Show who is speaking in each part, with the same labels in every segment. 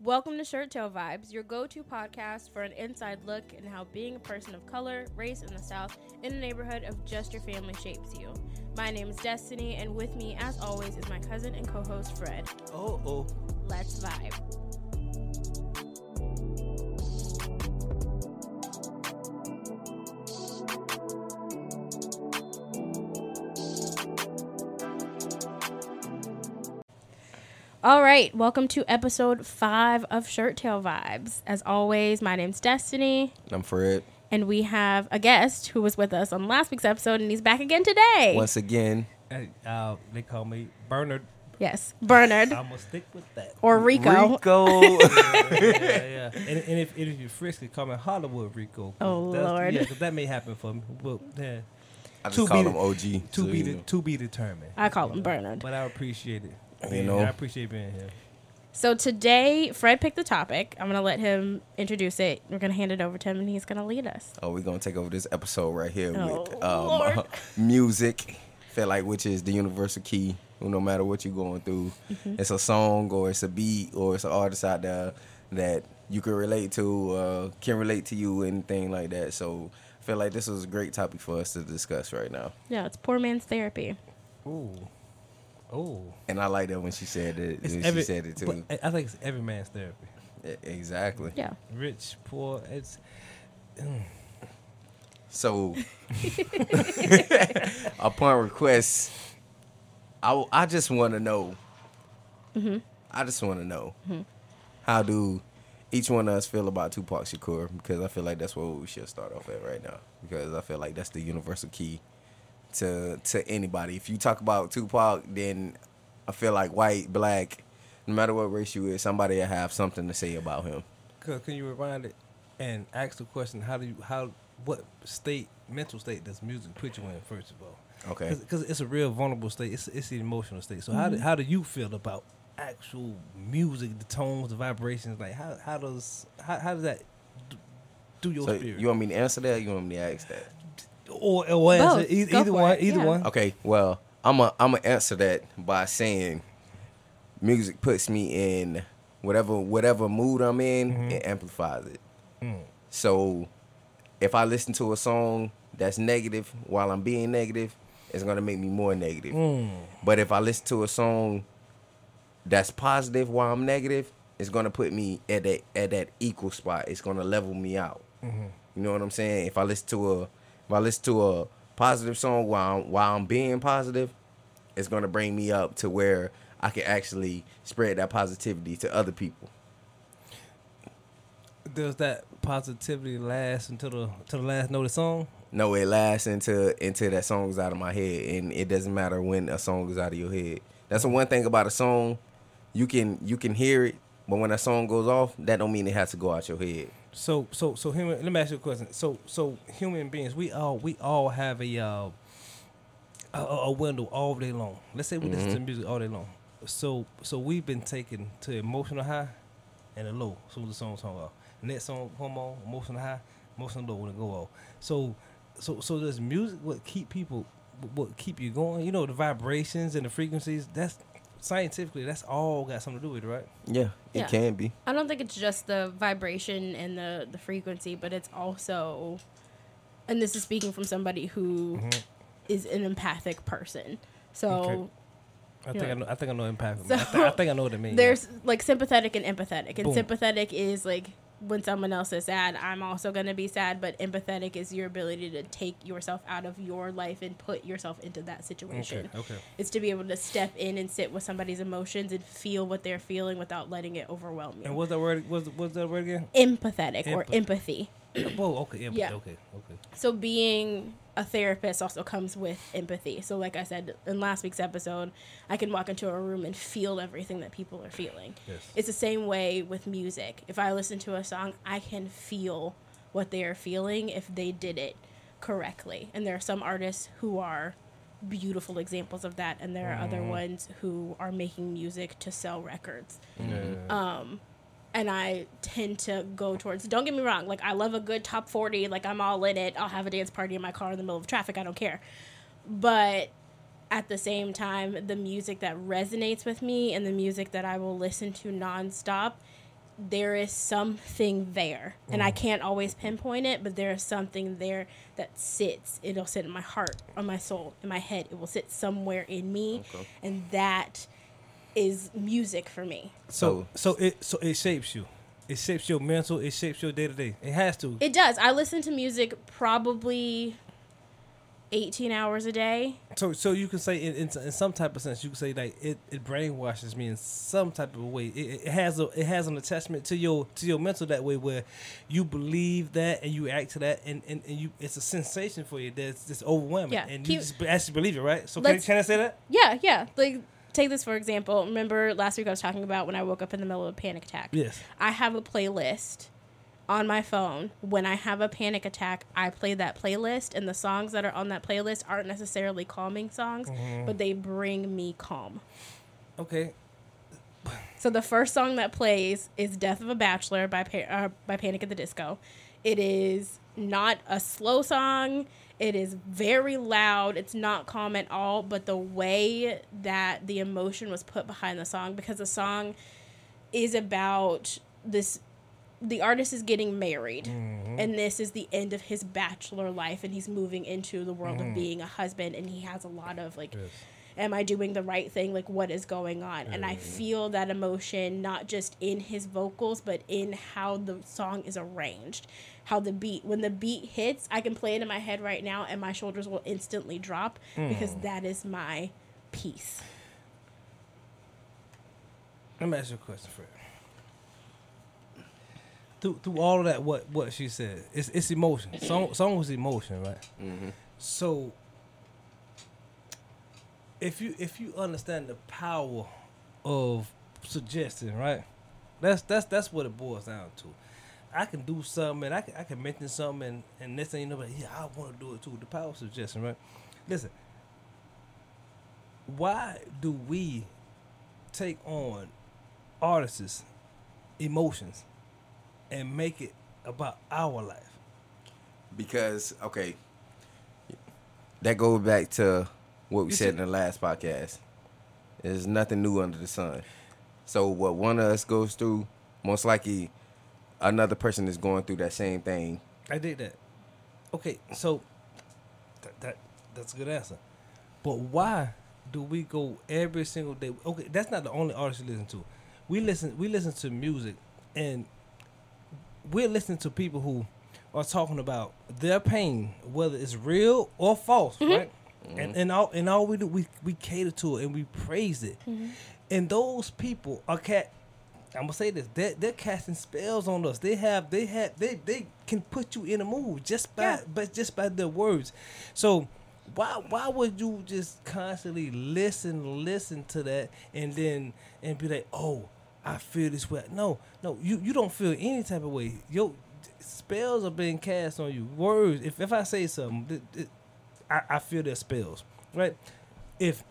Speaker 1: Welcome to Shirt Tail Vibes, your go to podcast for an inside look in how being a person of color, race, and the South in the neighborhood of just your family shapes you. My name is Destiny, and with me, as always, is my cousin and co host Fred.
Speaker 2: Oh, oh.
Speaker 1: Let's vibe. All right, welcome to episode five of Shirt Tail Vibes. As always, my name's Destiny,
Speaker 2: I'm Fred.
Speaker 1: and we have a guest who was with us on last week's episode, and he's back again today.
Speaker 2: Once again,
Speaker 3: Hey, uh, they call me Bernard.
Speaker 1: Yes, Bernard
Speaker 3: I'm gonna stick with that.
Speaker 1: or Rico.
Speaker 2: Rico.
Speaker 3: yeah, yeah. And, and if, and if you're frisky, call me Hollywood Rico. 'cause
Speaker 1: Oh, Lord.
Speaker 3: Yeah, 'cause that may happen for me. Well, yeah,
Speaker 2: I just
Speaker 3: To
Speaker 2: call
Speaker 3: be-
Speaker 2: him OG.
Speaker 3: to
Speaker 2: so
Speaker 3: be
Speaker 2: you
Speaker 3: de-
Speaker 2: know.
Speaker 3: to be determined.
Speaker 1: I call him Bernard.
Speaker 3: But I appreciate it.
Speaker 2: You
Speaker 3: Being-
Speaker 2: know.
Speaker 3: I appreciate being here.
Speaker 1: So today, Fred picked the topic. I'm going to let him introduce it. We're going to hand it over to him, and he's going to lead us.
Speaker 2: Oh, we're gonna take over this episode right here
Speaker 1: Oh,
Speaker 2: with um,
Speaker 1: Lord.
Speaker 2: music. Feel like which is the universal key. No matter what you're going through,
Speaker 3: Mm-hmm.
Speaker 2: it's a song or it's a beat or it's an artist out there that you can relate to, uh, can relate to you, anything like that. So I feel like this was a great topic for us to discuss right now.
Speaker 1: Yeah, it's poor man's therapy.
Speaker 3: Ooh, ooh.
Speaker 2: And I like that when she said it.
Speaker 3: It's
Speaker 2: When she
Speaker 3: every-
Speaker 2: said it too.
Speaker 3: but I I think it's every man's therapy.
Speaker 2: E- Exactly.
Speaker 1: Yeah.
Speaker 3: Rich, poor. It's
Speaker 2: So, upon request, I, I just want to know. I just want to know how do each one of us feel about Tupac Shakur because I feel like that's what we should start off at right now because I feel like that's the universal key to to anybody. If you talk about Tupac, then I feel like white, black, no matter what race you is, somebody will have something to say about him.
Speaker 3: Cause can you rewind it and ask the question? How do you how what state mental state does music put you in? First of all,
Speaker 2: Okay.
Speaker 3: because it's a real vulnerable state. It's it's an emotional state. So how do
Speaker 1: Mm-hmm.
Speaker 3: how do you feel about actual music, the tones, the vibrations? Like how how does how, how does that do, do your
Speaker 2: So
Speaker 3: spirit?
Speaker 2: you want me to answer that? Or you want me to ask that?
Speaker 3: or or answer
Speaker 1: Both.
Speaker 3: either,
Speaker 1: Go
Speaker 3: either
Speaker 1: for
Speaker 3: one,
Speaker 1: it.
Speaker 3: either
Speaker 1: Yeah.
Speaker 3: one.
Speaker 2: Okay, well, I'm a I'm gonna answer that by saying music puts me in whatever whatever mood I'm in, it amplifies it. So if I listen to a song that's negative while I'm being negative, it's gonna make me more negative. But if I listen to a song that's positive while I'm negative, it's gonna put me at that at that equal spot. It's gonna level me out. You know what I'm saying? If I listen to a if I listen to a positive song while I'm, while I'm being positive, it's gonna bring me up to where I can actually spread that positivity to other people.
Speaker 3: Does that positivity last until the until the last note of the song?
Speaker 2: No, it lasts until until that song's out of my head, and it doesn't matter when a song is out of your head. That's the one thing about a song, you can you can hear it, but when a song goes off, that don't mean it has to go out your head.
Speaker 3: So so so human. Let me ask you a question. So so human beings, we all we all have a uh, a, a window all day long. Let's say we listen to music all day long. So so we've been taken to emotional high and a low. So the song song off. Next song come on, emotional high, emotional low when it go off. So so so does music what keep people what keep you going? You know the vibrations and the frequencies. That's scientifically that's all got something to do with it, right?
Speaker 2: Yeah, it
Speaker 1: Yeah.
Speaker 2: can be.
Speaker 1: I don't think it's just the vibration and the, the frequency, but it's also, and this is speaking from somebody who
Speaker 3: Mm-hmm.
Speaker 1: is an empathic person. So
Speaker 3: Okay. I think
Speaker 1: Yeah.
Speaker 3: I know. I think I know impact.
Speaker 1: So,
Speaker 3: I, thi- I think I know what it means.
Speaker 1: there's like sympathetic and empathetic. And
Speaker 3: Boom.
Speaker 1: sympathetic is like when someone else is sad, I'm also going to be sad, but empathetic is your ability to take yourself out of your life and put yourself into that situation.
Speaker 3: Okay. Okay.
Speaker 1: It's to be able to step in and sit with somebody's emotions and feel what they're feeling without letting it overwhelm you.
Speaker 3: And what's that word? What's what's that word again?
Speaker 1: empathetic or
Speaker 3: Empath-
Speaker 1: empathy.
Speaker 3: Whoa. Okay. Yeah.
Speaker 1: Yeah.
Speaker 3: Okay. Okay.
Speaker 1: So being a therapist also comes with empathy. So like I said in last week's episode, I can walk into a room and feel everything that people are feeling.
Speaker 3: Yes.
Speaker 1: It's the same way with music. If I listen to a song, I can feel what they are feeling if they did it correctly. And there are some artists who are beautiful examples of that and there are other ones who are making music to sell records um, and I tend to go towards. Don't get me wrong, like I love a good top 40, like I'm all in it. I'll have a dance party in my car in the middle of traffic, I don't care. But at the same time, the music that resonates with me and the music that I will listen to nonstop there is something there and i can't always pinpoint it but there is something there that sits it'll sit in my heart on my soul in my head it will sit somewhere in me
Speaker 2: Okay.
Speaker 1: and that is music for me
Speaker 3: So so it so it shapes you. It shapes your mental. It shapes your day to day. It has to.
Speaker 1: it does i listen to music probably 18 hours a day
Speaker 3: So so you can say in, in, in some type of sense you can say like it, it brainwashes me in some type of way. It, it- it has a it has an attachment to your to your mental that way where you believe that and you act to that and, and, and you it's a sensation for you that's just overwhelming
Speaker 1: Yeah,
Speaker 3: and
Speaker 1: keep-
Speaker 3: you just actually believe it right. So can,
Speaker 1: Let's-
Speaker 3: can I say that?
Speaker 1: yeah yeah like take this for example remember last week i was talking about when i woke up in the middle of a panic attack
Speaker 3: Yes.
Speaker 1: I have a playlist on my phone. When I have a panic attack, I play that playlist, and the songs that are on that playlist aren't necessarily calming songs, but they bring me calm.
Speaker 3: Okay.
Speaker 1: So the first song that plays is "Death of a Bachelor" by pa- uh, by Panic at the Disco. It is not a slow song. It is very loud. It's not calm at all. But the way that the emotion was put behind the song, because the song is about this, the artist is getting married,
Speaker 3: Mm-hmm.
Speaker 1: and this is the end of his bachelor life, and he's moving into the world
Speaker 3: Mm.
Speaker 1: of being a husband, and he has a lot of like am i doing the right thing like what is going on and
Speaker 3: Mm.
Speaker 1: i feel that emotion not just in his vocals but in how the song is arranged how the beat when the beat hits i can play it in my head right now and my shoulders will instantly drop
Speaker 3: Mm.
Speaker 1: because that is my peace
Speaker 3: Let me ask you a question, Fred. Through, through all of that, what what she said, it's it's emotion. Song song was emotion, right? So if you if you understand the power of suggesting, right? That's that's that's what it boils down to. I can do something, and I can I can mention something, and, and next thing you know, like, yeah, I want to do it too. The power of suggestion, right? Listen, why do we take on artists' emotions and make it about our life.
Speaker 2: because okay, that goes back to what we
Speaker 3: You
Speaker 2: said in
Speaker 3: see-
Speaker 2: the last podcast. There's nothing new under the sun. So what one of us goes through, most likely another person is going through that same thing.
Speaker 3: I did that. Okay, so that, that that's a good answer. But why do we go every single day? Okay, that's not the only artist you listen to. We listen we listen to music and we're listening to people who are talking about their pain, whether it's real or false, right? And and all and all we do we, we cater to it and we praise it. And those people are cat I'm gonna say this, they're, they're casting spells on us. They have they have they they can put you in a mood just by
Speaker 1: Yeah.
Speaker 3: but just by their words. So why why would you just constantly listen, listen to that and then and be like, oh, I feel this way. No, no, you, you don't feel any type of way. Yo spells are being cast on you. Words. If if I say something, th- th- I, I feel their spells. Right? If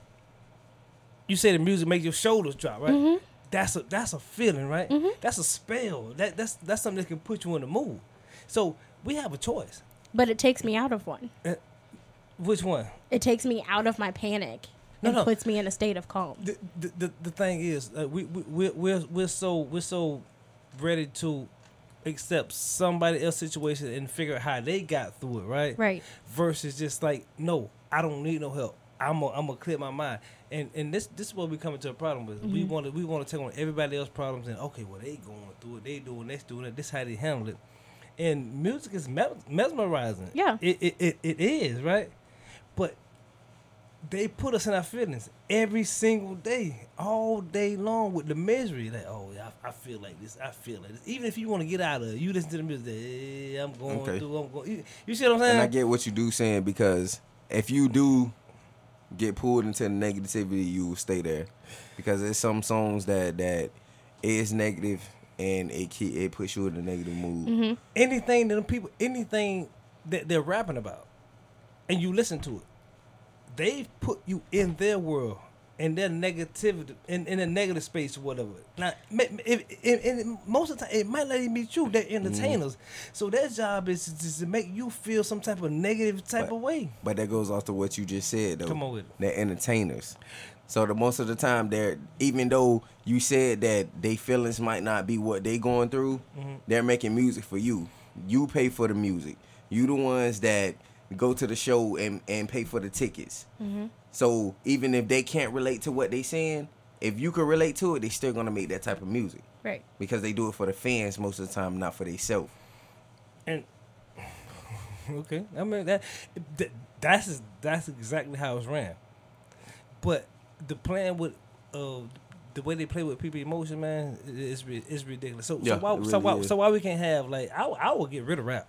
Speaker 3: you say the music makes your shoulders drop, right? That's a that's a feeling, right? That's a spell. That that's that's something that can put you in the mood. So we have a choice.
Speaker 1: but it takes me out of one
Speaker 3: Which one?
Speaker 1: it takes me out of my panic
Speaker 3: No,
Speaker 1: and
Speaker 3: no.
Speaker 1: puts me in a state of calm
Speaker 3: The the, the, the thing is, uh, we we we're, we're we're so we're so ready to accept somebody else's situation and figure out how they got through it, right?
Speaker 1: right
Speaker 3: versus just like no i don't need no help i'm gonna I'm clear my mind and and this this is what we come into a problem with we want to we want to take on everybody else's problems and okay well they going through it they doing this doing it this how they handle it and music is mes- mesmerizing
Speaker 1: Yeah.
Speaker 3: it it, it it is right but they put us in our feelings every single day, all day long with the misery. Like, oh, yeah, I, I feel like this. I feel like this. Even if you want to get out of it, you listen to the music. Yeah, I'm going
Speaker 2: Okay.
Speaker 3: through. I'm going. You, you see what I'm saying?
Speaker 2: And I get what you do saying because if you do get pulled into the negativity, you will stay there because there's some songs that that is negative and it keep, it puts you in a negative mood.
Speaker 3: anything that them people, anything that they're rapping about, and you listen to it, they've put you in their world. in their negativity, in, in a negative space or whatever. Now, ma- ma- if, if, and most of the time, it might not even be true. They're entertainers. So their job is just to make you feel some type of negative type
Speaker 2: But-
Speaker 3: of way.
Speaker 2: But that goes off to what you just said, though.
Speaker 3: Come on with it.
Speaker 2: They're entertainers. So the most of the time, they're even though you said that they feelings might not be what they going through,
Speaker 3: Mm-hmm.
Speaker 2: they're making music for you. You pay for the music. You the ones that go to the show and and pay for the tickets. So even if they can't relate to what they saying, if you can relate to it, they still gonna make that type of music
Speaker 1: Right.
Speaker 2: because they do it for the fans most of the time, not for themselves.
Speaker 3: And okay, I mean that, that that's that's exactly how it's ran. But the plan with uh, the way they play with people emotion, man, i- is ri- is ridiculous. So
Speaker 2: Yeah,
Speaker 3: so why
Speaker 2: it
Speaker 3: so
Speaker 2: really
Speaker 3: why
Speaker 2: is.
Speaker 3: so why we can't have like I w- I will get rid of rap.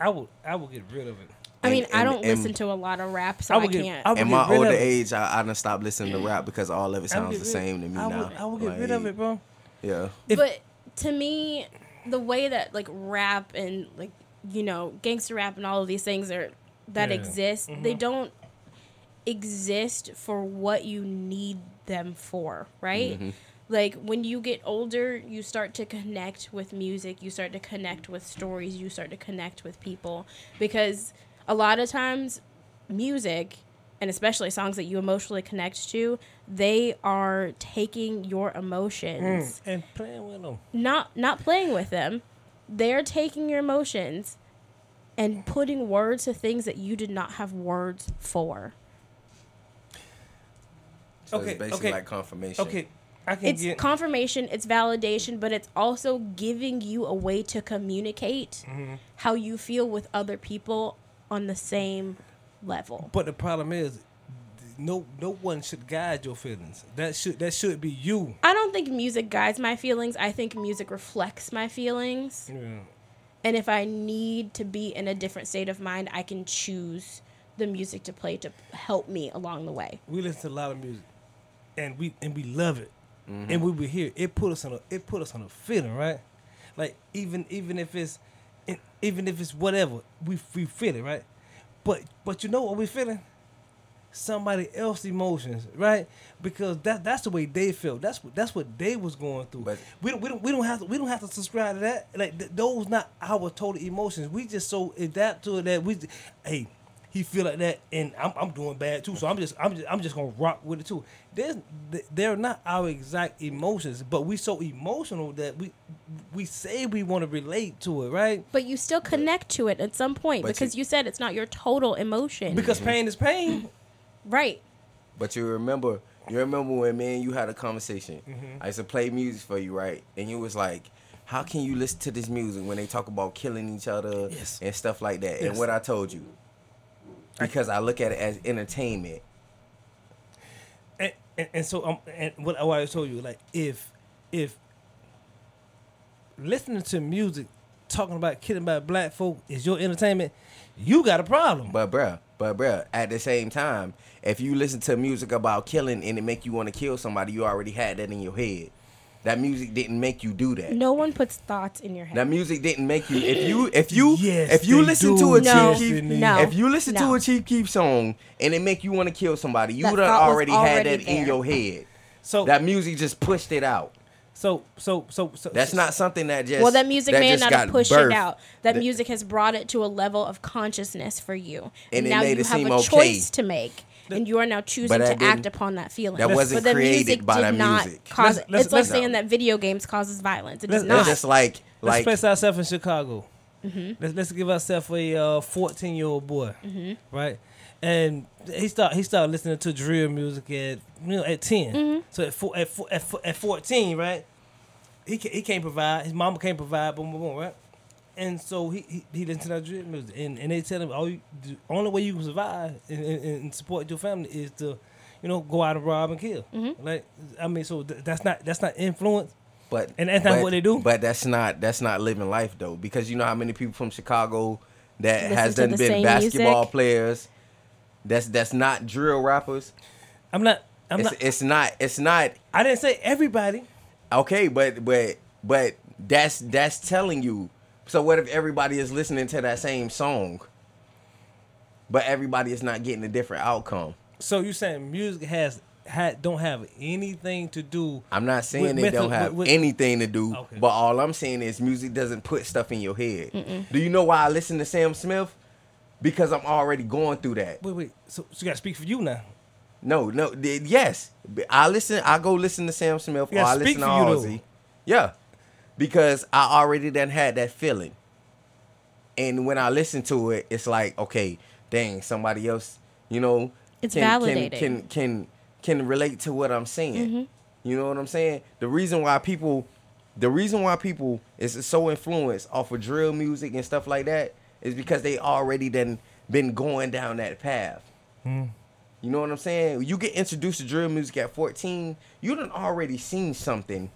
Speaker 3: I will I will get rid of it.
Speaker 1: I mean,
Speaker 2: And-
Speaker 1: I
Speaker 2: and-
Speaker 1: don't
Speaker 2: and-
Speaker 1: listen to a lot of rap, so
Speaker 3: I
Speaker 1: I,
Speaker 3: would get-
Speaker 1: can't.
Speaker 3: I would-
Speaker 2: In
Speaker 3: get
Speaker 2: my
Speaker 3: rid of
Speaker 2: older
Speaker 3: it.
Speaker 2: age, I, I done stopped listening to rap because all of it
Speaker 3: I will
Speaker 2: sounds
Speaker 3: get
Speaker 2: the
Speaker 3: rid-
Speaker 2: same to me
Speaker 3: I
Speaker 2: now.
Speaker 3: Will, I will get rid of
Speaker 2: Like,
Speaker 3: it, bro.
Speaker 2: Yeah.
Speaker 3: If-
Speaker 1: but to me, the way that like rap and like you know gangster rap and all of these things are that
Speaker 3: Yeah.
Speaker 1: exist, they don't exist for what you need them for, right?
Speaker 3: Mm-hmm.
Speaker 1: Like when you get older, you start to connect with music, you start to connect with stories, you start to connect with people because a lot of times music and especially songs that you emotionally connect to, they are taking your emotions
Speaker 3: And playing with them.
Speaker 1: not not playing with them. They're taking your emotions and putting words to things that you did not have words for.
Speaker 2: So
Speaker 3: Okay,
Speaker 2: it's basically
Speaker 3: okay.
Speaker 2: like confirmation.
Speaker 3: Okay, I can
Speaker 1: It's
Speaker 3: get.
Speaker 1: confirmation, it's validation, but it's also giving you a way to communicate how you feel with other people on the same level.
Speaker 3: but the problem is, no no one should guide your feelings. That should that should be you.
Speaker 1: I don't think music guides my feelings. I think music reflects my feelings.
Speaker 3: Yeah.
Speaker 1: And if I need to be in a different state of mind, I can choose the music to play to help me along the way.
Speaker 3: we listen to a lot of music, and we and we love it, and we were here. It put us on a it put us on a feeling, right? Like even even if it's it- even if it's whatever, we we feel it, right? But but you know what we feeling? Somebody else's emotions, right? Because that that's the way they felt. That's what that's what they was going through.
Speaker 2: But-
Speaker 3: we don't we don't we don't have to we don't have to subscribe to that. Like th- those not our total emotions. We just so adapt to it that we, hey, he feel like that, and I'm, I'm doing bad too. So I'm just I'm just I'm just gonna rock with it too. There's th- they're not our exact emotions, but we so emotional that we we say we want to relate to it, right?
Speaker 1: But you still connect to it at some point
Speaker 2: But
Speaker 1: because
Speaker 2: you-
Speaker 1: you, said it's not your total emotion.
Speaker 3: Because pain is pain.
Speaker 1: right.
Speaker 2: But you remember, you remember when me and you had a conversation.
Speaker 3: Mm-hmm.
Speaker 2: I used to play music for you, right? And you was like, "How can you listen to this music when they talk about killing each other
Speaker 3: Yes.
Speaker 2: and stuff like that?"
Speaker 3: Yes.
Speaker 2: And what I told you, because I look at it as entertainment.
Speaker 3: and, and, and so um, and what I always told you, like if if listening to music talking about killing about black folk is your entertainment, you got a problem.
Speaker 2: But bruh, but bruh, at the same time, if you listen to music about killing and it make you want to kill somebody, you already had that in your head. That music didn't make you do that.
Speaker 1: No one puts thoughts in your head.
Speaker 2: That music didn't make you. If you, if you,
Speaker 3: Yes,
Speaker 2: if you
Speaker 3: they
Speaker 2: listen
Speaker 3: do.
Speaker 2: to a
Speaker 1: No,
Speaker 2: Chief Keef,
Speaker 1: no,
Speaker 2: if you listen
Speaker 1: no.
Speaker 2: to a Chief Keef song and it make you want to kill somebody, you
Speaker 1: That
Speaker 2: done
Speaker 1: thought was
Speaker 2: already, had
Speaker 1: already
Speaker 2: that in
Speaker 1: there.
Speaker 2: your head.
Speaker 3: so
Speaker 2: That music just pushed it out.
Speaker 3: so so so so
Speaker 2: That's not something that just.
Speaker 1: well, that music may
Speaker 2: just
Speaker 1: not have
Speaker 2: got
Speaker 1: pushed
Speaker 2: birthed.
Speaker 1: it out. That,
Speaker 2: That-
Speaker 1: music has brought it to a level of consciousness for you, and,
Speaker 2: And it
Speaker 1: now
Speaker 2: made
Speaker 1: you
Speaker 2: it
Speaker 1: have
Speaker 2: seem
Speaker 1: a
Speaker 2: okay.
Speaker 1: choice to make, and you are now choosing
Speaker 2: that
Speaker 1: to act
Speaker 2: didn't-
Speaker 1: upon that feeling.
Speaker 2: that wasn't
Speaker 1: but the
Speaker 2: created
Speaker 1: music
Speaker 2: by
Speaker 1: did
Speaker 2: that
Speaker 1: not
Speaker 2: music.
Speaker 1: cause.
Speaker 3: Let's- let's-
Speaker 1: it's like
Speaker 3: let's-
Speaker 1: saying that video games causes violence. It does
Speaker 3: Let's-
Speaker 1: not.
Speaker 2: That's just like,
Speaker 3: let's
Speaker 2: like,
Speaker 3: place ourselves in Chicago. Let's let's give ourselves a fourteen year old boy, right? And he start he started listening to drill music at you know at 10 So at four, at four, at, four, at fourteen, right? He can, he can't provide. His mama can't provide. Boom boom boom, right? And so he he, he listened to that drill music, and, and they tell him all you, the only way you can survive and, and, and support your family is to, you know, go out and rob and kill. Like I mean, so th- that's not that's not influence.
Speaker 2: but
Speaker 3: And that's not
Speaker 2: but-
Speaker 3: what they do.
Speaker 2: But that's not that's not living life though, because you know how many people from Chicago that
Speaker 1: Listen
Speaker 2: has
Speaker 1: to
Speaker 2: done
Speaker 1: the
Speaker 2: been
Speaker 1: same
Speaker 2: basketball
Speaker 1: music.
Speaker 2: players. That's that's not drill rappers.
Speaker 3: I'm not. I'm
Speaker 2: It's,
Speaker 3: not.
Speaker 2: it's not it's not
Speaker 3: I didn't say everybody.
Speaker 2: Okay, but but but that's that's telling you. So what if everybody is listening to that same song, but everybody is not getting a different outcome?
Speaker 3: So you saying music has ha- don't have anything to do.
Speaker 2: I'm not saying
Speaker 3: with
Speaker 2: they
Speaker 3: mental-
Speaker 2: don't have
Speaker 3: with- with-
Speaker 2: anything to do,
Speaker 3: Okay.
Speaker 2: but all I'm saying is music doesn't put stuff in your head. Do you know why I listen to Sam Smith? Because I'm already going through that.
Speaker 3: Wait, wait. So, so you gotta speak for you now.
Speaker 2: No, no, th- yes. B- I listen. I go listen to Sam Smith
Speaker 3: Yeah,
Speaker 2: or I
Speaker 3: speak
Speaker 2: listen to
Speaker 3: for you, though.
Speaker 2: Ozzy. Yeah, because I already done had that feeling, and when I listen to it, it's like, okay, dang, somebody else, you know,
Speaker 1: It's validating.
Speaker 2: Can can can, can relate to what I'm saying. You know what I'm saying? The reason why people, the reason why people is so influenced off of drill music and stuff like that is because they already done been going down that path. You know what I'm saying? You get introduced to drill music at 14, you done already seen something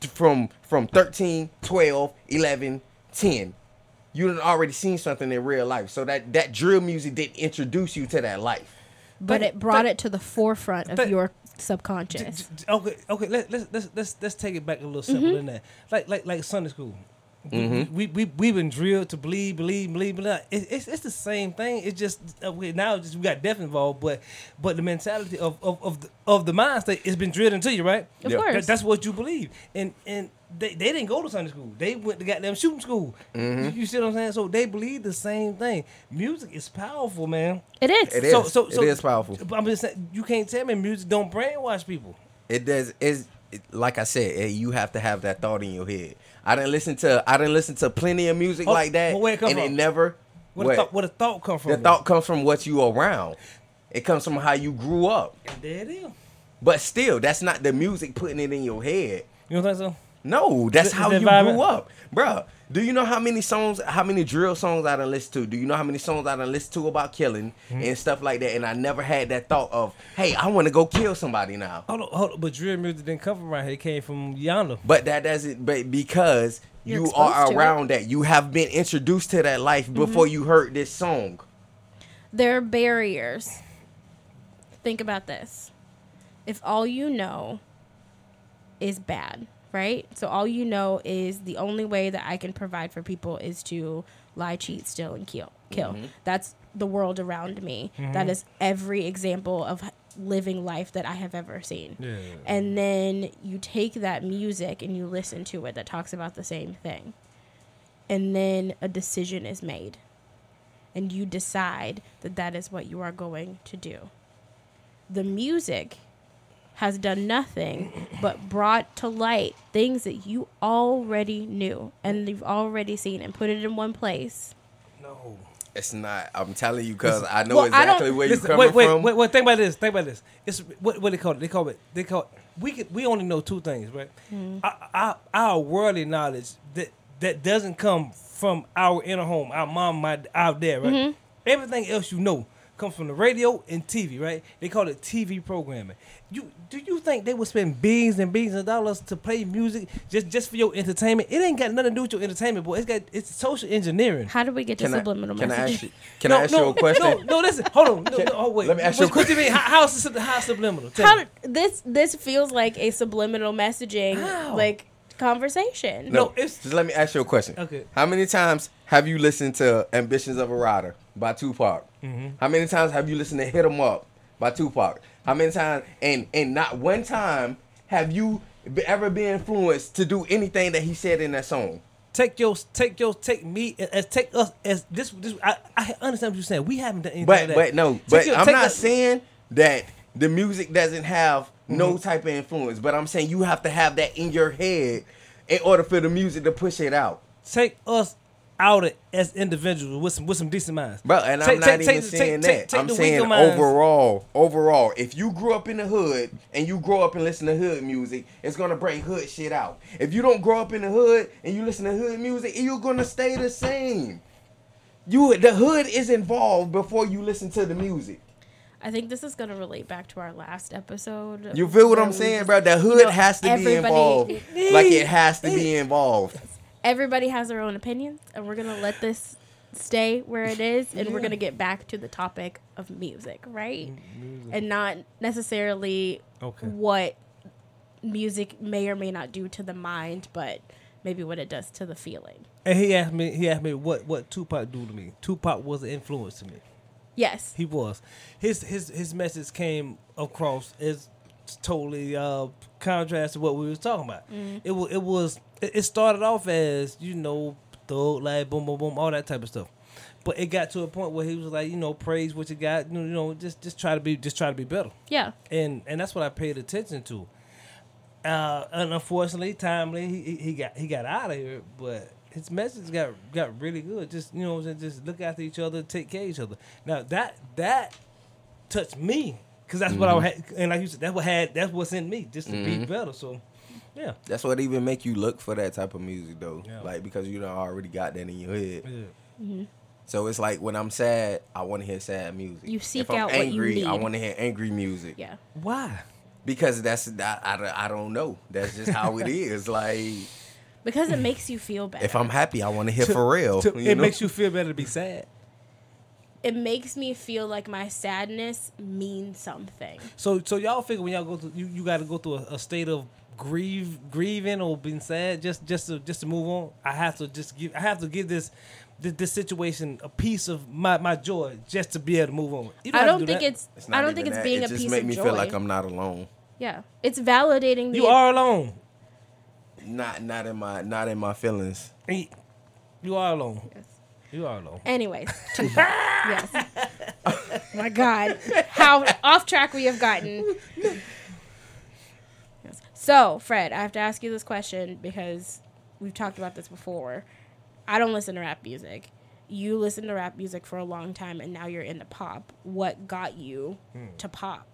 Speaker 2: t- from from 13, 12, 11, 10. You done already seen something in real life. So that that drill music did introduce you to that life.
Speaker 1: but
Speaker 3: Think-
Speaker 1: it brought
Speaker 3: think-
Speaker 1: it to the forefront of
Speaker 3: think-
Speaker 1: your
Speaker 3: D- d-
Speaker 1: subconscious.
Speaker 3: d- okay, okay. Let, let's let's let's let's take it back a little simpler
Speaker 1: Mm-hmm.
Speaker 3: than that. Like like like Sunday school. We-
Speaker 2: Mm-hmm.
Speaker 3: We we we've been drilled to believe, believe, believe, believe. It, it's it's the same thing. It's just uh, we, now just we got death involved, but but the mentality of of of the, of the mind state has been drilled into you, right?
Speaker 1: Of
Speaker 2: Yeah.
Speaker 1: course.
Speaker 3: That- that's what you believe. And and they, they didn't go to Sunday school. They went to goddamn shooting school.
Speaker 2: Mm-hmm.
Speaker 3: You, you see what I'm saying? So they believe the same thing. Music is powerful, man.
Speaker 1: it is.
Speaker 2: It is.
Speaker 3: so, so, so
Speaker 2: it is powerful.
Speaker 3: But I'm just saying, you can't tell me music don't brainwash people.
Speaker 2: It does. Is like I said, eh, you have to have that thought in your head. I didn't listen to I didn't listen to plenty of music
Speaker 3: Oh,
Speaker 2: like that,
Speaker 3: well, where it come
Speaker 2: and it
Speaker 3: from?
Speaker 2: never.
Speaker 3: What, A
Speaker 2: what?
Speaker 3: thought, what a thought come from?
Speaker 2: the thought comes from what you around. It comes from how you grew up.
Speaker 3: There it is.
Speaker 2: But still, that's not the music putting it in your head.
Speaker 3: You don't think so?
Speaker 2: No, that's
Speaker 3: The-
Speaker 2: how
Speaker 3: the
Speaker 2: you
Speaker 3: environment-
Speaker 2: grew up, bruh. Do you know how many songs, how many drill songs I done listened to? Do you know how many songs I done listened to about killing and stuff like that? And I never had that thought of, hey, I want to go kill somebody now.
Speaker 3: Hold on, hold on. But drill music didn't come from right here. It came from yonder.
Speaker 2: But that doesn't, but because
Speaker 1: You're
Speaker 2: you are
Speaker 1: exposed to it.
Speaker 2: around that, you have been introduced to that life before you heard this song.
Speaker 1: There are barriers. Think about this. If all you know is bad, right? So all you know is the only way that I can provide for people is to lie, cheat, steal, and kill. Kill. That's the world around me.
Speaker 3: Mm-hmm.
Speaker 1: That is every example of h- living life that I have ever seen.
Speaker 3: Yeah.
Speaker 1: And then you take that music and you listen to it that talks about the same thing. And then a decision is made. And you decide that that is what you are going to do. The music has done nothing but brought to light things that you already knew and you've already seen and put it in one place.
Speaker 3: No.
Speaker 2: It's not. I'm telling you, cause I know
Speaker 1: Well, I don't-
Speaker 2: exactly where
Speaker 3: Listen,
Speaker 2: you coming
Speaker 3: wait, wait,
Speaker 2: from.
Speaker 3: wait, wait. Think about this. Think about this. It's what what they call it. They call it. They call it. We could, we only know two things, right? Our, our, our worldly knowledge that that doesn't come from our inner home, our mom, my out there, right? Everything else you know comes from the radio and TV, right? They call it TV programming. You do you think they would spend billions and billions of dollars to play music just just for your entertainment? It ain't got nothing to do with your entertainment, boy. It's got it's social engineering.
Speaker 1: How do we get to
Speaker 2: Can I,
Speaker 1: subliminal
Speaker 2: can I
Speaker 1: messages?
Speaker 2: ask you? Can I ask you a question?
Speaker 3: No, no, listen. Hold on. No, no, oh, wait.
Speaker 2: Let me ask you a
Speaker 3: What- what do mean? How, how is this how is subliminal? Tell
Speaker 1: How
Speaker 3: me.
Speaker 1: did, this this feels like a subliminal messaging
Speaker 3: How?
Speaker 1: like conversation.
Speaker 2: No,
Speaker 3: No, it's-
Speaker 2: just let me ask you a question.
Speaker 3: Okay.
Speaker 2: How many times have you listened to "Ambitions of a Rider" by Tupac?
Speaker 3: Mm-hmm.
Speaker 2: How many times have you listened to "Hit 'Em Up" by Tupac? How many times? And and not one time have you be- ever been influenced to do anything that he said in that song.
Speaker 3: Take your, take your, take me as- as take us as this. This I, I understand what you're saying. We haven't done anything.
Speaker 2: But
Speaker 3: like that.
Speaker 2: but no,
Speaker 3: Take
Speaker 2: but
Speaker 3: your-
Speaker 2: I'm
Speaker 3: take
Speaker 2: not
Speaker 3: us-
Speaker 2: saying that the music doesn't have
Speaker 3: Mm-hmm.
Speaker 2: no type of influence. But I'm saying you have to have that in your head in order for the music to push it out.
Speaker 3: Take us out of, as individuals with some with some decent minds,
Speaker 2: Bro, and I'm
Speaker 3: Take-
Speaker 2: not
Speaker 3: take-
Speaker 2: even
Speaker 3: take-
Speaker 2: saying
Speaker 3: take-
Speaker 2: that.
Speaker 3: take
Speaker 2: I'm
Speaker 3: the
Speaker 2: saying
Speaker 3: weaker minds.
Speaker 2: overall, overall, if you grew up in the hood and you grow up and listen to hood music, it's gonna bring hood shit out. If you don't grow up in the hood and you listen to hood music, you're gonna stay the same. You the hood is involved before you listen to the music.
Speaker 1: I think this is going to relate back to our last episode.
Speaker 2: You feel what
Speaker 1: where
Speaker 2: I'm
Speaker 1: we
Speaker 2: saying,
Speaker 1: just-
Speaker 2: bro? The hood
Speaker 1: you know,
Speaker 2: has to be
Speaker 1: everybody-
Speaker 2: involved. Like it has to be involved.
Speaker 1: Everybody has their own opinions, and we're going to let this stay where it is, and we're going to get back to the topic of music, right?
Speaker 2: Mm,
Speaker 1: And not necessarily
Speaker 3: Okay.
Speaker 1: what music may or may not do to the mind, but maybe what it does to the feeling.
Speaker 3: And he asked me. He asked me what what Tupac do to me. Tupac was an influence to me.
Speaker 1: Yes.
Speaker 3: He was. His his his message came across as totally uh contrast to what we was talking about. It was it was it it started off as you know thug like boom boom boom all that type of stuff, but it got to a point where he was like you know praise what you got you know, you know just just try to be just try to be better
Speaker 1: Yeah.
Speaker 3: and and that's what I paid attention to. Uh, and unfortunately, timely he, he- he got he got out of here, but his message got got really good. Just you know, what I'm saying, just look after each other, take care of each other. Now that that touched me because that's
Speaker 2: Mm-hmm.
Speaker 3: what I had, and like you said, that's what had that's what's in me, just to be better. So, yeah,
Speaker 2: That's what even make you look for that type of music though.
Speaker 3: Yeah.
Speaker 2: Like because you done already got that in your head.
Speaker 3: yeah,
Speaker 2: So it's like when I'm sad, I want to hear sad music.
Speaker 1: You seek
Speaker 2: if I'm
Speaker 1: out what you
Speaker 2: angry, I
Speaker 1: need.
Speaker 2: want to hear angry music.
Speaker 1: Yeah.
Speaker 3: why?
Speaker 2: Because that's I, I, I don't know. That's just how it is. Like
Speaker 1: Because it makes you feel better.
Speaker 2: if I'm happy, I want to hear Pharrell.
Speaker 3: To-
Speaker 2: you
Speaker 3: it
Speaker 2: know?
Speaker 3: makes you feel better to be sad.
Speaker 1: it makes me feel like my sadness means something.
Speaker 3: So so y'all figure when y'all go through you, you got to go through a, a state of grieve grieving or being sad just just to just to move on. I have to just give I have to give this this, this situation a piece of my, my joy just to be able to move on. You
Speaker 1: I
Speaker 3: have to
Speaker 1: don't
Speaker 3: do
Speaker 1: think
Speaker 3: that.
Speaker 1: it's, I don't think
Speaker 2: even
Speaker 1: it's
Speaker 2: that.
Speaker 1: being
Speaker 2: it
Speaker 1: a
Speaker 2: just
Speaker 1: piece
Speaker 2: make
Speaker 1: of
Speaker 2: me
Speaker 1: joy.
Speaker 2: feel like I'm not alone.
Speaker 1: yeah. It's validating the
Speaker 3: you are alone.
Speaker 2: Not not in my not in my feelings.
Speaker 3: And You are alone.
Speaker 1: Yes.
Speaker 3: You are alone.
Speaker 1: Anyways. yes. Oh my God. How off track we have gotten. Yes. So, Fred, I have to ask you this question because we've talked about this before. I don't listen to rap music. You listened to rap music for a long time and now you're into pop. What got you to pop?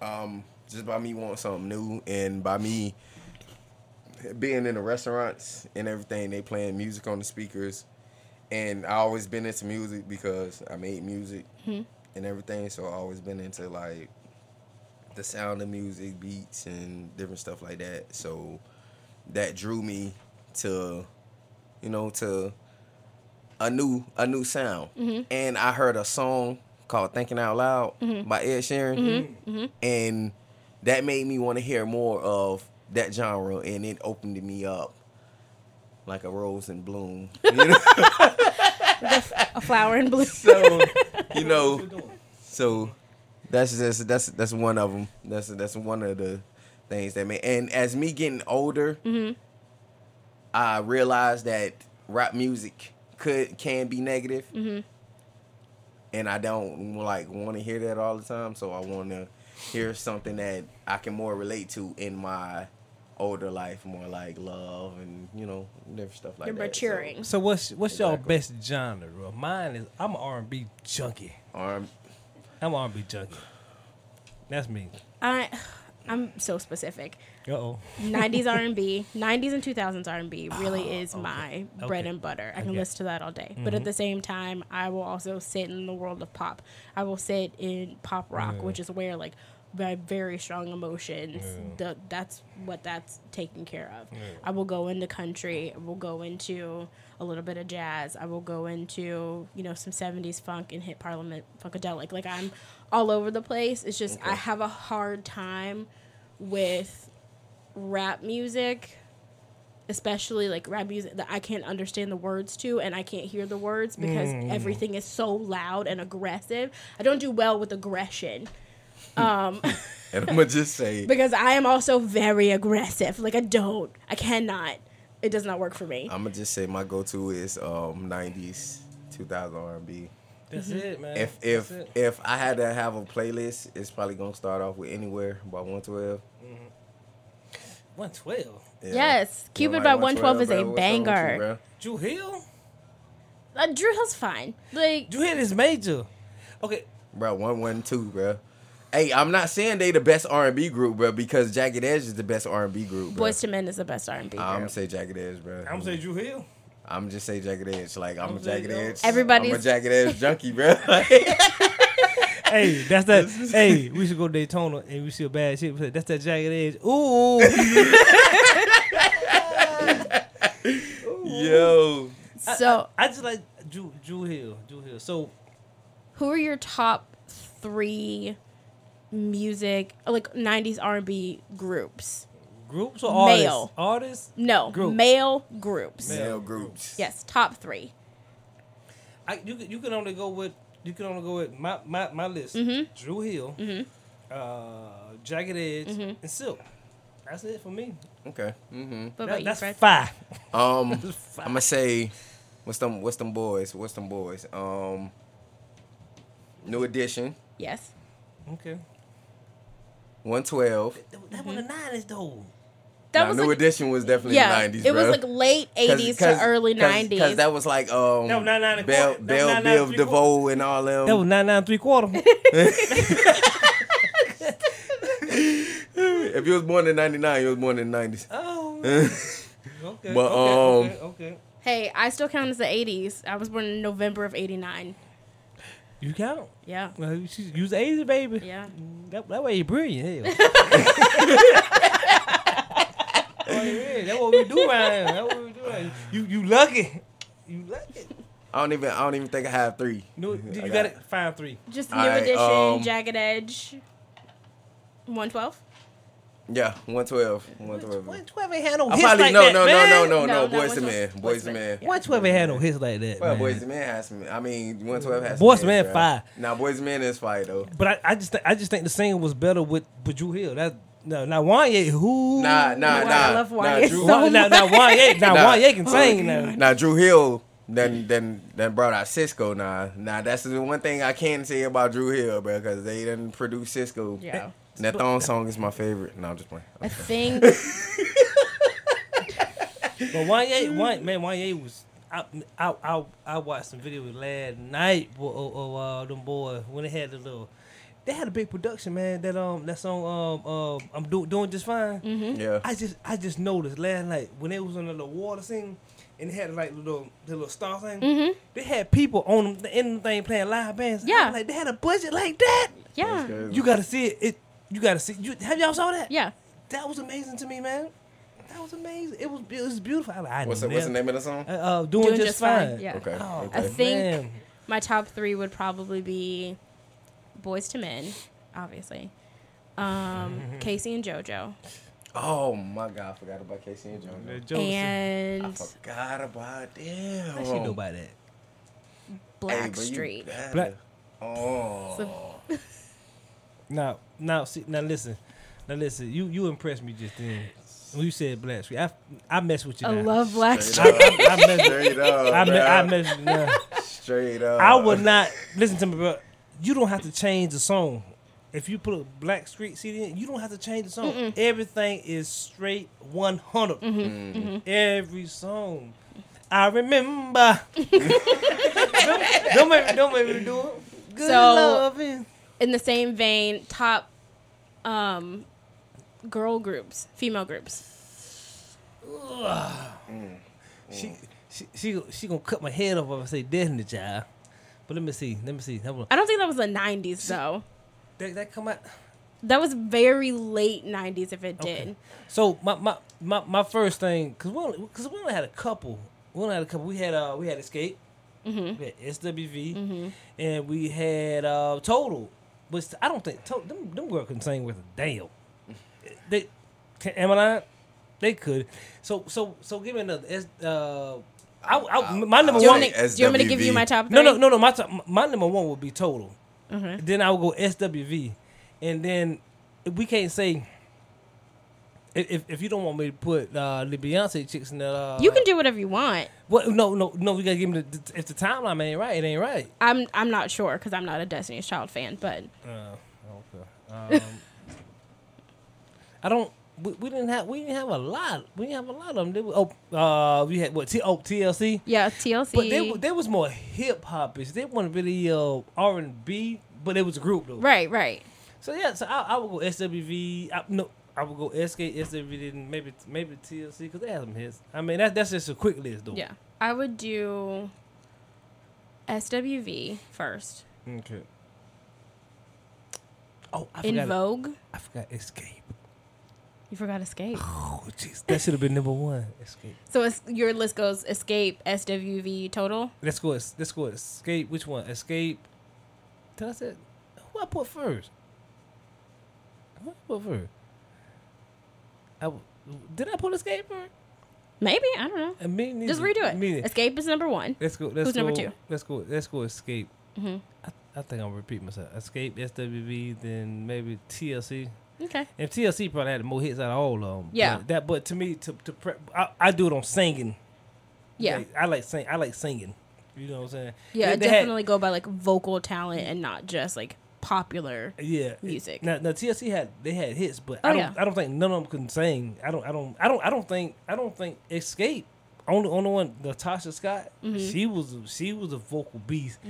Speaker 2: Um, just by me wanting something new and by me being in the restaurants and everything, they playing music on the speakers. And I always been into music because I made music and everything, so I always been into like the sound of music, beats and different stuff like that. So that drew me to you know, to a new a new sound. And I heard a song called "Thinking Out Loud" by Ed Sheeran, and that made me want to hear more of that genre, and it opened me up like a rose in bloom. You know,
Speaker 1: A flower in blue.
Speaker 2: so, you know, so that's just that's that's one of them. That's that's one of the things that made. And as me getting older, I realized that rap music could can be negative, and I don't like want to hear that all the time. So I want to hear something that I can more relate to in my older life, more like love and you know different stuff like
Speaker 1: You're
Speaker 2: that.
Speaker 1: maturing.
Speaker 3: So what's what's y'all
Speaker 2: Exactly.
Speaker 3: best genre? Mine is I'm an R&B junkie.
Speaker 2: So, arm-
Speaker 3: I'm an R&B junkie. That's me.
Speaker 1: I I'm so specific.
Speaker 3: Uh-oh.
Speaker 1: 90s R&B, 90s and 2000s R&B really is my bread
Speaker 3: Oh, Okay.
Speaker 1: and butter. I can
Speaker 3: Okay.
Speaker 1: listen to that all day. But
Speaker 3: Mm-hmm.
Speaker 1: at the same time, I will also sit in the world of pop. I will sit in pop rock, which is where like my very strong emotions. The, that's what that's taken care of. I will go into country. I will go into a little bit of jazz. I will go into you know some 70s funk and hit Parliament funkadelic. Like I'm all over the place. It's just I have a hard time with rap music especially like rap music that I can't understand the words to and I can't hear the words because everything is so loud and aggressive. I don't do well with aggression
Speaker 2: and I'm gonna just say
Speaker 1: because I am also very aggressive. Like I don't. I cannot. It does not work for me.
Speaker 2: I'm gonna just say my go-to is um 90s, 2000 R&B.
Speaker 3: That's
Speaker 1: Mm-hmm.
Speaker 3: it, man.
Speaker 2: If
Speaker 3: That's
Speaker 2: if
Speaker 3: it.
Speaker 2: if I had to have a playlist, it's probably gonna start off with anywhere by 112.
Speaker 3: 112.
Speaker 2: Yeah.
Speaker 1: Yes,
Speaker 2: You know,
Speaker 1: Cupid by
Speaker 2: like
Speaker 1: 112 is a
Speaker 2: bro, what's wrong with you,
Speaker 1: banger.
Speaker 2: bro?
Speaker 3: Drew Hill?
Speaker 1: Uh, Drew Hill's fine. Like
Speaker 3: Drew Hill is major. Okay.
Speaker 2: Bro, 112, bro. Hey, I'm not saying they the best R&B group, bro, because Jagged Edge is the best R&B group, bro.
Speaker 1: Boys to Men is the best R&B.
Speaker 2: I'm
Speaker 1: group.
Speaker 2: gonna say Jagged Edge, bro.
Speaker 3: I'm saying Drew Hill.
Speaker 2: I'm just say Jagged Edge. Like I'm, a
Speaker 3: I'm say,
Speaker 2: Jagged
Speaker 3: yo.
Speaker 2: Edge. I'm a
Speaker 1: Everybody's-
Speaker 2: Jagged Edge junkie, bro.
Speaker 3: hey, that's that. hey, we should go to Daytona and we see a bad shit. we say, That's that jagged edge. Ooh.
Speaker 2: Yo,
Speaker 1: so,
Speaker 3: I just like Drew, Drew Hill. Drew Hill. So,
Speaker 1: who are your top 3 music like 90s R&B groups?
Speaker 3: groups or artists?
Speaker 1: Male.
Speaker 3: Artists?
Speaker 1: No,
Speaker 3: Groups.
Speaker 1: male groups.
Speaker 3: Male
Speaker 2: male groups.
Speaker 1: Yes, top three.
Speaker 3: I, you, can- you can only go with you can only go with my my, my list:
Speaker 1: Mm-hmm.
Speaker 3: Drew Hill, uh, Jagged Edge,
Speaker 1: Mm-hmm.
Speaker 3: and Silk. That's it for me.
Speaker 2: Okay. Mm-hmm.
Speaker 1: What
Speaker 3: That-
Speaker 1: about you,
Speaker 3: that's
Speaker 1: Fred?
Speaker 3: five.
Speaker 2: Um,
Speaker 3: Five.
Speaker 2: I'm gonna say, what's them? What's them boys? What's them boys? Um, New Edition,
Speaker 1: yes.
Speaker 3: Okay.
Speaker 2: 112.
Speaker 3: That,
Speaker 1: Mm-hmm.
Speaker 3: that one the nineties though.
Speaker 1: That
Speaker 2: Nah,
Speaker 1: was
Speaker 2: New
Speaker 1: like,
Speaker 2: Edition was definitely
Speaker 1: yeah.
Speaker 2: 90s.
Speaker 1: it was
Speaker 2: bro.
Speaker 1: like late eighties to early nineties.
Speaker 2: Because that was like um,
Speaker 3: No, nine, nine and
Speaker 2: Bell,
Speaker 3: quarter. No,
Speaker 2: Bell,
Speaker 3: nine, nine
Speaker 2: Biv
Speaker 3: and three quarter.
Speaker 2: DeVoe, and all them.
Speaker 3: That was nine nine three quarter.
Speaker 2: if you was born in '99, you was born in the '90s.
Speaker 3: oh. man. Okay.
Speaker 2: But, um,
Speaker 3: okay, okay, okay.
Speaker 1: hey, I still count as the eighties. I was born in November of eighty nine.
Speaker 3: You count.
Speaker 1: Yeah.
Speaker 3: Well, you should use A's, baby. Mm,
Speaker 1: Yeah.
Speaker 3: That, that way you brilliant. Hell. Oh, yeah, that's what we do right here. That's what we do right here. You you lucky. You lucky.
Speaker 2: I don't even. I don't even think I have three.
Speaker 3: No,
Speaker 2: I
Speaker 3: you
Speaker 2: got
Speaker 3: got
Speaker 2: it.
Speaker 3: it. Find three.
Speaker 1: Just new
Speaker 2: All right,
Speaker 1: edition,
Speaker 2: um,
Speaker 1: jagged edge. One twelve.
Speaker 2: Yeah, 112. 112.
Speaker 3: One twelve ain't had no
Speaker 2: I
Speaker 3: hits
Speaker 2: probably
Speaker 3: like
Speaker 2: no,
Speaker 3: that,
Speaker 2: no,
Speaker 3: man.
Speaker 2: no,
Speaker 1: No,
Speaker 2: no, no, no,
Speaker 1: no,
Speaker 2: Boys to man,
Speaker 1: 112
Speaker 2: boys to man.
Speaker 1: yeah.
Speaker 3: One twelve ain't had no hits like that.
Speaker 2: Well,
Speaker 3: man.
Speaker 2: boys to man has some. I mean, 112 has.
Speaker 3: Boyz II
Speaker 2: some
Speaker 3: Men
Speaker 2: hits, bro.
Speaker 3: fire.
Speaker 2: Nah, boys to man is fire though.
Speaker 3: But I, I just th- I just think the singer was better with with Drew Hill. That no, now Wanye who
Speaker 2: Nah,
Speaker 1: I
Speaker 2: nah, nah.
Speaker 1: love
Speaker 2: nah,
Speaker 1: Wyatt
Speaker 2: Drew,
Speaker 1: so
Speaker 3: Wa- now, now Wanye now
Speaker 2: Nah.
Speaker 3: Wanye can sing now.
Speaker 2: Now Drew Hill then then then brought out Cisco. Now now that's the one thing I can say about Drew Hill, bro, because they didn't produce Cisco.
Speaker 1: Yeah.
Speaker 2: And that thong song is my favorite. No, I'm just playing.
Speaker 1: A thing.
Speaker 3: But
Speaker 1: Mm.
Speaker 3: Wanye, Wanye man, Wanye was. I, I, I, I watched some video last night of oh, uh, them boys when they had the little, they had a big production man that um that song um um I'm do, doing just fine.
Speaker 1: Mm. Mm-hmm.
Speaker 2: Yeah.
Speaker 3: I just I just noticed last night when they was on the little water scene and they had like the little the little star thing.
Speaker 1: Mm.
Speaker 3: They had people on the end of the thing playing live bands. I was
Speaker 1: Yeah.
Speaker 3: like they had a budget like that.
Speaker 2: That's
Speaker 1: Yeah.
Speaker 2: crazy.
Speaker 3: You gotta see it. it you gotta see. You, have y'all saw that?
Speaker 1: Yeah.
Speaker 3: That was amazing to me, man. That was amazing. It was it was beautiful. I, I
Speaker 2: what's the, what's the
Speaker 3: never-
Speaker 2: name of the song?
Speaker 3: Uh, uh, doing, just, fine.
Speaker 1: Oh, Yeah.
Speaker 2: Okay.
Speaker 3: Oh,
Speaker 1: I
Speaker 2: okay.
Speaker 1: think
Speaker 3: man.
Speaker 1: my top three would probably be Boys to Men, obviously. Um, Casey and JoJo.
Speaker 2: Oh my god, I forgot about Casey and Jones. I
Speaker 1: And
Speaker 2: forgot about them.
Speaker 3: I should know about that.
Speaker 2: Hey,
Speaker 1: Black
Speaker 2: bro, you
Speaker 1: Street.
Speaker 2: bad.
Speaker 3: Black-
Speaker 2: Oh.
Speaker 1: So-
Speaker 3: Now, now, see, now listen, now listen. You you impressed me just then when you said Black Street. I I mess with you.
Speaker 1: I
Speaker 3: now.
Speaker 1: love Black
Speaker 2: Straight
Speaker 1: Street.
Speaker 2: up.
Speaker 3: I, I mess.
Speaker 2: Straight up.
Speaker 3: I, me,
Speaker 2: bro.
Speaker 3: I mess with you now.
Speaker 2: Straight up.
Speaker 3: I would not listen to me, bro. You don't have to change the song. If you put a Black Street CD in, you don't have to change the song. Everything is straight 100.
Speaker 1: Mm-hmm.
Speaker 3: Every song. I remember. don't, don't make me, don't make me do it. Good
Speaker 1: So-
Speaker 3: loving.
Speaker 1: In the same vein, top um, girl groups, female groups.
Speaker 3: She, she, she, she gonna cut my head off if I say death in the child. But let me see. Let me see. Hold on.
Speaker 1: I don't think that was the 90s, though.
Speaker 3: That, that come out.
Speaker 1: That was very late 90s if it did.
Speaker 3: Okay. So my my my, my first thing, cause we only, cause we only had a couple. We only had a couple. We had uh we had Escape, we had SWV, and we had uh Total. Which I don't think Total them them girls can sing with a damn. They can, am I lying? They could. So so so give me another. S, uh, I, I, my number
Speaker 1: Do you, want
Speaker 2: I'll
Speaker 3: one.
Speaker 1: me,
Speaker 2: say
Speaker 1: do you want me to give
Speaker 2: SWV.
Speaker 1: you my top three?
Speaker 3: No no no no. My top, my number one would be Total.
Speaker 1: Mm-hmm.
Speaker 3: Then I would go SWV, and then we can't say if if, if you don't want me to put uh, the Beyonce chicks in the. Uh,
Speaker 1: You can do whatever you want.
Speaker 3: What? No, no, no. We gotta give me the, if the timeline ain't right, it ain't right.
Speaker 1: I'm I'm not sure because I'm not a Destiny's Child fan, but
Speaker 3: Uh, okay. Um, I don't. We, we didn't have we didn't have a lot. We didn't have a lot of them. They were, oh, uh, we had what? T, oh, TLC.
Speaker 1: yeah, TLC.
Speaker 3: But they, were- they was more hip hop ish. They weren't really uh, R and B, but it was a group though.
Speaker 1: right, right.
Speaker 3: So yeah, so I, I would go SWV. I, no, I would go SK, SWV, then maybe maybe TLC because they had some hits. I mean, that, that's just a quick list though.
Speaker 1: Yeah. I would do SWV first.
Speaker 3: Mm, Okay. Oh, I
Speaker 1: In
Speaker 3: forgot.
Speaker 1: Vogue.
Speaker 3: I forgot Escape.
Speaker 1: You forgot Escape.
Speaker 3: Oh, jeez, that should have been number one. Escape.
Speaker 1: So it's, your list goes Escape, SWV, Total.
Speaker 3: Let's go. es- Let's go. Escape. Which one? Escape. Did I say who I put first? Who I put first? I w- did I put Escape first?
Speaker 1: Maybe, I don't know.
Speaker 3: I mean,
Speaker 1: Just redo it.
Speaker 3: Me neither.
Speaker 1: Escape is number 1.
Speaker 3: Let's go. Let's
Speaker 1: Who's
Speaker 3: go.
Speaker 1: number two?
Speaker 3: Let's go. Let's go. Escape.
Speaker 1: Mm-hmm.
Speaker 3: I, I think I'm repeating myself. Escape, SWV, then maybe TLC.
Speaker 1: Okay.
Speaker 3: And TLC probably had the more hits out of all of them.
Speaker 1: Yeah.
Speaker 3: But that, but to me, to to prep, I, I do it on singing.
Speaker 1: Yeah.
Speaker 3: Like, I like sing. I like singing. You know what I'm saying?
Speaker 1: Yeah,
Speaker 3: They-
Speaker 1: I
Speaker 3: they had-
Speaker 1: definitely go by like vocal talent and not just like popular.
Speaker 3: yeah
Speaker 1: music.
Speaker 3: Now, now TLC had they had hits, but
Speaker 1: Oh,
Speaker 3: I don't
Speaker 1: yeah.
Speaker 3: I don't think none of them can sing. I don't I don't I don't I don't think I don't think Escape on the on the one Natasha Scott
Speaker 1: Mm-hmm.
Speaker 3: she was she was a vocal beast,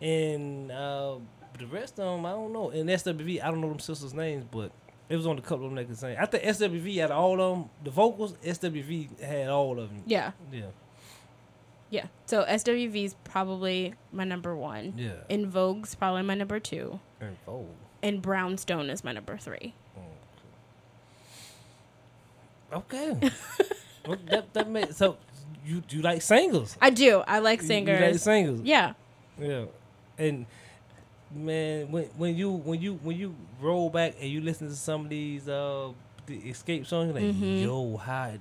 Speaker 3: and uh, the rest of them I don't know. And SWV I don't know them sisters' names, but it was on a couple of them that could sing. I think SWV had all of them the vocals. SWV had all of them.
Speaker 1: Yeah.
Speaker 3: Yeah,
Speaker 1: Yeah. So SWV's probably my number one.
Speaker 3: yeah.
Speaker 1: In Vogue's probably my number two.
Speaker 3: And vogue.
Speaker 1: And Brownstone is my number three.
Speaker 3: Mm. Okay. well, that that made, so you you like singles.
Speaker 1: I do. I like
Speaker 3: You- You like
Speaker 1: singers.
Speaker 3: singles.
Speaker 1: yeah.
Speaker 3: Yeah, and man, when when you when you when you roll back and you listen to some of these uh the escape songs, you're like
Speaker 1: Mm-hmm.
Speaker 3: yo, how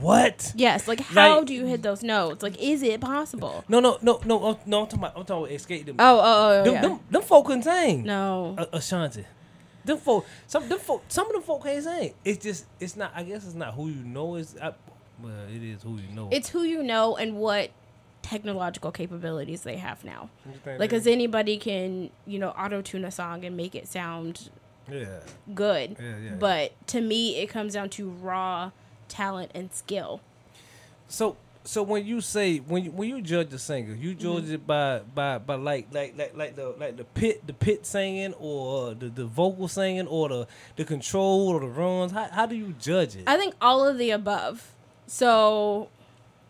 Speaker 3: what?
Speaker 1: Yes. Like, how
Speaker 3: Like-
Speaker 1: do you hit those notes? Like, is it possible?
Speaker 3: No, no, no, no, I'm, no. I'm talking about I'm talking about escape. Them,
Speaker 1: Oh, oh, oh,
Speaker 3: them,
Speaker 1: yeah.
Speaker 3: them, them folk can sing.
Speaker 1: no.
Speaker 3: A- Ashanti. Them folk, some them folk, some of them folk can't sing. It's just, it's not. I guess it's not who you know. It's, I, well, it is who you know.
Speaker 1: it's who you know and what technological capabilities they have now.
Speaker 3: You think
Speaker 1: Like,
Speaker 3: they-
Speaker 1: as anybody can, you know, auto tune a song and make it sound
Speaker 3: yeah,
Speaker 1: good.
Speaker 3: Yeah, yeah, yeah.
Speaker 1: but to me, it comes down to raw talent and skill.
Speaker 3: So so when you say when you, when you judge a singer,
Speaker 1: Mm-hmm.
Speaker 3: you judge it by by by like like like like the like the pit the pit singing or the the vocal singing or the the control or the runs. How how do you judge it?
Speaker 1: I think all of the above. So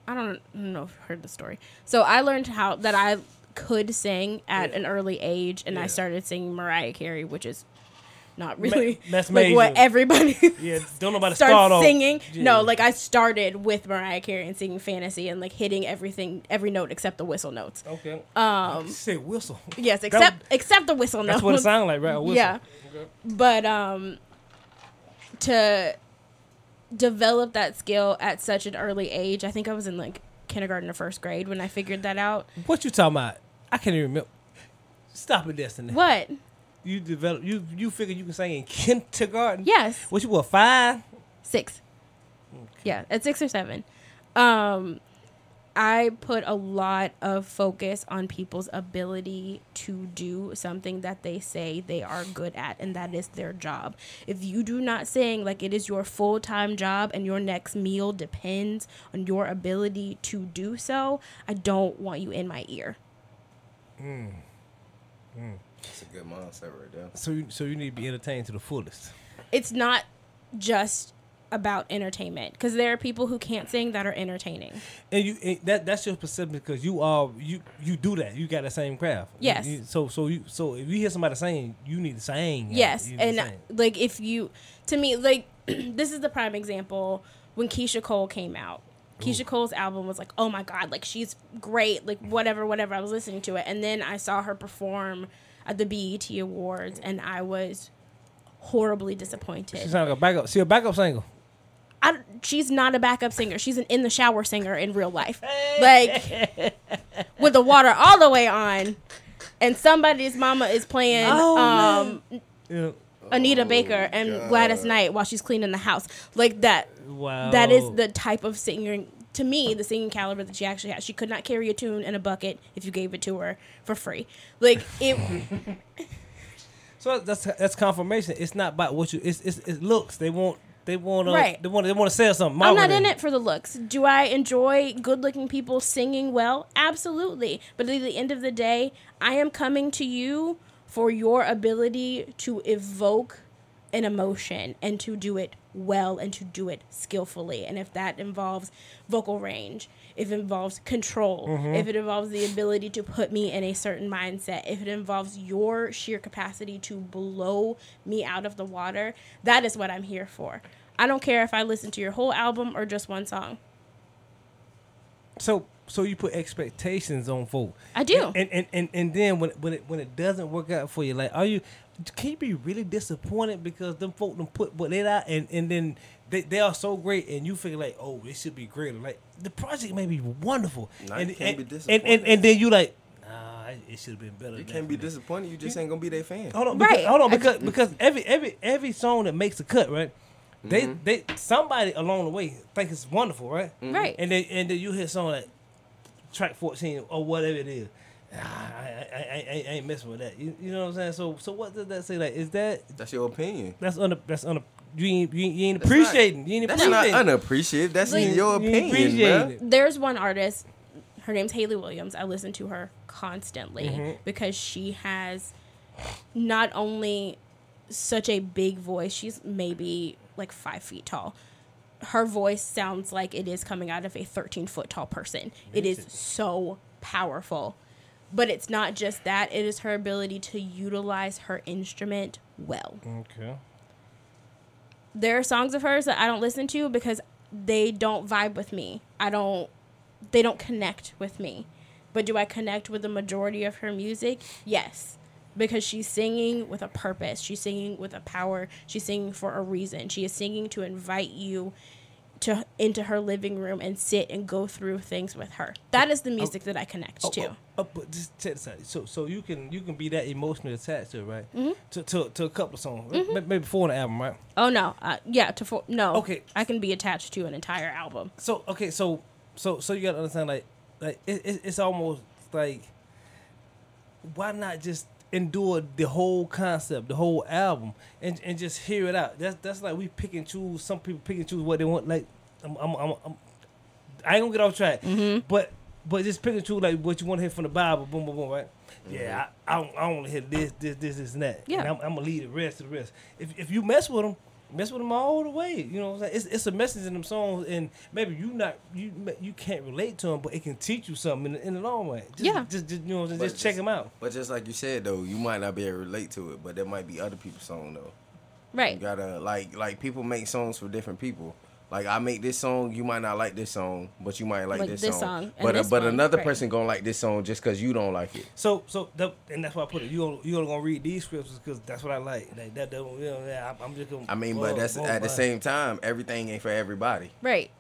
Speaker 1: I don't, I don't know if you've heard the story. So I learned how that I could sing at
Speaker 3: Yeah.
Speaker 1: an early age, and
Speaker 3: Yeah.
Speaker 1: I started singing Mariah Carey, which is not really
Speaker 3: that's
Speaker 1: like what
Speaker 3: major.
Speaker 1: everybody
Speaker 3: yeah, don't nobody
Speaker 1: starts
Speaker 3: start off
Speaker 1: singing.
Speaker 3: Yeah.
Speaker 1: No, like I started with Mariah Carey and singing Fantasy and like hitting everything, every note except the whistle notes.
Speaker 3: okay. Um, say whistle.
Speaker 1: Yes,
Speaker 3: That-
Speaker 1: except except the whistle notes.
Speaker 3: that's what it sounds like, right? A whistle.
Speaker 1: Yeah. But um to develop that skill at such an early age, I think I was in like kindergarten or first grade when I figured that out.
Speaker 3: What you talking about? I can't even remember. Stop it, Destiny.
Speaker 1: What?
Speaker 3: You develop you you figure you can sing in kindergarten?
Speaker 1: Yes.
Speaker 3: What you were five?
Speaker 1: Six. Yeah, at six or seven. Um I put a lot of focus on people's ability to do something that they say they are good at, and that is their job. If you do not sing like it is your full time job and your next meal depends on your ability to do so, I don't want you in my ear.
Speaker 2: That's a good mindset right there.
Speaker 3: So you, so you need to be entertained to the fullest.
Speaker 1: It's not just about entertainment because there are people who can't sing that are entertaining.
Speaker 3: And you and that that's your perception because you are you you do that. You got that same craft.
Speaker 1: Yes.
Speaker 3: You- so so you so if you hear somebody saying you need to sing.
Speaker 1: Yes,
Speaker 3: you need to
Speaker 1: and uh,
Speaker 3: sing.
Speaker 1: like if you, to me, like this is the prime example when Keisha Cole came out. Keisha Cole's album was like, oh my god, like she's great, like whatever, whatever. I was listening to it, and then I saw her perform at the BET Awards, and I was horribly
Speaker 3: she
Speaker 1: disappointed.
Speaker 3: sound like a backup. She a backup singer.
Speaker 1: I, she's not a backup singer; she's an in the shower singer in real life, like with the water all the way on, and somebody's mama is playing.
Speaker 3: Oh,
Speaker 1: um,
Speaker 3: Yeah.
Speaker 1: Anita
Speaker 2: Oh,
Speaker 1: Baker and
Speaker 2: God.
Speaker 1: Gladys Knight while she's cleaning the house. Like that.
Speaker 3: Wow.
Speaker 1: That is the type of singing to me, the singing caliber that she actually has. She could not carry a tune in a bucket if you gave it to her for free. Like it
Speaker 3: So that's that's confirmation. It's not about what you. It's it's, it's looks. They want they want uh,
Speaker 1: Right.
Speaker 3: they want they want to sell something.
Speaker 1: I'm
Speaker 3: Marvel
Speaker 1: not in
Speaker 3: did.
Speaker 1: it for the looks. Do I enjoy good looking people singing well? Absolutely. But at the end of the day, I am coming to you for your ability to evoke an emotion and to do it well and to do it skillfully. And if that involves vocal range, if it involves control, if it involves the ability to put me in a certain mindset, if it involves your sheer capacity to blow me out of the water, that is what I'm here for. I don't care if I listen to your whole album or just one song.
Speaker 3: So so you put expectations on folk.
Speaker 1: I do.
Speaker 3: And and, and, and then when it- when it when it doesn't work out for you, like are you can you be really disappointed because them folk them put what they out and, and then they, they are so great and you feel like, oh, this should be greater. Like the project may be wonderful.
Speaker 2: No,
Speaker 3: and,
Speaker 2: you can't
Speaker 3: and,
Speaker 2: be
Speaker 3: and, and and then you like, nah, nah, it, it should have been better.
Speaker 2: You
Speaker 3: than
Speaker 2: can't
Speaker 3: that
Speaker 2: be
Speaker 3: for me."
Speaker 2: disappointed. You just ain't gonna be their fan.
Speaker 3: Hold on,
Speaker 1: Right.
Speaker 3: because, hold on,
Speaker 1: I-
Speaker 3: because because every every every song that makes a cut, right? They
Speaker 2: Mm-hmm.
Speaker 3: they somebody along the way think it's wonderful, right?
Speaker 1: Right.
Speaker 3: And then and then you hear a song like track fourteen or whatever it is. Ah, I, I, I, I ain't messing with that. You, you know what I'm saying? So so what does that say? Like is that
Speaker 2: That's your opinion.
Speaker 3: that's under that's under you ain't you ain't, you ain't
Speaker 2: That's not-
Speaker 3: appreciating you ain't
Speaker 2: That's not
Speaker 3: appreciating.
Speaker 2: unappreciative. That's
Speaker 1: Like,
Speaker 2: your
Speaker 3: you
Speaker 2: opinion,
Speaker 3: appreciate
Speaker 2: bro.
Speaker 3: it.
Speaker 1: There's one artist, her name's Haley Williams. I listen to her constantly because she has not only such a big voice, she's maybe like five feet tall. Her voice sounds like it is coming out of a 13 foot tall person. It is so powerful. But it's not just that, it is her ability to utilize her instrument well
Speaker 3: okay.
Speaker 1: there are songs of hers that I don't listen to because they don't vibe with me. I don't they don't connect with me. But do I connect with the majority of her music? Yes. Because she's singing with a purpose. She's singing with a power. She's singing for a reason. She is singing to invite you to into her living room and sit and go through things with her. That is the music that I connect to.
Speaker 3: Oh, oh, but just check this out. So, so you can you can be that emotionally attached to it, right?
Speaker 1: Mm-hmm.
Speaker 3: To, to to a couple of songs, May- maybe four on the album, right?
Speaker 1: Oh, no. Uh, yeah, to for, no.
Speaker 3: Okay.
Speaker 1: I can be attached to an entire album.
Speaker 3: So okay, so so so you gotta understand, like like it, it, it's almost like why not just endure the whole concept, the whole album, and and just hear it out. That's that's like we pick and choose. Some people pick and choose what they want. Like I'm I'm, I'm, I'm I ain't gonna get off track,
Speaker 1: Mm-hmm.
Speaker 3: but but just pick and choose like what you want to hear from the Bible. Boom, boom, boom, right? Yeah, I I, don't- I want to hear this, this, this, this, and that.
Speaker 1: Yeah.
Speaker 3: and I'm, I'm gonna leave the rest to the rest. If if you mess with them, mess with them all the way. You know, what I'm saying? it's it's a message in them songs, and maybe you not you you can't relate to them, but it can teach you something in the, in the long run. Just,
Speaker 1: Yeah.
Speaker 3: just, just you know, what I'm saying?
Speaker 2: But
Speaker 3: just check them out.
Speaker 2: But just like you said though, you might not be able to relate to it, but there might be other people's song though. You
Speaker 1: Right.
Speaker 2: gotta like like people make songs for different people. Like I make this song, you might not like this song, but you might like
Speaker 1: Like
Speaker 2: this,
Speaker 1: this song
Speaker 2: song.
Speaker 1: and
Speaker 2: But uh,
Speaker 1: this
Speaker 2: but
Speaker 1: one,
Speaker 2: another
Speaker 1: right.
Speaker 2: person gonna like this song just because you don't like it.
Speaker 3: So, so, the, and that's why I put it. You only- you only gonna read these scriptures because that's what I like. Like that, that you know, yeah, I'm just gonna.
Speaker 2: I mean, but
Speaker 3: go-
Speaker 2: that's
Speaker 3: go
Speaker 2: at the
Speaker 3: by.
Speaker 2: same time, everything ain't for everybody.
Speaker 1: Right.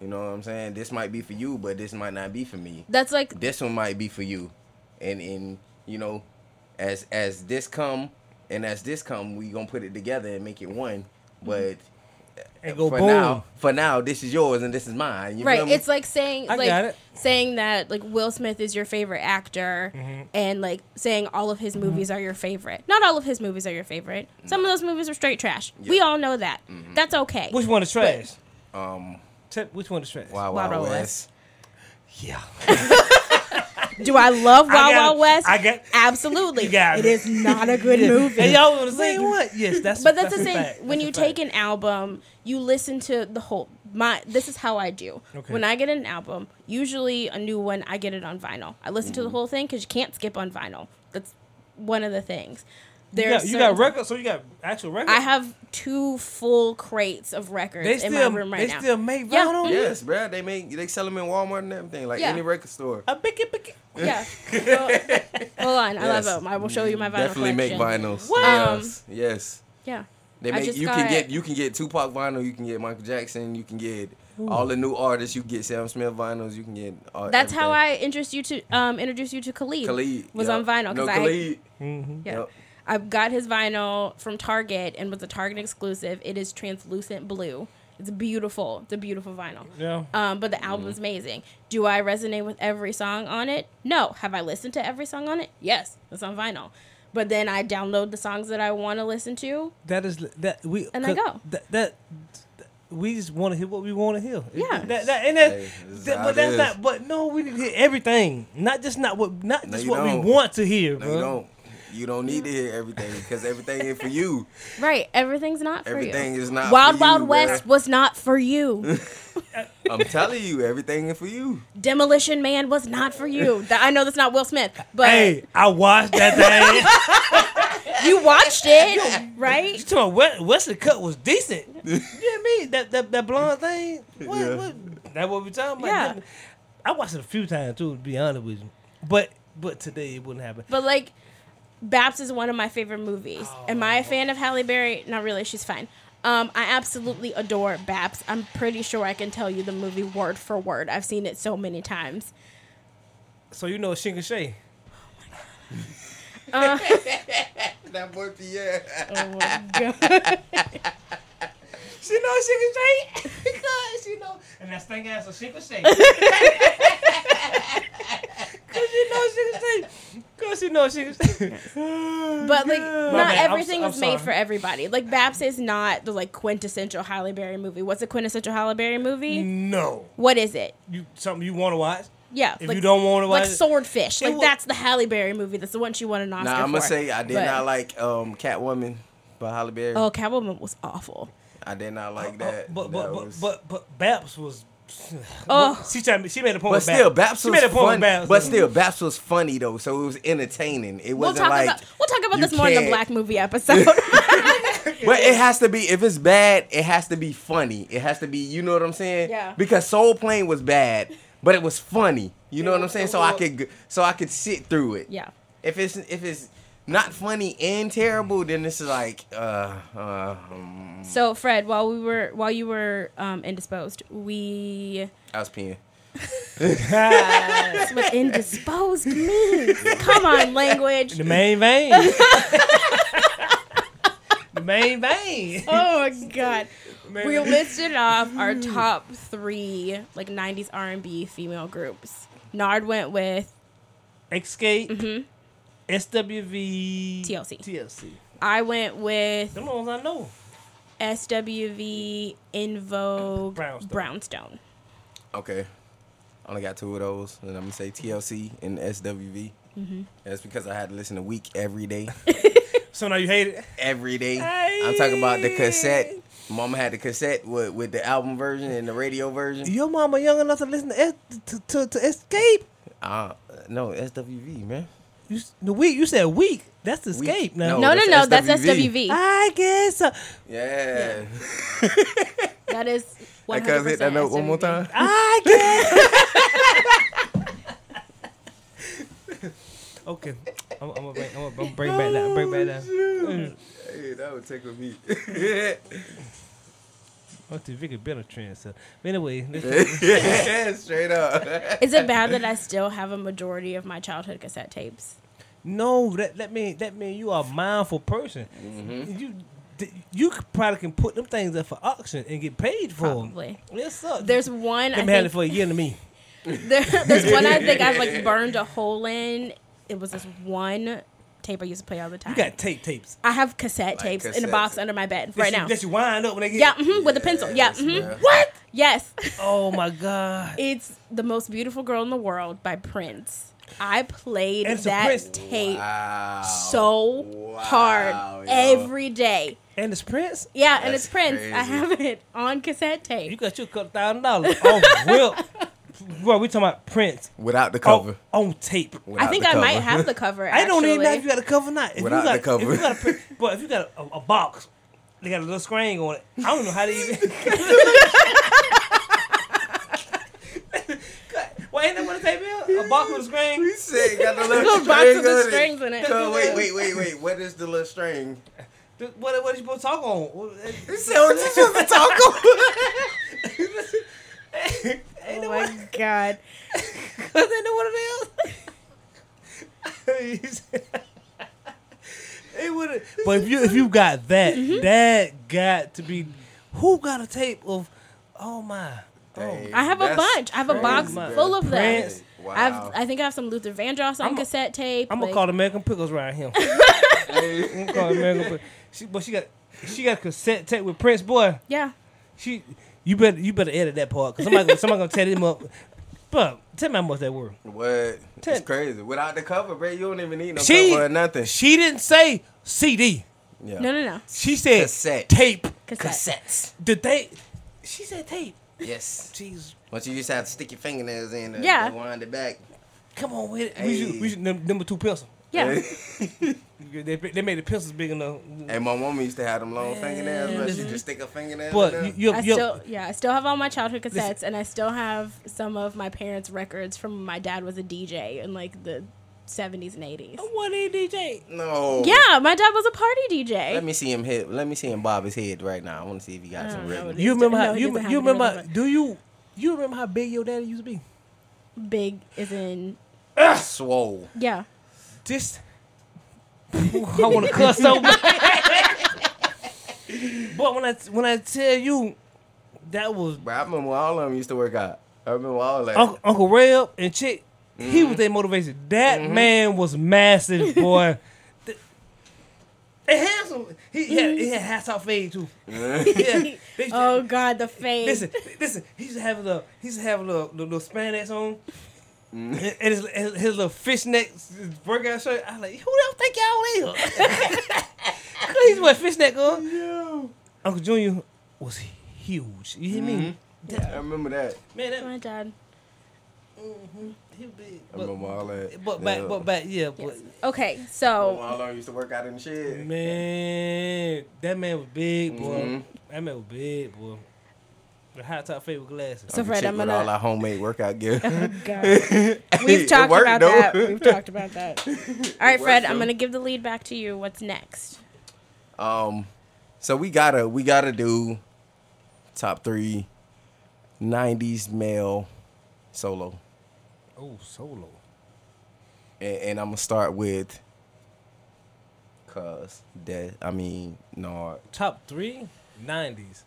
Speaker 2: You know what I'm saying? This might be for you, but this might not be for me.
Speaker 1: That's like
Speaker 2: This one might be for you, and and you know, as as this come and as this come, we gonna put it together and make it one. But
Speaker 3: and go
Speaker 2: for
Speaker 3: boom.
Speaker 2: now, for now, this is yours and this is mine. You feel
Speaker 1: right
Speaker 2: me?
Speaker 1: it's like saying
Speaker 3: I
Speaker 1: like
Speaker 3: got it.
Speaker 1: saying that like will smith is your favorite actor
Speaker 3: Mm-hmm.
Speaker 1: and like saying all of his movies are your favorite not all of his movies are your favorite some of those movies are straight trash we
Speaker 2: Yeah.
Speaker 1: all know that that's okay
Speaker 3: Mm-hmm. Which one is trash?
Speaker 2: um,
Speaker 3: Te- which one is trash?
Speaker 2: Wild
Speaker 1: Wild
Speaker 2: Wild,
Speaker 1: West.
Speaker 2: West.
Speaker 3: Yeah.
Speaker 1: do i love
Speaker 3: I
Speaker 1: wild
Speaker 3: got-
Speaker 1: wild west
Speaker 3: I got-
Speaker 1: absolutely
Speaker 3: You got
Speaker 1: it
Speaker 3: me.
Speaker 1: is not a good movie
Speaker 3: And y'all want to say what? Yes, that's.
Speaker 1: but that's,
Speaker 3: a
Speaker 1: the thing.
Speaker 3: fact.
Speaker 1: When
Speaker 3: That's
Speaker 1: you
Speaker 3: a
Speaker 1: take
Speaker 3: fact.
Speaker 1: an album, you listen to the whole. My this is how I do.
Speaker 3: Okay.
Speaker 1: When I get an album, usually a new one, I get it on vinyl. I listen
Speaker 3: Mm.
Speaker 1: to the whole thing because you can't skip on vinyl. That's one of the things.
Speaker 3: you
Speaker 1: There are
Speaker 3: got, you got
Speaker 1: certain-
Speaker 3: records, so you got actual records.
Speaker 1: I have two full crates of records
Speaker 3: They
Speaker 1: in my
Speaker 3: still,
Speaker 1: room
Speaker 3: they
Speaker 1: right now.
Speaker 3: still make
Speaker 1: Yeah. Mm-hmm.
Speaker 3: vinyl.
Speaker 2: Yes, bruh. They make they sell them in Walmart and everything, like
Speaker 1: Yeah.
Speaker 2: any record store.
Speaker 3: A bicky bicky.
Speaker 1: yeah. Go- Hold on, I
Speaker 2: Yes.
Speaker 1: love them. I will show you my vinyl.
Speaker 2: Definitely make
Speaker 1: collection.
Speaker 2: vinyls.
Speaker 3: What?
Speaker 2: Yes, yes.
Speaker 1: Yeah.
Speaker 2: They
Speaker 1: I
Speaker 2: make
Speaker 1: just
Speaker 2: you can
Speaker 1: got-
Speaker 2: get you can get Tupac vinyl, you can get Michael Jackson, you can get all the new artists, you can get Sam Smith vinyls, you can get. All,
Speaker 1: That's how
Speaker 2: everything.
Speaker 1: I introduced you to um introduced you to Khalid.
Speaker 2: Khalid
Speaker 1: was
Speaker 2: yeah.
Speaker 1: on vinyl
Speaker 2: No,
Speaker 1: because I
Speaker 2: Khalid.
Speaker 3: Mm-hmm.
Speaker 1: Yeah.
Speaker 2: Yep.
Speaker 1: I got his vinyl from Target and was a Target exclusive. It is translucent blue. It's beautiful. It's a beautiful vinyl.
Speaker 3: Yeah.
Speaker 1: Um, but
Speaker 2: Mm-hmm.
Speaker 1: the album's amazing. Do I resonate with every song on it? No. Have I listened to every song on it? Yes. It's on vinyl. But then I download the songs that I want to listen to.
Speaker 3: That is that we
Speaker 1: And I
Speaker 3: 'cause
Speaker 1: go.
Speaker 3: That, that that- we just want to hear what we want to hear.
Speaker 1: Yeah.
Speaker 3: That, that, and that,
Speaker 2: Hey, that's
Speaker 3: that-
Speaker 2: how
Speaker 3: but
Speaker 2: it
Speaker 3: that's
Speaker 2: is.
Speaker 3: not. But no, we need to hear everything. Not just not what not
Speaker 2: No,
Speaker 3: just
Speaker 2: you
Speaker 3: what
Speaker 2: don't.
Speaker 3: we want to hear,
Speaker 2: No,
Speaker 3: bro.
Speaker 2: you don't. You don't need to hear everything because everything is for you.
Speaker 1: Right. Everything's not for
Speaker 2: Everything
Speaker 1: you.
Speaker 2: is not.
Speaker 1: Wild
Speaker 2: for
Speaker 1: Wild
Speaker 2: you,
Speaker 1: West
Speaker 2: bruh.
Speaker 1: was not for you.
Speaker 2: I'm telling you, everything is for you.
Speaker 1: Demolition Man was not for you. Th- I know that's not Will Smith, but
Speaker 3: Hey, I watched that thing.
Speaker 1: you watched it, right?
Speaker 3: You talking about Wes- Wesley Cut was decent. you know what I mean? That that, that blonde thing. What,
Speaker 2: Yeah.
Speaker 3: what, that what we talking about?
Speaker 1: Yeah.
Speaker 3: I watched it a few times too, to be honest with you. But but today it wouldn't happen.
Speaker 1: But like, Babs is one of my favorite movies.
Speaker 3: Oh,
Speaker 1: Am I a fan of Halle Berry? Not really. She's fine. Um, I absolutely adore Babs. I'm pretty sure I can tell you the movie word for word. I've seen it so many times.
Speaker 3: So you know Shinka Shay.
Speaker 1: Um,
Speaker 2: That boy Pierre.
Speaker 1: Oh my god.
Speaker 2: She know she can straight because she know
Speaker 3: And that thing ass a secret shape.
Speaker 2: because she know she can straight.
Speaker 3: Cause you know she's.
Speaker 1: But
Speaker 3: but
Speaker 1: like, not
Speaker 3: bad. I'm
Speaker 1: everything
Speaker 3: so-
Speaker 1: was
Speaker 3: I'm
Speaker 1: made
Speaker 3: sorry.
Speaker 1: for everybody. Like, Babs is not the like quintessential Halle Berry movie. What's a quintessential Halle Berry movie?
Speaker 3: no,
Speaker 1: What is it?
Speaker 3: you something you want to watch?
Speaker 1: Yeah,
Speaker 3: If you don't wanna
Speaker 1: like
Speaker 3: watch it-
Speaker 1: Swordfish,
Speaker 3: It
Speaker 1: like
Speaker 3: wa-
Speaker 1: that's the Halle Berry movie. That's the one she won an Oscar
Speaker 2: Nah, I'm gonna
Speaker 1: for.
Speaker 2: say I did
Speaker 1: But-
Speaker 2: not like um Catwoman by Halle Berry.
Speaker 1: Oh, Catwoman was awful.
Speaker 2: I did not like that.
Speaker 3: Oh, but
Speaker 2: That
Speaker 3: but,
Speaker 2: was-
Speaker 3: but but but Baps was.
Speaker 1: Oh.
Speaker 3: she tried. She made a
Speaker 2: But
Speaker 3: point. with
Speaker 2: still, Baps
Speaker 3: She
Speaker 2: was
Speaker 3: made a point.
Speaker 2: funny.
Speaker 3: with Babs.
Speaker 2: But still, Baps was funny though, so it was entertaining. It
Speaker 1: We'll
Speaker 2: wasn't
Speaker 1: talk
Speaker 2: like
Speaker 1: about we'll talk about
Speaker 2: you
Speaker 1: this more in the
Speaker 2: can't-
Speaker 1: black movie episode.
Speaker 2: But it has to be if it's bad, it has to be funny. It has to be you know what I'm saying?
Speaker 1: Yeah.
Speaker 2: Because Soul Plane was bad, but it was funny. You know what I'm saying? So I
Speaker 3: Well-
Speaker 2: could g- so I could sit through it.
Speaker 1: yeah,
Speaker 2: If it's if it's not funny and terrible, then this is like uh uh um,
Speaker 1: So Fred, while we were while you were um, indisposed, we
Speaker 2: I was peeing.
Speaker 1: that's what indisposed means. Come on, language.
Speaker 3: the main vein. the main vein.
Speaker 1: Oh my god. We listed off our top three like '90s R&B female groups. Nard went with
Speaker 3: Escape. SWV.
Speaker 1: TLC.
Speaker 3: TLC.
Speaker 1: I went with
Speaker 3: Them the ones I know.
Speaker 1: SWV In Vogue
Speaker 3: Brownstone.
Speaker 1: Brownstone.
Speaker 2: Okay. I only got two of those, and I'm gonna say TLC and SWV.
Speaker 1: Mm-hmm.
Speaker 2: That's because I had to listen to Week every day.
Speaker 3: So now you hate it.
Speaker 2: every day. I'm talking about the cassette. Mama had the cassette with, with the album version and the radio version.
Speaker 3: Your mama young enough to listen to S- to, to, to Escape.
Speaker 2: Uh, no, SWV, man.
Speaker 3: You, s- the week you said week. That's Escape now.
Speaker 2: No,
Speaker 1: No, no,
Speaker 2: Oh, that's
Speaker 1: no, that's SWV.
Speaker 2: SWV.
Speaker 3: I guess. uh,
Speaker 2: Yeah.
Speaker 1: That is.
Speaker 2: I
Speaker 1: 100%
Speaker 2: hit that note one more
Speaker 1: SWV.
Speaker 2: time.
Speaker 3: I guess. okay. I'm, I'm gonna bring, I'm gonna bring back that. Bring back that.
Speaker 2: Oh, Hey, that would take a beat.
Speaker 3: Oh, the Vicky been a trend. So. But anyway, listen.
Speaker 2: yeah, straight up.
Speaker 1: Is it bad that I still have a majority of my childhood cassette tapes?
Speaker 3: No, that that mean that mean you are a mindful person. You th- you could- probably can put them things up for auction and get paid for
Speaker 1: Probably.
Speaker 3: them. Yes, sir.
Speaker 1: There's one. I
Speaker 3: them had it
Speaker 1: think,
Speaker 3: for a year to me.
Speaker 1: there, there's one I think I've like burned a hole in. It was this one tape I used to play all the time.
Speaker 3: You got tape tapes
Speaker 1: I have cassette tapes in a box
Speaker 2: cassettes.
Speaker 1: under my bed
Speaker 3: that
Speaker 1: right
Speaker 3: you,
Speaker 1: now.
Speaker 3: that you wind up when they get.
Speaker 1: yeah, hmm with a pencil. Yeah.
Speaker 2: Yes,
Speaker 1: mhm.
Speaker 2: ma'am.
Speaker 1: What? Yes.
Speaker 3: Oh my god.
Speaker 1: It's The Most Beautiful Girl in the World by Prince. I played
Speaker 3: And it's a
Speaker 1: that
Speaker 3: Prince-
Speaker 1: tape
Speaker 2: Wow.
Speaker 1: so hard
Speaker 2: yo.
Speaker 1: every day.
Speaker 3: And the Prince,
Speaker 1: Yeah, and
Speaker 2: That's
Speaker 1: it's Prince. I
Speaker 2: crazy.
Speaker 1: have it on cassette tape.
Speaker 3: you got you a couple thousand dollars off whip. Bro, we talking about Prince
Speaker 2: Without the cover.
Speaker 3: on, on tape.
Speaker 1: Oh, I
Speaker 2: Without
Speaker 1: think
Speaker 2: the
Speaker 1: I might
Speaker 2: cover.
Speaker 1: have the cover.
Speaker 3: I don't even know
Speaker 1: actually.
Speaker 3: if you got a cover or not. If
Speaker 2: Without
Speaker 3: you got,
Speaker 2: the cover.
Speaker 3: if you got a, pr- but if you got a, a, a box, they got a little screen on it. I don't know how to even. Why ain't that what they bill? A box with a
Speaker 2: We
Speaker 3: screen.
Speaker 2: said got the little,
Speaker 1: Little boxes
Speaker 2: string
Speaker 1: with
Speaker 2: on it.
Speaker 1: strings in it.
Speaker 2: Cuz, Wait, wait, wait, wait. What is the little string?
Speaker 3: Th- What what you supposed to talk on? What-
Speaker 2: You said what you supposed to talk
Speaker 1: Oh my god.
Speaker 3: Cause they know what it is. it would. But if you if you got that, that got to be. Who got a tape of? Oh my. Oh.
Speaker 2: Dang,
Speaker 1: I have a
Speaker 2: that's
Speaker 1: bunch. I have a box
Speaker 2: crazy,
Speaker 1: full
Speaker 2: bro.
Speaker 1: of them.
Speaker 3: Prince.
Speaker 2: Wow.
Speaker 1: I've, I think I have some Luther Vandross on
Speaker 3: I'm a-
Speaker 1: cassette tape.
Speaker 3: I'm
Speaker 1: like-
Speaker 3: gonna call American Pickles right here.
Speaker 2: Hey,
Speaker 3: call it American Pickles. She, but she got she got cassette tape with Prince boy.
Speaker 1: Yeah.
Speaker 3: She you better you better edit that part because somebody somebody gonna tear him up. But tell me how much that were.
Speaker 2: What? It's
Speaker 3: Ten.
Speaker 2: crazy. Without the cover, bro, you don't even need no
Speaker 3: She-
Speaker 2: cover or nothing.
Speaker 3: She didn't say CD.
Speaker 2: Yeah.
Speaker 1: No, no, no.
Speaker 3: She said
Speaker 2: Cassette.
Speaker 3: tape.
Speaker 1: Cassette.
Speaker 2: Cassettes.
Speaker 3: The tape. She said tape.
Speaker 2: Yes.
Speaker 3: Jeez,
Speaker 2: Once you just have to stick your fingernails in and
Speaker 1: Yeah.
Speaker 2: yeah. wind it back.
Speaker 3: come on with it. We should, we
Speaker 2: Hey.
Speaker 3: should num- number two pencil.
Speaker 1: Yeah.
Speaker 3: They, they made the pencils big enough.
Speaker 2: Hey, my mama used to have them long fingernails, but she
Speaker 3: Mhm.
Speaker 2: just stick her fingernails. in
Speaker 3: But
Speaker 2: them.
Speaker 3: you, you,
Speaker 1: I
Speaker 3: you,
Speaker 1: still, yeah, I still have all my childhood cassettes,
Speaker 3: Listen.
Speaker 1: and I still have some of my parents' records from when my dad was a DJ in like the 70s and 80s.
Speaker 2: Oh.
Speaker 3: what a DJ.
Speaker 2: no.
Speaker 1: Yeah, my dad was a party DJ.
Speaker 2: Let me see him hit. Let me see him bob his head right now. I want to see if he got
Speaker 1: don't
Speaker 2: some
Speaker 1: know
Speaker 2: rhythm.
Speaker 1: what it-
Speaker 3: You remember how
Speaker 1: No, he
Speaker 3: you,
Speaker 1: doesn't
Speaker 3: you
Speaker 1: have any
Speaker 3: remember?
Speaker 1: rhythm.
Speaker 3: do you you remember how big your daddy used to be?
Speaker 1: Big is in,
Speaker 2: Swole.
Speaker 1: yeah.
Speaker 3: This. I want to cuss so bad. but when I when I tell you, that was
Speaker 2: Bro, I remember when all of them used to work out. I remember all that.
Speaker 3: Uncle, Uncle Reb and Chick. He was their motivation. That man was massive, boy. Th- And handsome. He, he had he had hats out fade too. Yeah. They used to-
Speaker 1: Oh God, the face.
Speaker 3: Listen, listen. He used to have a little. He used to have a little little, little spandex on,
Speaker 2: Mm.
Speaker 3: and and his, his, his little fishnet workout shirt. I was like, who the hell think y'all is? He's what fishnet on. Oh. Uncle Junior was huge. You hear me?
Speaker 2: Mm-hmm. I remember that.
Speaker 3: Man, that
Speaker 1: My dad.
Speaker 3: he big.
Speaker 2: I remember all that.
Speaker 3: But back,
Speaker 2: Yeah.
Speaker 3: but back, yeah.
Speaker 1: Yes. Okay, so
Speaker 2: Remember all of them used to work out in the
Speaker 3: But
Speaker 2: shed.
Speaker 3: man, that man was big, boy.
Speaker 2: Mhm.
Speaker 3: That man was big, boy. The high top favorite glasses.
Speaker 1: So,
Speaker 2: Uncle
Speaker 1: Fred,
Speaker 2: Chick
Speaker 1: I'm
Speaker 2: with
Speaker 1: gonna-
Speaker 2: all our homemade workout gear.
Speaker 1: Oh, God. we've
Speaker 2: It
Speaker 1: talked
Speaker 2: worked,
Speaker 1: about
Speaker 2: though.
Speaker 1: that. We've talked about that. All right,
Speaker 2: worked,
Speaker 1: Fred.
Speaker 2: though.
Speaker 1: I'm gonna give the lead back to you. What's next?
Speaker 2: Um, so we gotta we gotta do top three '90s male solo,
Speaker 3: oh, solo.
Speaker 2: and, and I'm gonna start with Cuz that I mean no
Speaker 3: Top three, 90s.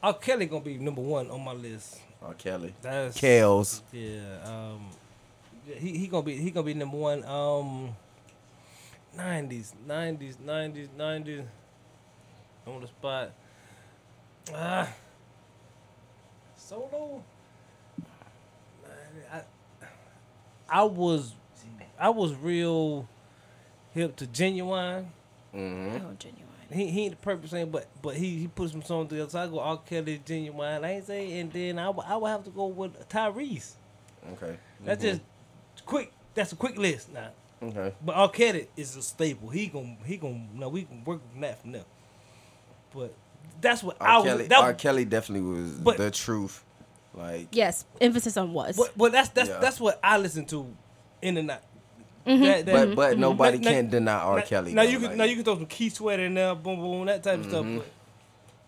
Speaker 3: R. Kelly gonna be number one on my list.
Speaker 2: R. Kelly,
Speaker 3: That's
Speaker 2: Kels.
Speaker 3: Yeah. Um, yeah, he he gonna be he gonna be number one. Um, nineties, nineties, nineties, nineties. On the spot. Ah, solo. I, I was I was real hip to genuine.
Speaker 2: Mm-hmm.
Speaker 1: Oh, genuine.
Speaker 3: He he ain't the perfect singer, but but he he put some songs together. So I go R. Kelly, genuine. I ain't say, and then I w- I would have to go with Tyrese.
Speaker 2: Okay,
Speaker 3: That's
Speaker 2: Mm-hmm.
Speaker 3: just quick. That's a quick list now.
Speaker 2: okay.
Speaker 3: But R. Kelly is a staple. He gon' he gon' no. We can work from that from there. But that's what I
Speaker 2: R.
Speaker 3: was.
Speaker 2: Kelly,
Speaker 3: that,
Speaker 2: R. Kelly definitely was
Speaker 3: But-
Speaker 2: the truth. Like
Speaker 1: Yes. Emphasis on was.
Speaker 3: But, but that's that's
Speaker 2: Yeah.
Speaker 3: that's what I listen to in the night. Mm-hmm.
Speaker 2: But but nobody
Speaker 3: Now- now-
Speaker 2: can deny R.
Speaker 3: now,
Speaker 2: Kelly.
Speaker 3: Now
Speaker 2: though,
Speaker 3: you can
Speaker 2: like-
Speaker 3: now you can throw some key sweater in there, boom boom that type of stuff. But,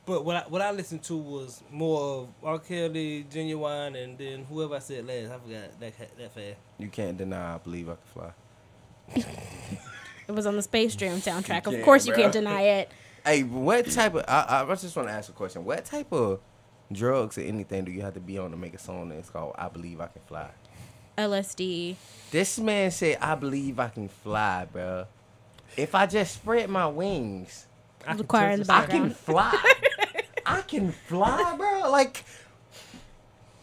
Speaker 3: but what I what I listened to was more of R. Kelly, Genuine, and then whoever I said last. I forgot that that- that fast.
Speaker 2: you can't deny. I believe I can fly.
Speaker 1: It was on the Space Jam soundtrack.
Speaker 2: You
Speaker 1: Of
Speaker 2: can't,
Speaker 1: course, you
Speaker 2: bro.
Speaker 1: can't deny it.
Speaker 2: Hey, what type of? I, I just want to ask a question. What type of drugs or anything do you have to be on to make a song that's called "I Believe I Can Fly"?
Speaker 1: LSD.
Speaker 2: This man said, "I believe I can fly, bro. If I just spread my wings,
Speaker 3: I can
Speaker 1: Choir
Speaker 3: touch
Speaker 1: in the
Speaker 3: this-
Speaker 2: I
Speaker 1: background.
Speaker 2: can fly. I can fly, bro. Like,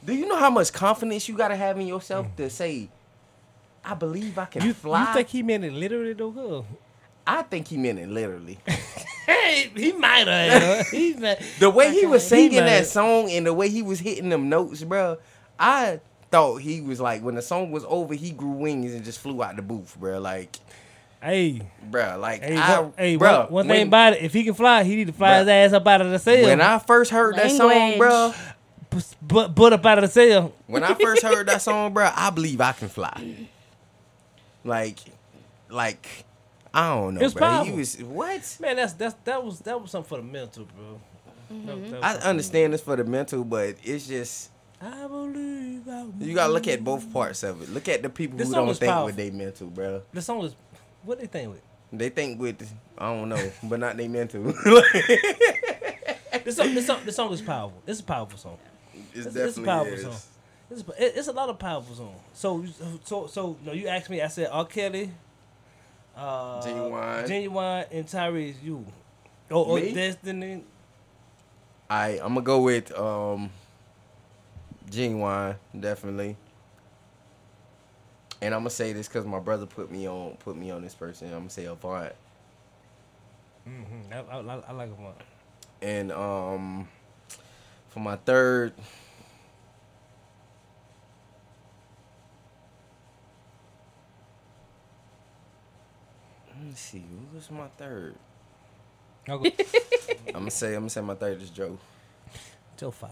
Speaker 2: do you know how much confidence you gotta have in yourself to say?" I believe I can
Speaker 3: Mm. You,
Speaker 2: fly.
Speaker 3: you think he meant it literally though? Girl?
Speaker 2: I think he meant it literally.
Speaker 3: Hey, he might have. he might.
Speaker 2: The way he was
Speaker 3: Okay. He
Speaker 2: singing that
Speaker 3: mad.
Speaker 2: song and the way he was hitting them notes, bro, I thought he was like when the song was over, he grew wings and just flew out the booth, bro. Like,
Speaker 3: Hey,
Speaker 2: bro, like,
Speaker 3: hey,
Speaker 2: I,
Speaker 3: one, hey,
Speaker 2: bro,
Speaker 3: one, one
Speaker 2: when,
Speaker 3: thing about it, if he can fly, he need to fly
Speaker 2: Bruh.
Speaker 3: his ass up out of the cell.
Speaker 2: when I first heard that song,
Speaker 1: Language.
Speaker 2: bro,
Speaker 3: but butt up out of the cell.
Speaker 2: when I first heard that song, bro, I believe I can fly. Like, like, I don't know,
Speaker 3: It's
Speaker 2: bro.
Speaker 3: powerful.
Speaker 2: He was what?
Speaker 3: Man, that's that's that was that was something for the mental, bro.
Speaker 1: Mm-hmm.
Speaker 3: That- that was
Speaker 2: I
Speaker 3: something-
Speaker 2: understand this for the mental, but it's just
Speaker 3: I believe I
Speaker 2: you gotta look at both parts of it. Look at the people
Speaker 3: This
Speaker 2: who
Speaker 3: song
Speaker 2: don't
Speaker 3: is
Speaker 2: think
Speaker 3: powerful.
Speaker 2: with they mental, bro.
Speaker 3: the song is what they think with.
Speaker 2: They think with I don't know, but not they mental.
Speaker 3: This song, this song, this song is powerful. It's a powerful song.
Speaker 2: it's
Speaker 3: It's, it's a powerful song. It's, it- it's a lot of powerful songs. So you- so so no, you asked me. I said R. Kelly, uh,
Speaker 2: Genuine.
Speaker 3: Genuine, and Tyrese. You, oh, oh
Speaker 2: Me?
Speaker 3: Destiny.
Speaker 2: I I'm gonna go with um, Genuine definitely. And I'm gonna say this because my brother put me on put me on this person. I'm gonna say Avant
Speaker 3: Mm-hmm. I, I, I like him.
Speaker 2: and um, for my third. Let me see. Who was my third?
Speaker 3: I'll go
Speaker 2: I'm gonna say. I'm gonna say my third is Joe.
Speaker 3: Joe Five.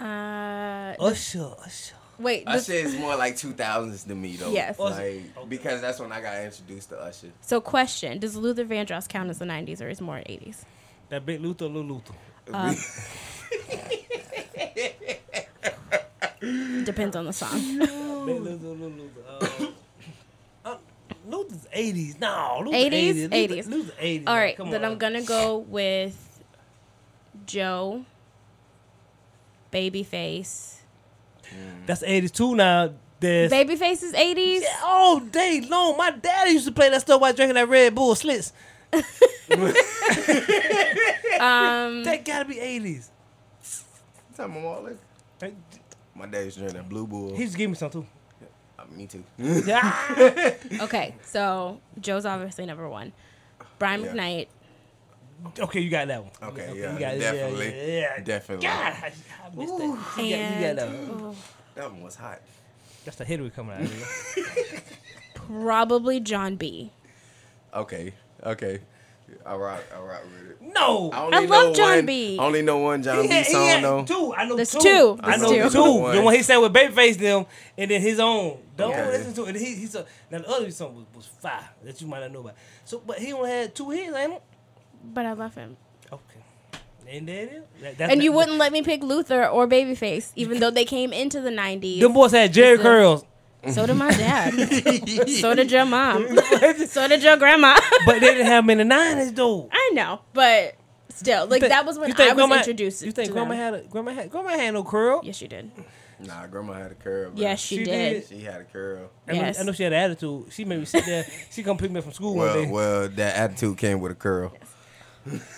Speaker 1: Uh,
Speaker 3: Usher, Usher.
Speaker 1: wait. this-
Speaker 2: Usher is more like 2000s to me though.
Speaker 1: Yes.
Speaker 2: Like,
Speaker 3: Okay.
Speaker 2: Because that's when I got introduced to Usher.
Speaker 1: so, question: Does Luther Vandross count as the '90s or is more '80s?
Speaker 3: That big Luther, little Luther.
Speaker 1: Uh, depends on the song.
Speaker 3: Big Luther, little Luther. Uh, Luther's eighties. No, Luther's
Speaker 1: 80s?
Speaker 3: eighties.
Speaker 1: 80s.
Speaker 3: Luther's eighties.
Speaker 1: All right,
Speaker 3: Come
Speaker 1: then
Speaker 3: on.
Speaker 1: I'm gonna go with Joe, Babyface.
Speaker 3: That's eighties two now. This
Speaker 1: Babyface is 80s.
Speaker 3: all day long. My daddy used to play that stuff while drinking that Red Bull slits.
Speaker 1: Um,
Speaker 3: That gotta be eighties.
Speaker 2: Tell my mom, look. My dad used to drink that Blue Bull.
Speaker 3: He just gave me some too.
Speaker 2: Uh, me too.
Speaker 3: Yeah.
Speaker 1: okay, so Joe's obviously number one. Brian
Speaker 2: Yeah.
Speaker 1: McKnight,
Speaker 3: okay, you got that one.
Speaker 2: Okay,
Speaker 3: you
Speaker 2: yeah,
Speaker 3: got it.
Speaker 2: definitely,
Speaker 3: Yeah, yeah, yeah.
Speaker 2: definitely.
Speaker 3: God, I, I missed that. You got-
Speaker 1: and
Speaker 3: You got, that one.
Speaker 1: oh,
Speaker 2: That one was hot.
Speaker 3: That's the Hillary coming out. of it.
Speaker 1: probably John B.
Speaker 2: Okay, okay. I rock, I rock with it.
Speaker 3: no.
Speaker 2: I,
Speaker 1: I
Speaker 2: only
Speaker 1: love
Speaker 2: know
Speaker 1: John
Speaker 2: one,
Speaker 1: B.
Speaker 2: I only know one John
Speaker 3: He
Speaker 2: B
Speaker 3: had- he
Speaker 2: song
Speaker 3: had
Speaker 2: though.
Speaker 3: Two. I know
Speaker 1: There's
Speaker 3: two.
Speaker 1: two.
Speaker 3: I
Speaker 1: There's
Speaker 3: know
Speaker 1: two.
Speaker 3: two.
Speaker 2: One.
Speaker 3: The one he said with Babyface them, and then his own. Don't
Speaker 2: Okay.
Speaker 3: listen to it. And he, he's a, now the other song was, was five that you might not know about. So, but he only had two hits, ain't it?
Speaker 1: But I love him.
Speaker 3: Okay. And there it is. That- that's
Speaker 1: And you
Speaker 3: not-
Speaker 1: wouldn't let me pick Luther or Babyface, even though they came into the 90s.
Speaker 3: Them boys had Jerry
Speaker 1: It's a-
Speaker 3: curls.
Speaker 1: So did my dad. so did your mom. so did your grandma.
Speaker 3: but they didn't have them in the nineties though.
Speaker 1: I know, but still, like
Speaker 3: Think-
Speaker 1: that was when
Speaker 3: you think
Speaker 1: I was
Speaker 3: grandma-
Speaker 1: introduced.
Speaker 3: You think
Speaker 1: to
Speaker 3: grandma
Speaker 1: them.
Speaker 3: had a grandma had grandma had no curl?
Speaker 1: Yes, she did.
Speaker 2: Nah, grandma had a curl. bro.
Speaker 1: Yes, she,
Speaker 3: She
Speaker 1: did.
Speaker 3: did.
Speaker 2: she had a curl.
Speaker 3: I, mean,
Speaker 1: Yes.
Speaker 3: I know she had an attitude. She made me sit there. she come pick me up from school one
Speaker 2: Well,
Speaker 3: day.
Speaker 2: well, that attitude came with a curl.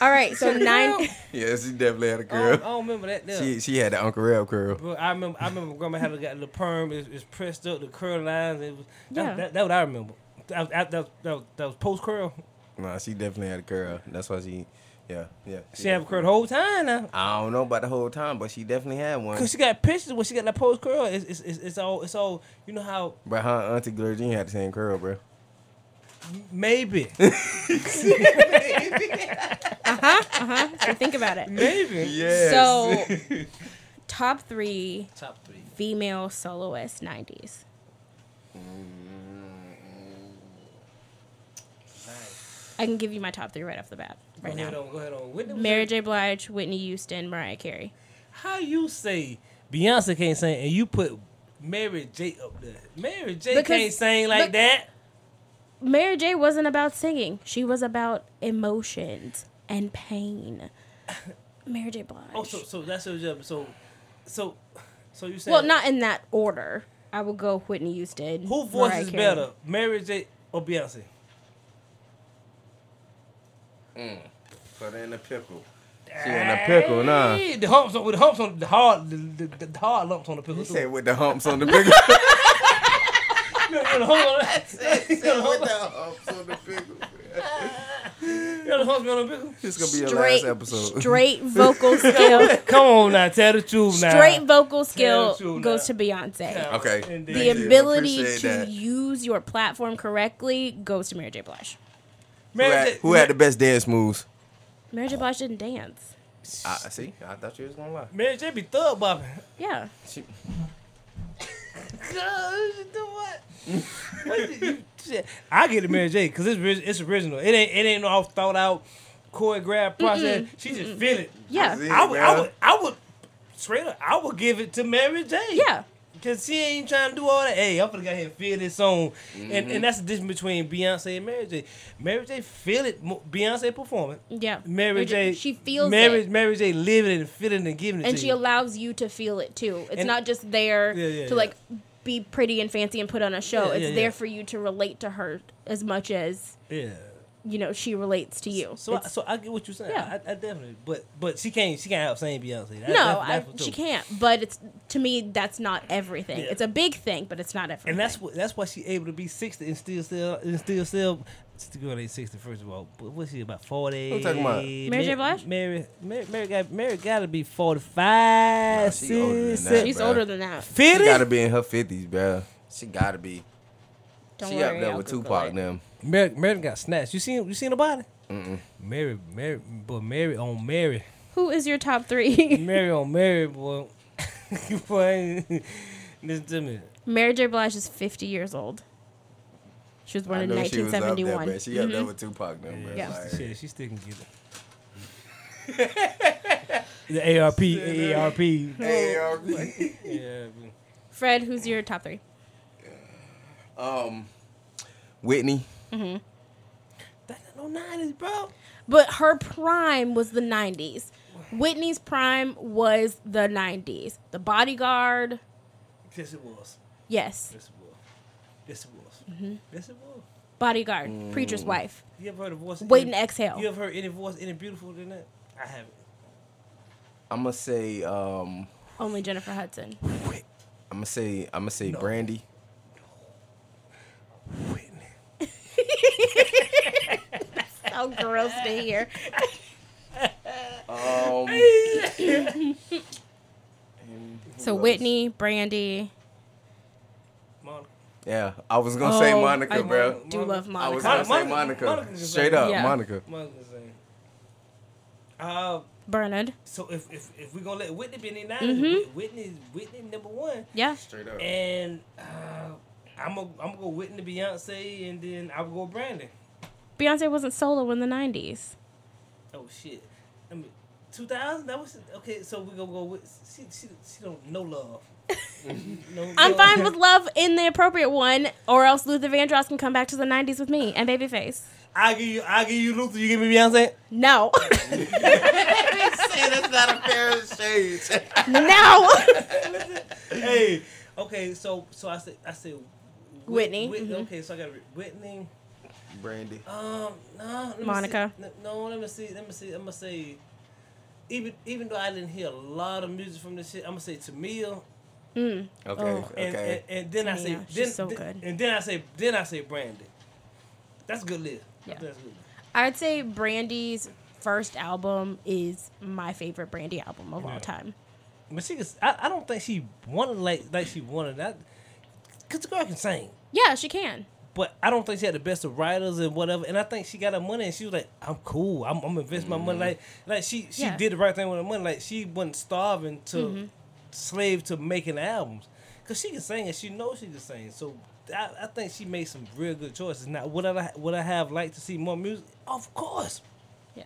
Speaker 1: All right, so nine.
Speaker 2: Yeah, she definitely had a
Speaker 3: I, don't, I
Speaker 2: curl.
Speaker 3: don't remember that. There.
Speaker 2: She she had the Uncle Rel curl.
Speaker 3: But I remember, I remember grandma had a got the perm, it was pressed up, the curl lines. It was, that,
Speaker 1: Yeah.
Speaker 3: that, that what I remember. That, was- that, that, that, was- that was post curl.
Speaker 2: Nah, she definitely had a curl. That's why she, yeah, yeah. Uh-huh.
Speaker 3: She didn't have a curl the whole time now.
Speaker 2: I don't know about the whole time, but she definitely had one.
Speaker 3: Cause she got pictures when she got that post curl. It's, it's, it's, it's all it's all you know how
Speaker 2: But her auntie Glorgine had the same curl, bro.
Speaker 3: maybe
Speaker 1: Uh-huh. So think about it.
Speaker 3: maybe
Speaker 2: Yes.
Speaker 1: So, top three
Speaker 3: top three.
Speaker 1: female soloists '90s.
Speaker 2: Mm-hmm.
Speaker 1: I can give you my top three right off the bat, right
Speaker 3: go Ahead
Speaker 1: now.
Speaker 3: on, go ahead on. Whitney was
Speaker 1: Mary J. Blige, Whitney Houston, Mariah Carey.
Speaker 3: How you say Beyonce can't sing and you put Mary J up there? Mary J
Speaker 1: Because-
Speaker 3: can't sing like
Speaker 1: but-
Speaker 3: that.
Speaker 1: Mary J. wasn't about singing; she was about emotions and pain. Mary J. Blige.
Speaker 3: Oh, so so that's what you're so so so you say
Speaker 1: well, not in that order. I would go Whitney Houston.
Speaker 3: who voice
Speaker 1: Mariah
Speaker 3: is
Speaker 1: Carey.
Speaker 3: better, Mary J or Beyonce?
Speaker 2: Put her in a pickle. She in a pickle, nah.
Speaker 3: Hey, the humps on with the humps on the hard the, the, the hard lumps on the
Speaker 2: He
Speaker 3: pillow.
Speaker 2: said
Speaker 3: too.
Speaker 2: with the humps on the pickle.
Speaker 3: You know, the hump on-
Speaker 2: He said with the humps on the pickle.
Speaker 3: you know, the humps on the pillow.
Speaker 2: This gonna be your
Speaker 1: straight,
Speaker 2: last episode.
Speaker 1: straight vocal skill.
Speaker 3: Come on now, tell the truth now.
Speaker 1: straight vocal skill
Speaker 3: Tell the truth
Speaker 1: goes
Speaker 3: now.
Speaker 1: to Beyonce.
Speaker 3: Yeah.
Speaker 2: Okay.
Speaker 3: Indeed.
Speaker 1: The
Speaker 2: Thank you.
Speaker 1: ability
Speaker 2: Appreciate
Speaker 1: to
Speaker 2: that.
Speaker 1: use your platform correctly goes to Mary J. Blige.
Speaker 2: Who
Speaker 3: Mary
Speaker 2: had,
Speaker 3: J-
Speaker 2: who had the best dance moves?
Speaker 1: Mary J. Blige didn't dance.
Speaker 2: I see. I thought you was gonna lie.
Speaker 3: Mary J be thug bopping.
Speaker 1: Yeah.
Speaker 2: She,
Speaker 3: God, you do what? What did you- shit. I get it, Mary J, because it's ri- it's original. It ain't it ain't no all thought out choreographed process. She just feel it.
Speaker 1: Yeah.
Speaker 2: see.
Speaker 3: I would I
Speaker 2: Yeah.
Speaker 3: would I would straight up I would give it to Mary J.
Speaker 1: Yeah.
Speaker 3: Cause she ain't trying to do all that. Hey, I'm gonna go ahead and feel this song, and and that's the difference between Beyonce and Mary J. Mary J. feel it. mo- Beyonce performing.
Speaker 1: Yeah.
Speaker 3: Mary J.
Speaker 1: She feels
Speaker 3: Mary
Speaker 1: it.
Speaker 3: Mary J. living it and feeling it and giving it
Speaker 1: And
Speaker 3: to
Speaker 1: she
Speaker 3: you.
Speaker 1: allows you to feel it too. It's
Speaker 3: And-
Speaker 1: not just there
Speaker 3: Yeah, yeah,
Speaker 1: to
Speaker 3: yeah.
Speaker 1: like be pretty and fancy and put on a show.
Speaker 3: Yeah,
Speaker 1: it's
Speaker 3: yeah,
Speaker 1: there
Speaker 3: yeah.
Speaker 1: for you to relate to her as much as,
Speaker 3: yeah.
Speaker 1: you know, she relates to you.
Speaker 3: So uh, I,
Speaker 1: It's-
Speaker 3: so I get what you're saying.
Speaker 1: Yeah.
Speaker 3: I, I definitely, but but she can't she can't out sing Beyonce. That,
Speaker 1: no,
Speaker 3: that's-
Speaker 1: I,
Speaker 3: that's for
Speaker 1: she
Speaker 3: sure.
Speaker 1: can't. But it's to me that's not everything.
Speaker 3: Yeah.
Speaker 1: It's a big thing, but it's not everything.
Speaker 3: And that's what that's why she able to be sixty and still sell and still sell. The girl ain't sixty first of all, but what's she about forty?
Speaker 2: Who talking about?
Speaker 1: Mary J. Blige?
Speaker 3: Mary Mary Mary got Mary got to be forty five.
Speaker 2: Nah, she older than that.
Speaker 1: she's
Speaker 2: bruh.
Speaker 1: older than that.
Speaker 2: she gotta
Speaker 3: Fifty.
Speaker 2: be in her fifties, bro. She gotta be.
Speaker 1: Don't
Speaker 2: she
Speaker 1: worry,
Speaker 2: up there
Speaker 1: I'll
Speaker 2: with
Speaker 1: Google
Speaker 2: Tupac
Speaker 1: it.
Speaker 2: and them.
Speaker 3: Mary, Mary got snatched. You seen you seen the body? Mary Mary, but Mary on Mary.
Speaker 1: Who is your top three?
Speaker 3: Mary on Mary, boy. boy, listen to me.
Speaker 1: Mary J. Blige is 50 years old. She was born
Speaker 2: I
Speaker 1: in Mm-hmm.
Speaker 2: know she was up there,
Speaker 1: 1971.
Speaker 2: bruh. She up there with Tupac and them, bruh.
Speaker 1: Yeah.
Speaker 2: Like,
Speaker 3: Shit, she still can get it. the ARP, ARP.
Speaker 2: hey, y'all.
Speaker 3: Yeah,
Speaker 1: Fred, who's your top three?
Speaker 2: um, Whitney.
Speaker 3: That's no nineties, bro.
Speaker 1: But her prime was the 90s. Whitney's prime was the 90s. The Bodyguard,
Speaker 3: Yes, it was.
Speaker 1: yes,
Speaker 3: Yes, it was. Yes, it was. Yes, it was.
Speaker 1: Bodyguard, Preacher's
Speaker 2: Mm.
Speaker 1: Wife.
Speaker 3: You ever heard a voice?
Speaker 1: Wait
Speaker 3: any-
Speaker 1: and exhale.
Speaker 3: You ever heard any voice any beautiful than that? I haven't.
Speaker 2: I'm gonna say um
Speaker 1: Only Jennifer Hudson.
Speaker 2: I'm gonna say I'm gonna say
Speaker 3: No.
Speaker 2: Brandy.
Speaker 3: Whitney.
Speaker 1: So gross to hear.
Speaker 2: Um
Speaker 1: So Whitney, Brandy.
Speaker 3: Monica.
Speaker 2: Yeah, I was gonna say
Speaker 1: Oh,
Speaker 2: Monica,
Speaker 1: I
Speaker 2: bro.
Speaker 1: do love
Speaker 2: I
Speaker 1: Monica.
Speaker 2: was gonna say
Speaker 3: Monica-
Speaker 2: Monica.
Speaker 3: Monica's just
Speaker 2: Straight
Speaker 3: like-
Speaker 2: up,
Speaker 1: Yeah.
Speaker 2: Monica.
Speaker 3: Monica's saying. Uh,
Speaker 1: Bernard.
Speaker 3: so if, if if we're gonna let Whitney be in the 90s,
Speaker 1: Mhm.
Speaker 3: Whit- Whitney Whitney number one,
Speaker 1: Yeah.
Speaker 2: Straight up.
Speaker 3: and uh, I'm gonna I'm gonna go Whitney, Beyonce, and then I'll go Brandy.
Speaker 1: Beyonce wasn't solo in the 90s.
Speaker 3: Oh shit. I mean, 2000. That was okay. So we gonna go with she. She, she don't no love. no,
Speaker 1: I'm
Speaker 3: love.
Speaker 1: fine with love in the appropriate one, or else Luther Vandross can come back to the 90s with me and Babyface.
Speaker 3: I give you. I give you Luther. You give me Beyonce.
Speaker 1: No.
Speaker 2: say that's not a fair exchange.
Speaker 1: no.
Speaker 3: hey. Okay. So so I said I said Whit-
Speaker 1: Whitney,
Speaker 3: Whit-
Speaker 1: mhm.
Speaker 3: Okay. So I got Whitney.
Speaker 2: Brandy.
Speaker 3: Um, no, let me
Speaker 1: Monica.
Speaker 3: see. N- No, let me see. Let me see. I'm gonna say, even even though I didn't hear a lot of music from this shit, I'm gonna say Tamil.
Speaker 1: Mm.
Speaker 2: Okay,
Speaker 1: Oh.
Speaker 2: okay.
Speaker 3: And, and, and then I say,
Speaker 1: Tamia,
Speaker 3: then,
Speaker 1: she's so
Speaker 3: th-
Speaker 1: good.
Speaker 3: and then I say, then I say Brandy. That's a good list.
Speaker 1: Yeah.
Speaker 3: That's a good. list.
Speaker 1: I'd say Brandy's first album is my favorite Brandy album of
Speaker 3: Yeah.
Speaker 1: all time.
Speaker 3: But she, can, I, I don't think she wanted like like she wanted that, cause the girl can sing.
Speaker 1: Yeah, she can.
Speaker 3: But I don't think she had the best of writers and whatever. And I think she got her money and she was like, I'm cool. I'm, I'm investing my money. Like, like she, she
Speaker 1: Mm-hmm. Yeah. Mm-hmm.
Speaker 3: did the right thing with her money. Like, she wasn't starving to slave to making albums. Because she can sing and she knows she can sing. So I, I think she made some real good choices. Now, would I, would I have liked to see more music? Of course.
Speaker 1: Yeah.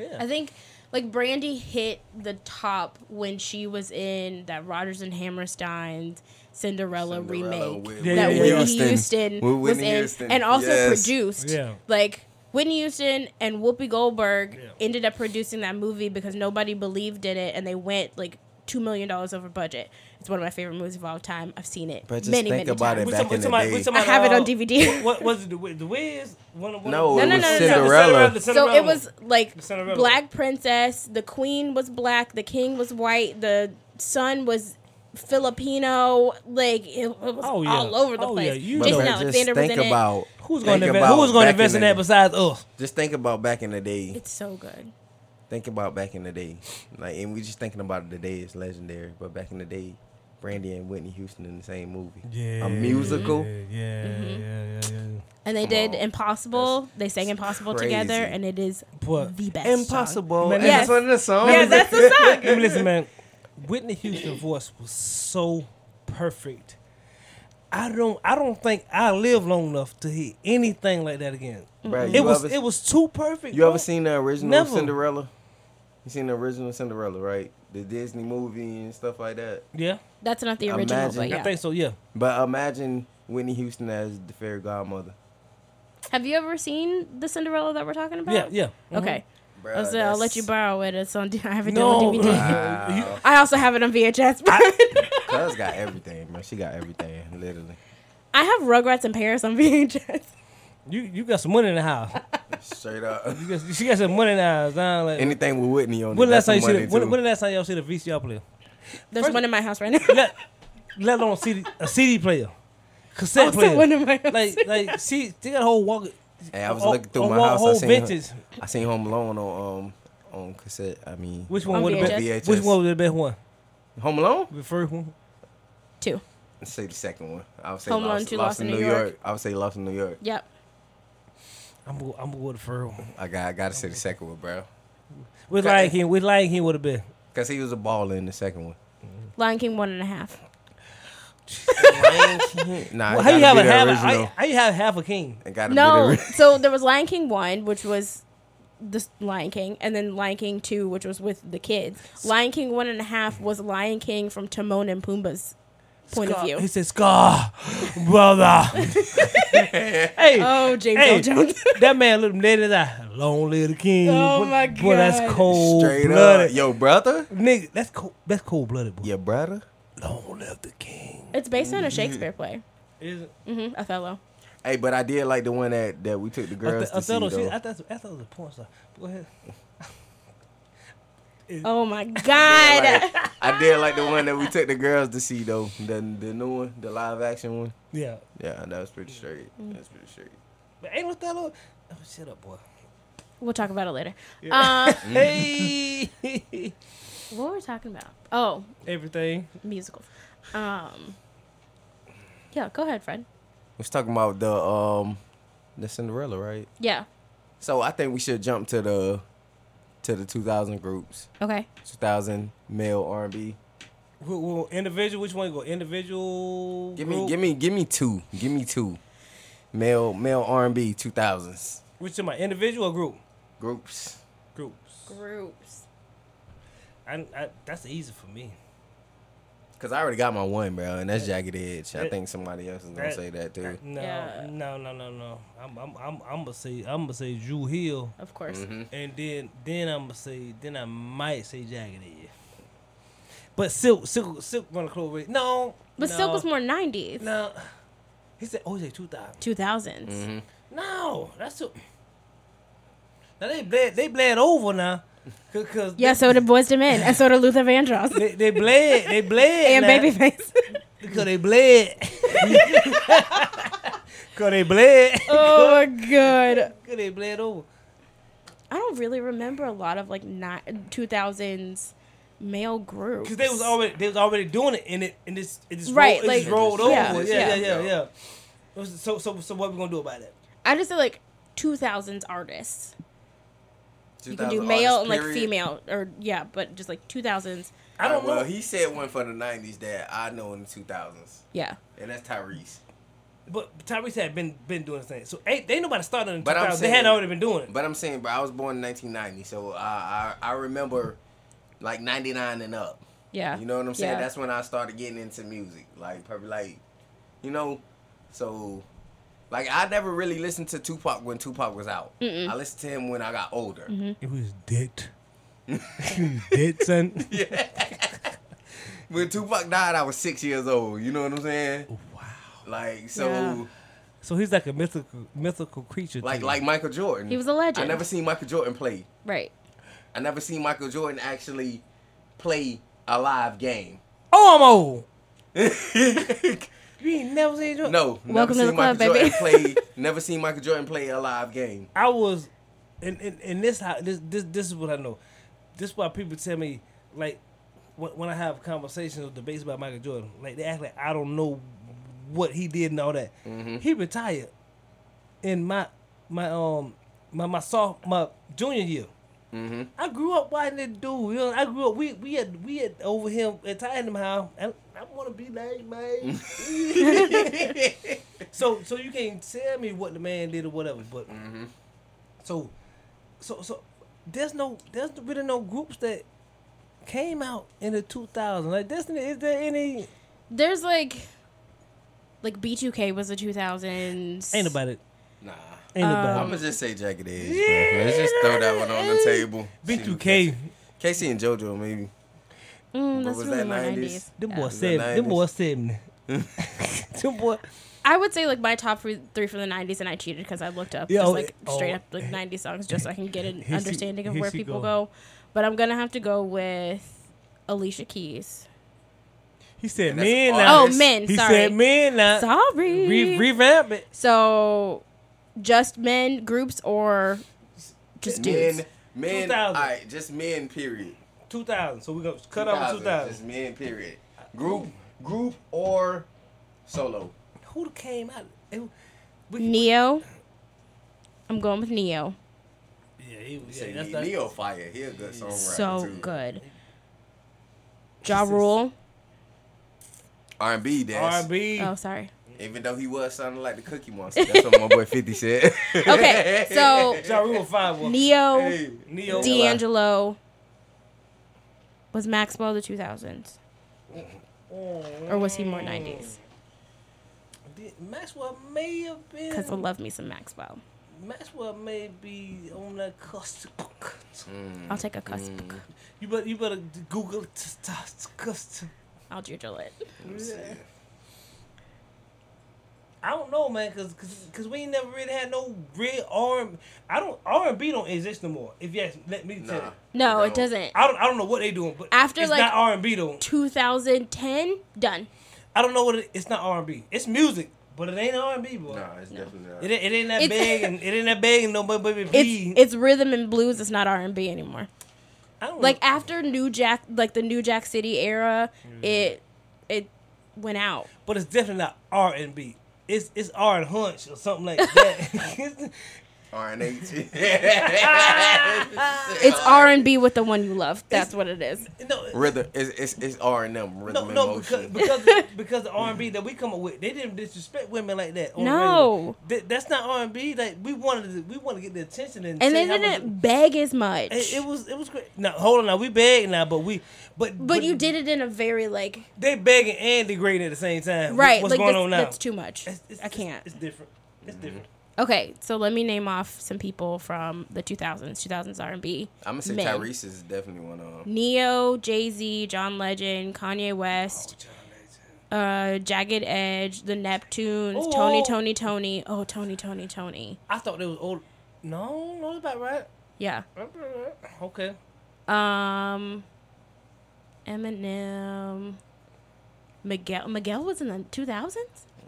Speaker 3: Yeah.
Speaker 1: I think like Brandy hit the top when she was in that Rodgers and Hammerstein's Cinderella, remake.
Speaker 2: with
Speaker 3: Yeah,
Speaker 1: that
Speaker 3: yeah, yeah.
Speaker 1: Whitney Houston,
Speaker 2: With
Speaker 1: was
Speaker 2: Whitney
Speaker 1: in
Speaker 2: Houston.
Speaker 1: and also
Speaker 2: Yes.
Speaker 1: produced.
Speaker 3: Yeah.
Speaker 1: Like Whitney Houston and Whoopi Goldberg
Speaker 3: Yeah.
Speaker 1: ended up producing that movie because nobody believed in it and they went like two million dollars over budget. It's one of my favorite movies of all time. I've seen it
Speaker 2: But just
Speaker 1: many,
Speaker 2: think
Speaker 1: many
Speaker 2: about it
Speaker 1: times.
Speaker 3: We
Speaker 2: back in
Speaker 3: talking- we
Speaker 2: the
Speaker 3: talking-
Speaker 2: day.
Speaker 3: we talking
Speaker 1: I have it
Speaker 3: about,
Speaker 1: on DVD.
Speaker 3: What, was it? The, Wiz- the Wiz? One, one,
Speaker 2: No,
Speaker 1: it
Speaker 3: one,
Speaker 1: No, no, was no, no, no.
Speaker 2: Cinderella.
Speaker 3: The
Speaker 1: So it was like
Speaker 3: The Cinderella.
Speaker 1: black princess. The queen was black. The king was white. The son was Filipino. Like it, it was
Speaker 3: Oh, yeah.
Speaker 1: all over the
Speaker 3: Oh,
Speaker 1: place.
Speaker 3: yeah, you
Speaker 2: But
Speaker 3: know
Speaker 1: Jason
Speaker 3: it.
Speaker 2: just
Speaker 1: Alexander was
Speaker 2: think
Speaker 1: in it.
Speaker 2: about
Speaker 3: Who's
Speaker 2: think
Speaker 3: going to invest?
Speaker 2: about
Speaker 3: Who was going to
Speaker 2: back
Speaker 3: invest in that
Speaker 2: the-
Speaker 3: besides us?
Speaker 2: Just think about back in the day.
Speaker 1: It's so good.
Speaker 2: Think about back in the day. Like, and we just thinking about it today. It's legendary, but back in the day, Brandy and Whitney Houston in the same movie. a musical.
Speaker 3: Yeah,
Speaker 1: Mm-hmm.
Speaker 3: yeah, yeah, yeah.
Speaker 1: And they
Speaker 2: Come
Speaker 1: did
Speaker 2: on.
Speaker 1: Impossible. they sang Impossible
Speaker 2: crazy.
Speaker 1: together, and it is
Speaker 3: But-
Speaker 1: the best.
Speaker 2: Impossible.
Speaker 3: Man,
Speaker 2: Man,
Speaker 1: yes.
Speaker 2: That's one of the songs.
Speaker 1: Yeah, that's the song.
Speaker 3: Let me listen, man. Whitney Houston's voice was so perfect. I don't, I don't think I live long enough to hear anything like that again.
Speaker 2: Bro, you
Speaker 3: It was,
Speaker 2: ever,
Speaker 3: it was too perfect.
Speaker 2: You
Speaker 3: bro.
Speaker 2: ever seen the original
Speaker 3: Never.
Speaker 2: Cinderella? You seen the original Cinderella, right? The Disney movie and stuff like that.
Speaker 3: Yeah,
Speaker 1: Song. That's not the original,
Speaker 2: Imagine.
Speaker 1: but
Speaker 2: I
Speaker 1: yeah.
Speaker 3: I think so. Yeah,
Speaker 2: But imagine Whitney Houston as the fairy godmother.
Speaker 1: Have you ever seen the Cinderella that we're talking about?
Speaker 3: yeah, yeah. Mhm.
Speaker 1: Okay.
Speaker 2: Bruh,
Speaker 1: I'll, say- I'll let
Speaker 2: that's-
Speaker 1: you borrow it. It's on. I have it
Speaker 3: No,
Speaker 1: on DVD.
Speaker 2: Wow.
Speaker 3: You-
Speaker 1: I also have it on VHS. But
Speaker 2: Cuz got everything, man. She got everything, literally.
Speaker 1: I have Rugrats in Paris on VHS.
Speaker 3: you, you got some money in the house.
Speaker 2: Straight up.
Speaker 3: You got, she got some money in the house. Nah, like,
Speaker 2: Anything with Whitney on
Speaker 3: when
Speaker 2: it.
Speaker 3: last
Speaker 2: That's
Speaker 3: time
Speaker 2: some
Speaker 3: you see?
Speaker 2: money
Speaker 3: The, when,
Speaker 2: too.
Speaker 3: when the last time y'all see the VCR player?
Speaker 1: There's
Speaker 3: First-
Speaker 1: one in my house right now.
Speaker 3: let, let alone CD, a CD player, cassette
Speaker 1: also
Speaker 3: player.
Speaker 1: one in my house.
Speaker 3: like like see they got a whole walk.
Speaker 2: Hey, I was
Speaker 3: a-
Speaker 2: looking through
Speaker 3: a
Speaker 2: my
Speaker 3: whole-
Speaker 2: house. I
Speaker 3: oh, Whole
Speaker 2: seen, her-
Speaker 3: vintage.
Speaker 2: I seen Home Alone on um on cassette. I mean,
Speaker 3: Which one
Speaker 1: On
Speaker 3: was the best?
Speaker 2: VHS.
Speaker 3: Which one was the best one?
Speaker 2: Home Alone?
Speaker 3: The first one.
Speaker 1: Two.
Speaker 2: Let's say the second one. I would say
Speaker 1: Home
Speaker 2: Lost,
Speaker 1: Alone to
Speaker 2: Lost
Speaker 1: Lost
Speaker 2: in
Speaker 1: in
Speaker 2: New
Speaker 1: New
Speaker 2: York.
Speaker 1: York.
Speaker 2: I would say Lost in New York.
Speaker 1: Yep.
Speaker 3: I'm gonna, I'm gonna go with the first one.
Speaker 2: I got I gotta say the second one, bro.
Speaker 3: With Lion King, with Lion King would have been.
Speaker 2: Cause he was a baller in the second one.
Speaker 1: Lion King one and a half.
Speaker 2: nah,
Speaker 3: Well,
Speaker 2: it
Speaker 3: how
Speaker 2: gotta
Speaker 3: you have
Speaker 2: be
Speaker 3: a
Speaker 2: the
Speaker 3: half?
Speaker 2: original.
Speaker 3: How, how you have half a king?
Speaker 2: It gotta
Speaker 1: No,
Speaker 2: be the
Speaker 1: so there was Lion King one, which was the Lion King, and then Lion King two, which was with the kids. Lion King one and a half was Lion King from Timon and Pumbaa's point
Speaker 3: Scar.
Speaker 1: of view.
Speaker 3: He said, "Scar, brother." hey,
Speaker 1: Oh, James
Speaker 3: hey,
Speaker 1: Earl Jones.
Speaker 3: that man looked dead in the eye. Long live the king.
Speaker 1: Oh
Speaker 3: Boy-
Speaker 1: my
Speaker 3: Boy,
Speaker 1: God.
Speaker 3: that's cold
Speaker 2: Straight
Speaker 3: blooded.
Speaker 2: up, yo brother,
Speaker 3: Nigga, that's cold. That's cold blooded, boy.
Speaker 2: your brother.
Speaker 3: Long live the king.
Speaker 1: It's based
Speaker 3: Mm-hmm.
Speaker 1: on a Shakespeare play.
Speaker 3: Is it?
Speaker 1: Mm-hmm, Othello.
Speaker 2: Hey, but I did like the one that that we took the girls
Speaker 3: Othe- Othello,
Speaker 2: to see
Speaker 3: she,
Speaker 2: though.
Speaker 3: I, thought, I thought it was a porn star. Go ahead.
Speaker 1: Oh my
Speaker 2: I
Speaker 1: God.
Speaker 2: did like- I did like the one that we took the girls to see though. The the new one, the live action one.
Speaker 3: Yeah.
Speaker 2: Yeah, that was pretty straight. That's pretty straight.
Speaker 3: But ain't Othello. Oh, shut up, boy.
Speaker 1: We'll talk about it later. Uh,
Speaker 2: Mm-hmm.
Speaker 3: Hey.
Speaker 1: what were we talking about? Oh,
Speaker 3: Everything.
Speaker 1: musicals. Um, yeah, go ahead, Fred.
Speaker 2: We was talking about the um the Cinderella, right?
Speaker 1: Yeah.
Speaker 2: So I think we should jump to the to the 2000 groups.
Speaker 1: Okay.
Speaker 2: 2000 male R&B.
Speaker 3: Well, well, individual. Which one you go? Individual.
Speaker 2: Give me
Speaker 3: group?
Speaker 2: give me give me two. Give me two. Male male R&B 2000s
Speaker 3: Which am I? Individual or group?
Speaker 2: groups.
Speaker 3: Groups.
Speaker 1: Groups.
Speaker 3: I, I, that's easy for me.
Speaker 2: Cause I already got my one, bro, and that's Jagged Edge. I
Speaker 3: That-
Speaker 2: think somebody else is gonna
Speaker 3: that-
Speaker 2: say that too.
Speaker 3: No,
Speaker 1: Yeah.
Speaker 3: no, no, no, no. I'm, I'm, I'm, I'm gonna say, I'm gonna say Drew Hill,
Speaker 1: Of course.
Speaker 3: and then, then I'm gonna say, then I might say Jagged Edge. But Silk, Silk, Silk run close with no.
Speaker 1: But
Speaker 3: no,
Speaker 1: Silk was more 90s,
Speaker 3: no. He said, oh, he said two thousand.
Speaker 1: 2000s.
Speaker 2: Mm-hmm.
Speaker 3: No, that's a. Now they bled, they bled over now, cause, 'cause
Speaker 1: Yeah, so did Boys to Men, and so did Luther Vandross
Speaker 3: they, they bled, they bled,
Speaker 1: and
Speaker 3: now.
Speaker 1: Babyface.
Speaker 3: Cause they bled. Cause they bled.
Speaker 1: oh my god.
Speaker 3: Cause they bled over.
Speaker 1: I don't really remember a lot of like not 2000s male groups.
Speaker 3: Cause they was already they was already doing it and it and this it just
Speaker 1: Right,
Speaker 3: rolled, it just
Speaker 1: like-
Speaker 3: rolled over.
Speaker 1: yeah,
Speaker 3: Yeah,
Speaker 1: yeah.
Speaker 3: yeah, yeah, yeah. It was- So so so what we gonna do about that?
Speaker 1: I just said like 2000s artists. You can do
Speaker 2: 2000
Speaker 1: male and
Speaker 2: artists,
Speaker 1: like
Speaker 2: period.
Speaker 1: female or yeah, but just like 2000s.
Speaker 3: I don't
Speaker 2: Uh, well,
Speaker 3: know.
Speaker 2: he said one for the '90s that I know in the 2000s,
Speaker 1: Yeah.
Speaker 2: and that's Tyrese.
Speaker 3: but Tyrese had been been doing this thing. So ain't they nobody started in two
Speaker 2: But I'm
Speaker 3: thousand. They
Speaker 2: saying-
Speaker 3: had already been doing it.
Speaker 2: But I'm saying, bro, I was born in 1990, so I I, I remember like '99 and up.
Speaker 1: Yeah.
Speaker 2: You know what I'm saying?
Speaker 1: Yeah.
Speaker 2: That's when I started getting into music, like probably like, you know, so like I never really listened to Tupac when Tupac was out. I listened to him when I got older.
Speaker 1: Mm-hmm.
Speaker 3: It was dead. dead son.
Speaker 2: When Tupac died, I was six years old. You know what I'm saying?
Speaker 3: Wow.
Speaker 2: Like so.
Speaker 1: Yeah.
Speaker 3: So he's like a mythical mythical creature. to
Speaker 2: Like
Speaker 3: you.
Speaker 2: like Michael Jordan.
Speaker 1: He was a legend.
Speaker 2: I never seen Michael Jordan play.
Speaker 1: Right.
Speaker 2: I never seen Michael Jordan actually play a live game.
Speaker 3: oh I'm old.
Speaker 2: no,
Speaker 3: You ain't never seen Jordan.
Speaker 2: never
Speaker 1: Welcome to
Speaker 2: seen
Speaker 1: the club,
Speaker 2: Michael
Speaker 1: baby.
Speaker 2: Jordan play. Never seen Michael Jordan play a live game.
Speaker 3: I was, and and, and this how this this this is what I know. This is why people tell me like when, when I have conversations or debates about Michael Jordan, like they act like I don't know what he did and all that. He retired in my my um my my soft my junior year. I grew up watching that dude. You know, I grew up. We we had we had over him at Tottenham House. And I want to be like man. so so you can't tell me what the man did or whatever. But so so so there's no there's really no groups that came out in the 2000s. Like there's is there any
Speaker 1: There's like like B2K was the 2000s.
Speaker 3: ain't about it.
Speaker 2: Nah.
Speaker 3: Ain't about
Speaker 1: Um,
Speaker 2: I'm
Speaker 3: it.
Speaker 2: gonna just say Jagged Edge. bro. Let's just throw that one on the table.
Speaker 3: B2K.
Speaker 2: Casey and JoJo maybe.
Speaker 1: Mm, that's
Speaker 2: was
Speaker 1: really
Speaker 2: that,
Speaker 1: more 90s.
Speaker 2: 90s?
Speaker 3: Them
Speaker 1: Yeah.
Speaker 3: boy
Speaker 2: the
Speaker 3: seven. Them boy
Speaker 2: 90s.
Speaker 3: seven. Them boy.
Speaker 1: I would say like my top three, three from the '90s, and I cheated because I looked up
Speaker 3: Yeah,
Speaker 1: just
Speaker 3: oh,
Speaker 1: like
Speaker 3: oh,
Speaker 1: straight up like '90s songs just so I can get an
Speaker 3: here she-
Speaker 1: understanding of
Speaker 3: here
Speaker 1: where
Speaker 3: she
Speaker 1: people go.
Speaker 3: go.
Speaker 1: But I'm gonna have to go with Alicia Keys.
Speaker 3: He said
Speaker 2: And that's
Speaker 3: men
Speaker 2: all-
Speaker 3: now.
Speaker 1: Oh, men.
Speaker 3: He
Speaker 1: sorry.
Speaker 3: said men now.
Speaker 1: Sorry.
Speaker 3: Re- revamp it.
Speaker 1: so, just men groups or just dudes?
Speaker 2: Men, men.
Speaker 3: 2000.
Speaker 2: All right, just men. Period.
Speaker 3: 2000. So we gonna cut off
Speaker 2: Just
Speaker 3: 2000.
Speaker 2: men. Period. Group, group or solo.
Speaker 3: Who came out? It- we-
Speaker 1: Neo. I'm going with Neo.
Speaker 3: Yeah, he was.
Speaker 2: Say
Speaker 3: Yeah, that's not-
Speaker 2: Neo Fire. He a good songwriter
Speaker 1: so
Speaker 2: too.
Speaker 1: good. Ja Rule.
Speaker 2: R&B dance.
Speaker 3: R&B.
Speaker 1: Oh, sorry.
Speaker 2: Even though he was sounding like the Cookie Monster. That's what my boy 50 said.
Speaker 1: Okay, so
Speaker 3: Ja Rule five one.
Speaker 1: Neo.
Speaker 2: Hey,
Speaker 3: Neo.
Speaker 1: D'Angelo was Maxwell the 2000s.
Speaker 3: Oh.
Speaker 1: Or was he more 90s?
Speaker 3: Did- Maxwell may have
Speaker 1: Because I
Speaker 3: been.
Speaker 1: love me some Maxwell.
Speaker 3: Maxwell may be on that cusp.
Speaker 1: I'll take a
Speaker 3: Mm.
Speaker 1: cusp.
Speaker 3: You better, you better Google t- t- cusp.
Speaker 1: I'll jujule it.
Speaker 3: I don't know, man, cause, cause, 'cause we ain't never really had no real R. I don't R and B don't exist no more. If yes, let me tell you.
Speaker 1: No, it doesn't.
Speaker 3: I don't, I don't know what they doing, but
Speaker 1: After,
Speaker 3: it's
Speaker 1: like-
Speaker 3: not R and B though.
Speaker 1: 2010, done.
Speaker 3: I don't know what it, it's not R and B. It's music, but it ain't R and B, boy.
Speaker 2: Nah, it's definitely not.
Speaker 3: It, ain't- it ain't that
Speaker 1: It's-
Speaker 3: big, and it ain't that big, and nobody but B.
Speaker 1: It's, it's rhythm and blues. It's not R&B anymore.
Speaker 3: Mm. I don't
Speaker 1: Like
Speaker 3: know.
Speaker 1: after New Jack, like the New Jack City era,
Speaker 3: Mm.
Speaker 1: it it went out.
Speaker 3: but it's definitely not R and B. It's it's R and Hunch or something like that.
Speaker 2: RNH.
Speaker 1: It's R&B with the one you love. That's what it is.
Speaker 3: no,
Speaker 2: Rhythm. It's it's, it's R and M. Rhythm
Speaker 3: no,
Speaker 2: and
Speaker 3: no,
Speaker 2: motion.
Speaker 3: because because because the R and B that we come up with, they didn't disrespect women like that. on the
Speaker 1: No.
Speaker 3: radio. That- that's not R and B. Like we wanted, to, we want to get the attention and,
Speaker 1: And
Speaker 3: tell
Speaker 1: they
Speaker 3: you how much-
Speaker 1: didn't beg as much.
Speaker 3: It, it was it was great. Now hold on, now we beg now, but we but
Speaker 1: but you did it in a very like
Speaker 3: They begging and degrading at the same time.
Speaker 1: right.
Speaker 3: What's
Speaker 1: like
Speaker 3: going
Speaker 1: that's,
Speaker 3: on now?
Speaker 1: that's too much.
Speaker 3: It's- it's-
Speaker 1: I can't.
Speaker 3: It's, it's different. It's different.
Speaker 1: Okay, so let me name off some people from the 2000s, 2000s R&B.
Speaker 2: I'm gonna say
Speaker 1: men.
Speaker 2: Tyrese is definitely one of them.
Speaker 1: Neo, Jay Z, John Legend, Kanye West, uh, Jagged Edge, The Neptunes,
Speaker 3: Oh,
Speaker 1: Tony,
Speaker 3: oh.
Speaker 1: Tony, Tony. Oh, Tony, Tony, Tony.
Speaker 3: I thought they was old. No, no, that's about right.
Speaker 1: Yeah.
Speaker 3: That's about right. Okay.
Speaker 1: Um, Eminem, Miguel. Miguel was in the 2000s,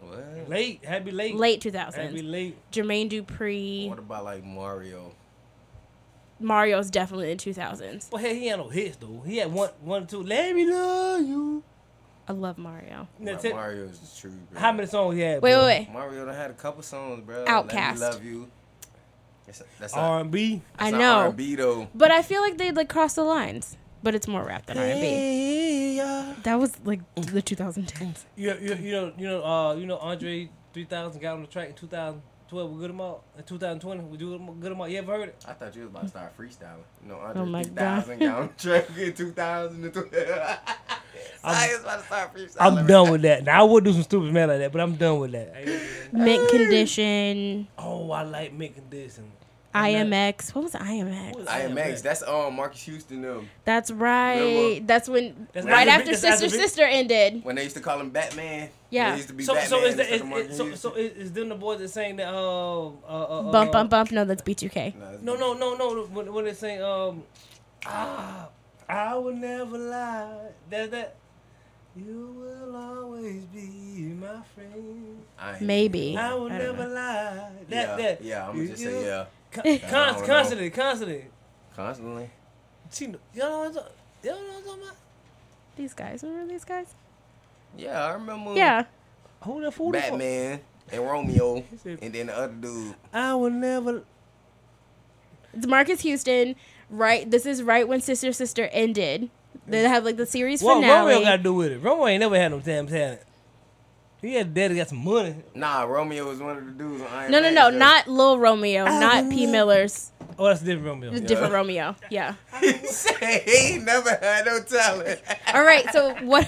Speaker 2: What?
Speaker 3: Late. Had to be late.
Speaker 1: late
Speaker 3: Had to be
Speaker 1: 2000s.
Speaker 3: late.
Speaker 1: Jermaine Dupri,
Speaker 2: What about like Mario?
Speaker 1: Mario's definitely in 2000s.
Speaker 3: Well, hey, he had no hits though. He had one, one, two. Let me love you.
Speaker 1: I love Mario.
Speaker 3: Now,
Speaker 2: Like,
Speaker 3: tell-
Speaker 2: Mario is the truth. Bro.
Speaker 3: how many songs he had?
Speaker 1: Wait,
Speaker 3: boy?
Speaker 1: wait, wait.
Speaker 2: Mario done had a couple songs, bro. Let
Speaker 1: Outkast.
Speaker 2: me love you. That's that's
Speaker 3: R
Speaker 2: not-
Speaker 3: and B.
Speaker 1: I
Speaker 2: that's not
Speaker 1: know.
Speaker 2: R&B though.
Speaker 1: But I feel like they like cross the lines. But it's more rap than R&B. That was like the 2010s.
Speaker 3: You, you, you know, you know, uh, you know, Andre 3000 got on the track in 2012 with Goodemall. In 2020 with Goodemall. You ever heard it?
Speaker 2: I thought you was about to start freestyling. No, Andre
Speaker 1: Oh my
Speaker 2: 3000 got on track in 2012. I was about to start freestyling.
Speaker 3: I'm done with that. Now I would do some stupid man like that, but I'm done with that.
Speaker 1: Mint Condition,
Speaker 3: oh, I like making this. And
Speaker 1: IMX. What was IMX?
Speaker 2: IMX, that's um Marcus Houston them.
Speaker 1: That's right.
Speaker 2: Remember?
Speaker 1: That's when
Speaker 3: That's
Speaker 1: right after
Speaker 3: after Big- that's
Speaker 1: Sister
Speaker 3: after Big-
Speaker 1: Sister ended.
Speaker 2: When they used to call him Batman.
Speaker 1: Yeah.
Speaker 2: They used to be
Speaker 3: So,
Speaker 2: Batman.
Speaker 3: so is that
Speaker 2: instead
Speaker 3: is,
Speaker 2: of Marcus
Speaker 3: is, so
Speaker 2: Houston.
Speaker 3: so is, is them the boys that saying that uh, uh, uh uh,
Speaker 1: Bump bump bump. No, that's B2K.
Speaker 2: Nah, it's-
Speaker 3: No no no no when, when they saying um ah I will never lie that that you will always be my friend
Speaker 2: I ain't-
Speaker 1: Maybe.
Speaker 3: I will
Speaker 1: I don't
Speaker 3: never
Speaker 1: know.
Speaker 3: lie that
Speaker 2: Yeah,
Speaker 3: that
Speaker 2: yeah, I'm gonna just say yeah.
Speaker 3: con-
Speaker 2: I don't know.
Speaker 3: constantly constantly
Speaker 2: Constantly.
Speaker 3: she kn- y'all know what I'm talk- y'all know what I'm talking about
Speaker 1: These guys, remember these guys?
Speaker 2: Yeah, I remember
Speaker 3: Oh.
Speaker 1: Yeah.
Speaker 3: who the fool
Speaker 2: Batman and Romeo
Speaker 3: said-
Speaker 2: and then the other dude.
Speaker 3: I will never
Speaker 1: It's Marcus Houston. Right. This is right when Sister Sister ended. They had like the series finale.
Speaker 3: Romeo got to do with it. Romeo ain't never had no damn talent. He had daddy got some money.
Speaker 2: Nah, Romeo was one of the dudes on Iron
Speaker 1: no, no,
Speaker 2: Man,
Speaker 1: no,
Speaker 2: though.
Speaker 1: not Lil Romeo, not
Speaker 3: will
Speaker 1: P.
Speaker 3: never-
Speaker 1: Miller's,
Speaker 3: Oh, that's a different Romeo.
Speaker 1: different Romeo. Yeah.
Speaker 2: He said he never had no talent.
Speaker 1: All right. So what?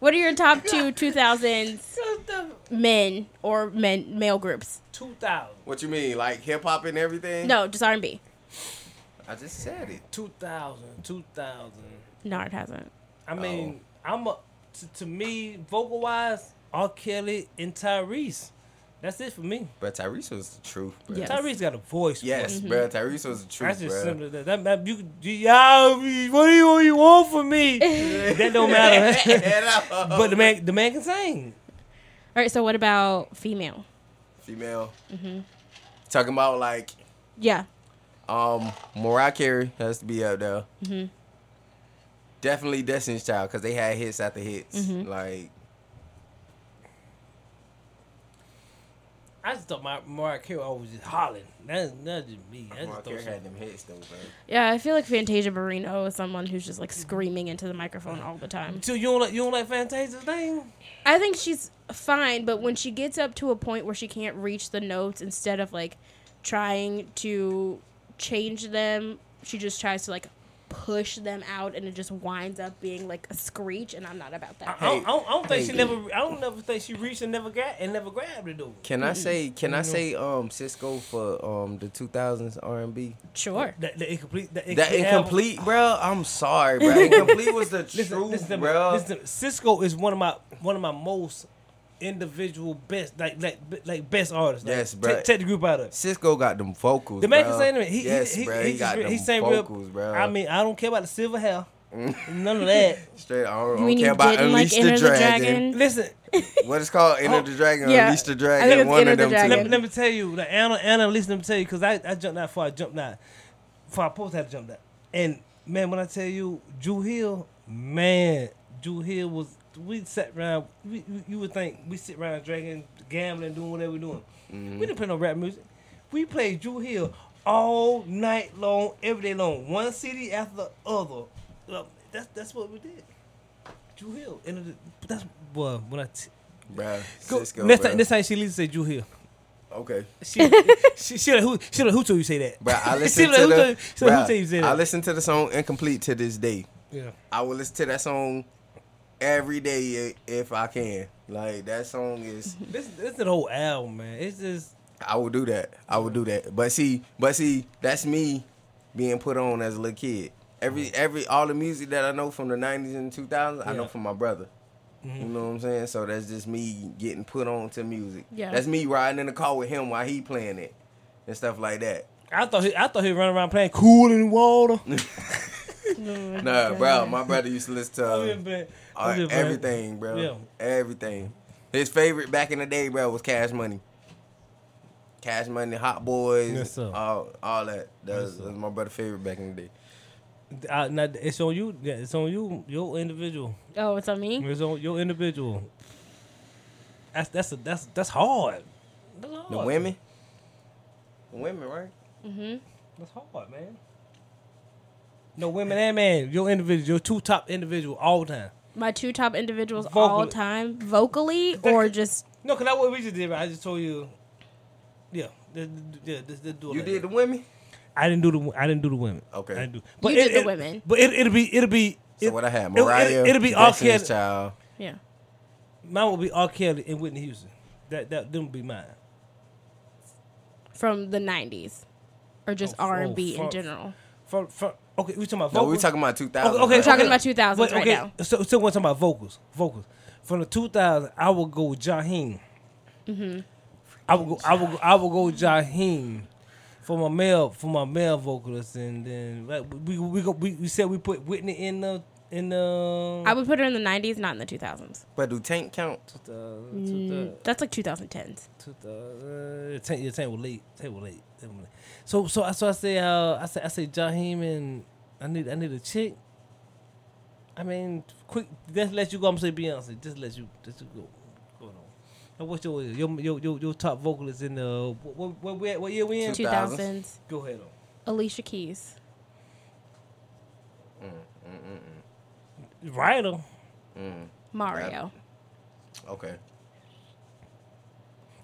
Speaker 1: What are your top two 2000s men or men male groups?
Speaker 3: Two thousand.
Speaker 2: What you mean, like hip hop and everything?
Speaker 1: No, just R and B.
Speaker 2: I just said it.
Speaker 3: 2000, 2000.
Speaker 1: No, it hasn't.
Speaker 2: Oh.
Speaker 3: I mean, I'm a, to, to me, vocal wise, R. Kelly and Tyrese. That's it for me.
Speaker 2: But Tyrese was the truth. Bro.
Speaker 1: Yeah. Mm-hmm. Yes.
Speaker 3: Tyrese got a voice.
Speaker 2: Yes, bro. Tyrese was the truth,
Speaker 3: That's just
Speaker 2: bro.
Speaker 3: simple. as That, that, that you, y'all, what do you, what you want from me? that don't matter. but the man, the man can sing.
Speaker 1: All right. So what about female?
Speaker 2: female.
Speaker 3: Mm-hmm.
Speaker 2: Talking about like
Speaker 1: Yeah.
Speaker 2: um Mariah Carey has to be up there.
Speaker 3: Mm-hmm.
Speaker 2: Definitely Destiny's Child because they had hits after hits.
Speaker 3: Mm-hmm.
Speaker 2: Like
Speaker 3: I just thought my Mariah Carey always just hollering. That's not just me. I
Speaker 2: Mariah
Speaker 3: just thought
Speaker 2: Carey
Speaker 3: she,
Speaker 2: had them hits though, bro.
Speaker 1: Yeah. I feel like Fantasia Barrino is someone who's just like screaming into the microphone all the time.
Speaker 3: so you don't like you don't like Fantasia's name?
Speaker 1: I think she's fine, but when she gets up to a point where she can't reach the notes, instead of like trying to change them, she just tries to like push them out and it just winds up being like a screech and I'm not about
Speaker 3: I,
Speaker 1: that.
Speaker 3: I, don't, I don't- I don't think
Speaker 2: Hey.
Speaker 3: she never. I don't never think she reached and never got and never grabbed it though.
Speaker 2: Can I say? Can
Speaker 3: Mm-hmm.
Speaker 2: I say? Um, Cisco for um the 2000s R&B.
Speaker 1: sure.
Speaker 3: That, that incomplete. That,
Speaker 2: That
Speaker 3: album-
Speaker 2: incomplete, bro. I'm sorry, bro. Incomplete was the
Speaker 3: Listen,
Speaker 2: truth,
Speaker 3: listen, to me,
Speaker 2: bro.
Speaker 3: listen to me. Cisco is one of my one of my most individual best like like like best artists. Like,
Speaker 2: Yes, bruh.
Speaker 3: Take, take the group out of. it.
Speaker 2: Cisco got them vocals.
Speaker 3: The man can
Speaker 2: bruh.
Speaker 3: sing to me. He,
Speaker 2: yes,
Speaker 3: he, he,
Speaker 2: bruh,
Speaker 3: he,
Speaker 2: he, got
Speaker 3: just-
Speaker 2: them
Speaker 3: he sang
Speaker 2: vocals,
Speaker 3: real.
Speaker 2: bro.
Speaker 3: I mean, I don't care about the silver hair. None of that.
Speaker 2: straight. I don't, I
Speaker 1: You
Speaker 2: don't
Speaker 1: mean
Speaker 2: care
Speaker 1: you
Speaker 2: about
Speaker 1: didn't like
Speaker 2: Unleash
Speaker 1: Enter
Speaker 2: the Dragon.
Speaker 3: Listen,
Speaker 2: What it's called? Enter
Speaker 3: Oh,
Speaker 2: the Dragon.
Speaker 1: yeah.
Speaker 2: Unleash the
Speaker 1: I
Speaker 2: Dragon.
Speaker 1: think it's
Speaker 2: One
Speaker 1: Enter
Speaker 2: of
Speaker 1: the
Speaker 2: them. two.
Speaker 1: Dragon.
Speaker 3: let, me- let me tell you, like Anna, Anna, listen, let me tell you, because I, I jumped that far. I jumped that. Before I supposed to have jumped that. And man, when I tell you, Drew Hill, man, Drew Hill was. We sat around. We, we- you would think we sit around drinking, gambling, doing whatever we're doing. We didn't play no rap music. We played Drew Hill all night long, every day long, one CD after the other. Well, that's that's what we did. Drew Hill, and it- that's well, when I t-
Speaker 2: Bruh,
Speaker 3: go,
Speaker 2: Cisco,
Speaker 3: next
Speaker 2: bruh.
Speaker 3: time, next time she leaves, say Drew Hill.
Speaker 2: Okay.
Speaker 3: She, she, she, like, who, she like, who told you say that?
Speaker 2: Bruh, I
Speaker 3: She
Speaker 2: listen
Speaker 3: like,
Speaker 2: to
Speaker 3: who
Speaker 2: the.
Speaker 3: told- she like, who
Speaker 2: bruh,
Speaker 3: told you say
Speaker 2: I
Speaker 3: that?
Speaker 2: listen to the song incomplete to this day.
Speaker 3: Yeah.
Speaker 2: I will listen to that song every day i- if I can. Like that song is.
Speaker 3: This, this is the whole album, man. It's just
Speaker 2: I will do that. I will do that. But see, but see, that's me being put on as a little kid. Every every all the music that I know from the nineties and two thousands, I know
Speaker 3: Yeah.
Speaker 2: from my brother. You know what I'm saying? So that's just me getting put on to music.
Speaker 1: Yeah.
Speaker 2: That's me riding in the car with him while he playing it and stuff like that.
Speaker 3: I thought he, I thought he run around playing cool in the water.
Speaker 1: Oh Mm.
Speaker 2: Nah, bro, my brother used to listen to
Speaker 3: Oh, yeah,
Speaker 2: uh,
Speaker 3: man.
Speaker 2: all
Speaker 3: Oh, yeah, man.
Speaker 2: everything, bro.
Speaker 3: Yeah.
Speaker 2: Everything. His favorite back in the day, bro, was Cash Money. Cash Money, Hot Boys,
Speaker 3: Yes, sir.
Speaker 2: all all that. That was,
Speaker 3: sir.
Speaker 2: that was my brother's favorite back in the day.
Speaker 3: I, now, it's on you. Yeah, it's on you. Your individual.
Speaker 1: Oh, it's on me?
Speaker 3: It's on your individual. That's that's a, that's that's hard. That's hard.
Speaker 2: The women, the women, right?
Speaker 3: That's hard, man. No women and man. Your individual. Your two top individual all the time.
Speaker 1: My two top individuals all
Speaker 3: Vocally.
Speaker 1: time, vocally or just
Speaker 3: No, cause that's what we just did. Right? I just told you. Yeah, th- th- yeah. This, this do it
Speaker 2: You
Speaker 3: like that.
Speaker 2: did the women.
Speaker 3: I didn't do the I didn't do the women.
Speaker 2: Okay.
Speaker 3: I didn't do.
Speaker 1: You did the women.
Speaker 3: But it, it'll be it'll be.
Speaker 2: So
Speaker 3: it-
Speaker 2: what I had,
Speaker 3: it'll-
Speaker 2: Mariah.
Speaker 3: It'll, it'll be R.
Speaker 2: Destiny's
Speaker 3: Kelly.
Speaker 2: Child.
Speaker 1: yeah.
Speaker 3: Mine will be R. Kelly and Whitney Houston. That that them would be mine.
Speaker 1: From the nineties. Or just
Speaker 3: Oh, oh,
Speaker 1: R and B in
Speaker 3: fuck.
Speaker 1: general.
Speaker 3: From from okay, we talking about
Speaker 2: No,
Speaker 3: vocals.
Speaker 2: we talking about two thousand.
Speaker 3: okay, okay,
Speaker 1: We're talking
Speaker 3: okay.
Speaker 1: about 2000s
Speaker 3: But,
Speaker 1: right
Speaker 3: okay,
Speaker 1: now.
Speaker 3: So so we're talking about vocals. Vocals from the two thousand. I would go Jaheim.
Speaker 1: Mm-hmm.
Speaker 3: I would go. I would. Go, I would go Jaheim. For my male, for my male vocalist, and then like, we we go, we, we said we put Whitney in the in the.
Speaker 1: I would put her in the nineties, not in the two thousands. Mm.
Speaker 2: But do Tank count?
Speaker 1: That's like two thousand tens.
Speaker 3: 2000, uh, Tank, yeah, Tank was late. Tank was late. Tank was late. So, so, I- so I say, uh, I say, I say, Jaheim and I need, I need a chick. I mean, quick, just let you go. I'm saying Beyonce, just let you, just you go. Go on. Now, what's your your your your, your top vocalist in the what what, what, what year we in?
Speaker 1: Two
Speaker 2: 2000s.
Speaker 1: thousands.
Speaker 3: Go ahead on.
Speaker 1: Alicia Keys.
Speaker 3: Ryder.
Speaker 1: Mario.
Speaker 2: Okay.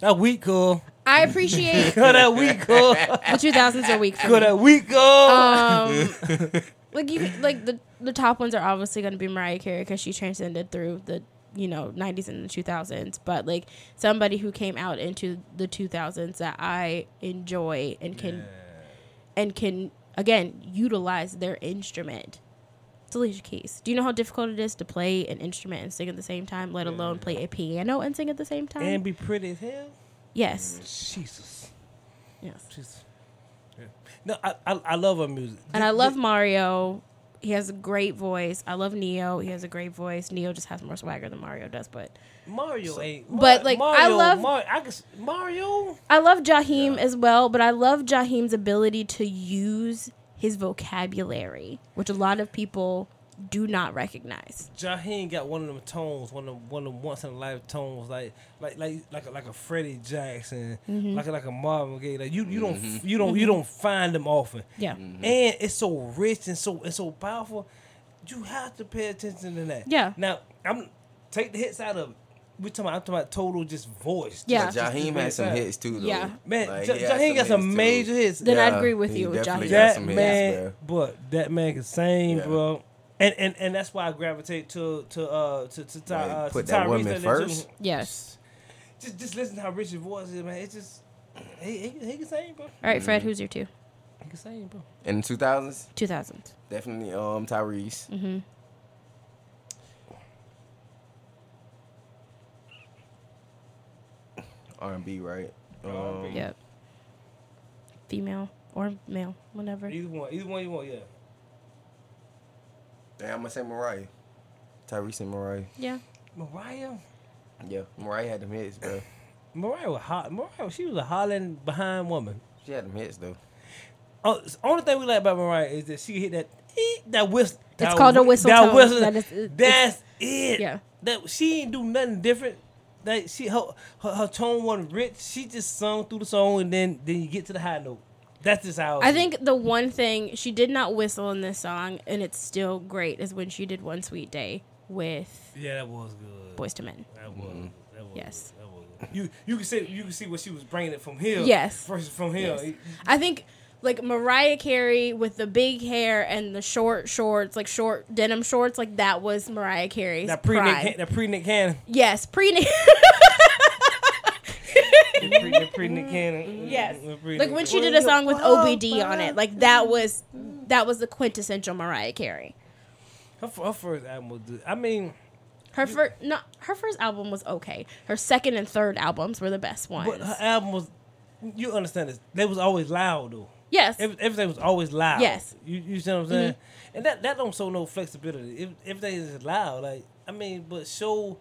Speaker 3: That week, girl.
Speaker 1: I appreciate
Speaker 3: Girl, that week, girl.
Speaker 1: the two thousands are weak for
Speaker 3: Girl,
Speaker 1: me.
Speaker 3: that week, uh. girl.
Speaker 1: Um, like you, like the the top ones are obviously going to be Mariah Carey because she transcended through the you know 90s and the 2000s. But like somebody who came out into the 2000s that I enjoy and can and can again utilize their instrument. It's Alicia Keys. Do you know how difficult it is to play an instrument and sing at the same time, let alone play a piano and sing at the same time?
Speaker 3: and Mm. be pretty as hell.
Speaker 1: yes,
Speaker 3: Jesus.
Speaker 1: yes.
Speaker 3: She's yeah. no, I, I I love her music,
Speaker 1: And I love Mario. He has a great voice. I love Neo. He has a great voice. Neo just has more swagger than Mario does, but
Speaker 3: Mario. Ain't, Mar-
Speaker 1: But, like, I
Speaker 3: Mario,
Speaker 1: love-
Speaker 3: Mario. I guess, Mario.
Speaker 1: I love Jaheim as well. But I love Jaheim's ability to use his vocabulary, which a lot of people do not recognize.
Speaker 3: Jaheen got one of them tones, one of them, one of them once in a life tones, like like like like a, like a Freddie Jackson,
Speaker 1: Mm-hmm.
Speaker 3: like a, like a Marvin Gaye. Like you you don't f you don't you don't find them often.
Speaker 1: Yeah.
Speaker 3: and it's so rich and so and so powerful. You have to pay attention to that.
Speaker 1: Yeah.
Speaker 3: Now I'm take the hits out of it. we talking about, I'm talking about total just voice.
Speaker 1: Yeah.
Speaker 2: But Jaheim had some hits too, though.
Speaker 1: Yeah.
Speaker 3: Man,
Speaker 2: Like,
Speaker 3: Ja-
Speaker 2: he had
Speaker 3: Jaheim got some
Speaker 2: hits, too.
Speaker 3: major hits.
Speaker 1: Then I
Speaker 2: Yeah,
Speaker 1: agree with
Speaker 2: he
Speaker 1: you with
Speaker 2: definitely
Speaker 1: Jaheim.
Speaker 2: got
Speaker 3: that
Speaker 2: some hits,
Speaker 3: man,
Speaker 2: bro.
Speaker 3: but that man can sing,
Speaker 2: Yeah.
Speaker 3: bro. And, and and that's why I gravitate to to uh to to, Ty,
Speaker 2: Like,
Speaker 3: uh,
Speaker 2: put
Speaker 3: to
Speaker 2: that
Speaker 3: Tyrese
Speaker 2: woman
Speaker 3: and- and
Speaker 2: first.
Speaker 3: Ju-
Speaker 1: Yes.
Speaker 3: Just just listen to how rich his voice is, man. It's just he, he, he can sing, bro.
Speaker 1: All right, Fred, who's your two?
Speaker 3: He can sing, bro.
Speaker 2: In the 2000s,
Speaker 1: 2000s.
Speaker 2: definitely um Tyrese.
Speaker 1: Mm-hmm.
Speaker 2: R&B, right?
Speaker 3: R&B.
Speaker 2: Um,
Speaker 1: Yep. Female or male, whatever.
Speaker 3: Either one, either one you want, yeah.
Speaker 2: Yeah, I'm gonna say Mariah. Tyrese and Mariah.
Speaker 1: Yeah.
Speaker 3: Mariah,
Speaker 2: Yeah, Mariah had them hits, bro.
Speaker 3: Mariah was hot. Mariah, she was a hollering behind woman.
Speaker 2: She had them hits though.
Speaker 3: Oh, s- only thing we like about Mariah is that she hit that ee, that whistle. that
Speaker 1: called a
Speaker 3: whi-
Speaker 1: whistle
Speaker 3: That
Speaker 1: tone.
Speaker 3: whistle.
Speaker 1: That is- it-
Speaker 3: that's it.
Speaker 1: Yeah.
Speaker 3: That she ain't do nothing different. That she her, her her tone wasn't rich. She just sung through the song and then then you get to the high note. That's just how.
Speaker 1: I think the one thing she did not whistle in this song, and it's still great, is when she did One Sweet Day with
Speaker 3: Yeah, that was good.
Speaker 1: Boys to Men.
Speaker 3: That was. That was
Speaker 1: Yes.
Speaker 3: Good. That was good. You you can see you can see what she was bringing it from here.
Speaker 1: Yes.
Speaker 3: Versus from here.
Speaker 1: Yes. I think like Mariah Carey with the big hair and the short shorts, like short denim shorts, like that was Mariah Carey's
Speaker 3: That pre
Speaker 1: prime.
Speaker 3: Nick that pre Nick Cannon.
Speaker 1: yes, pre
Speaker 3: That pre- that pre Nick Cannon.
Speaker 1: Mm-hmm.
Speaker 3: Mm-hmm.
Speaker 1: Yes.
Speaker 3: That pre-
Speaker 1: Like
Speaker 3: Nick-
Speaker 1: when she did
Speaker 3: Well,
Speaker 1: a song with OBD on it, like that was that was the quintessential Mariah Carey.
Speaker 3: Her, fir- her first album was good. I mean,
Speaker 1: Her first no, her first album was okay. Her second and third albums were the best ones.
Speaker 3: but uh, her album was. You understand this? They was always loud though.
Speaker 1: yes,
Speaker 3: Every, everything was always loud.
Speaker 1: Yes. Mm-hmm.
Speaker 3: You you see what I'm saying? And that that don't show no flexibility. If everything is loud, like I mean, but show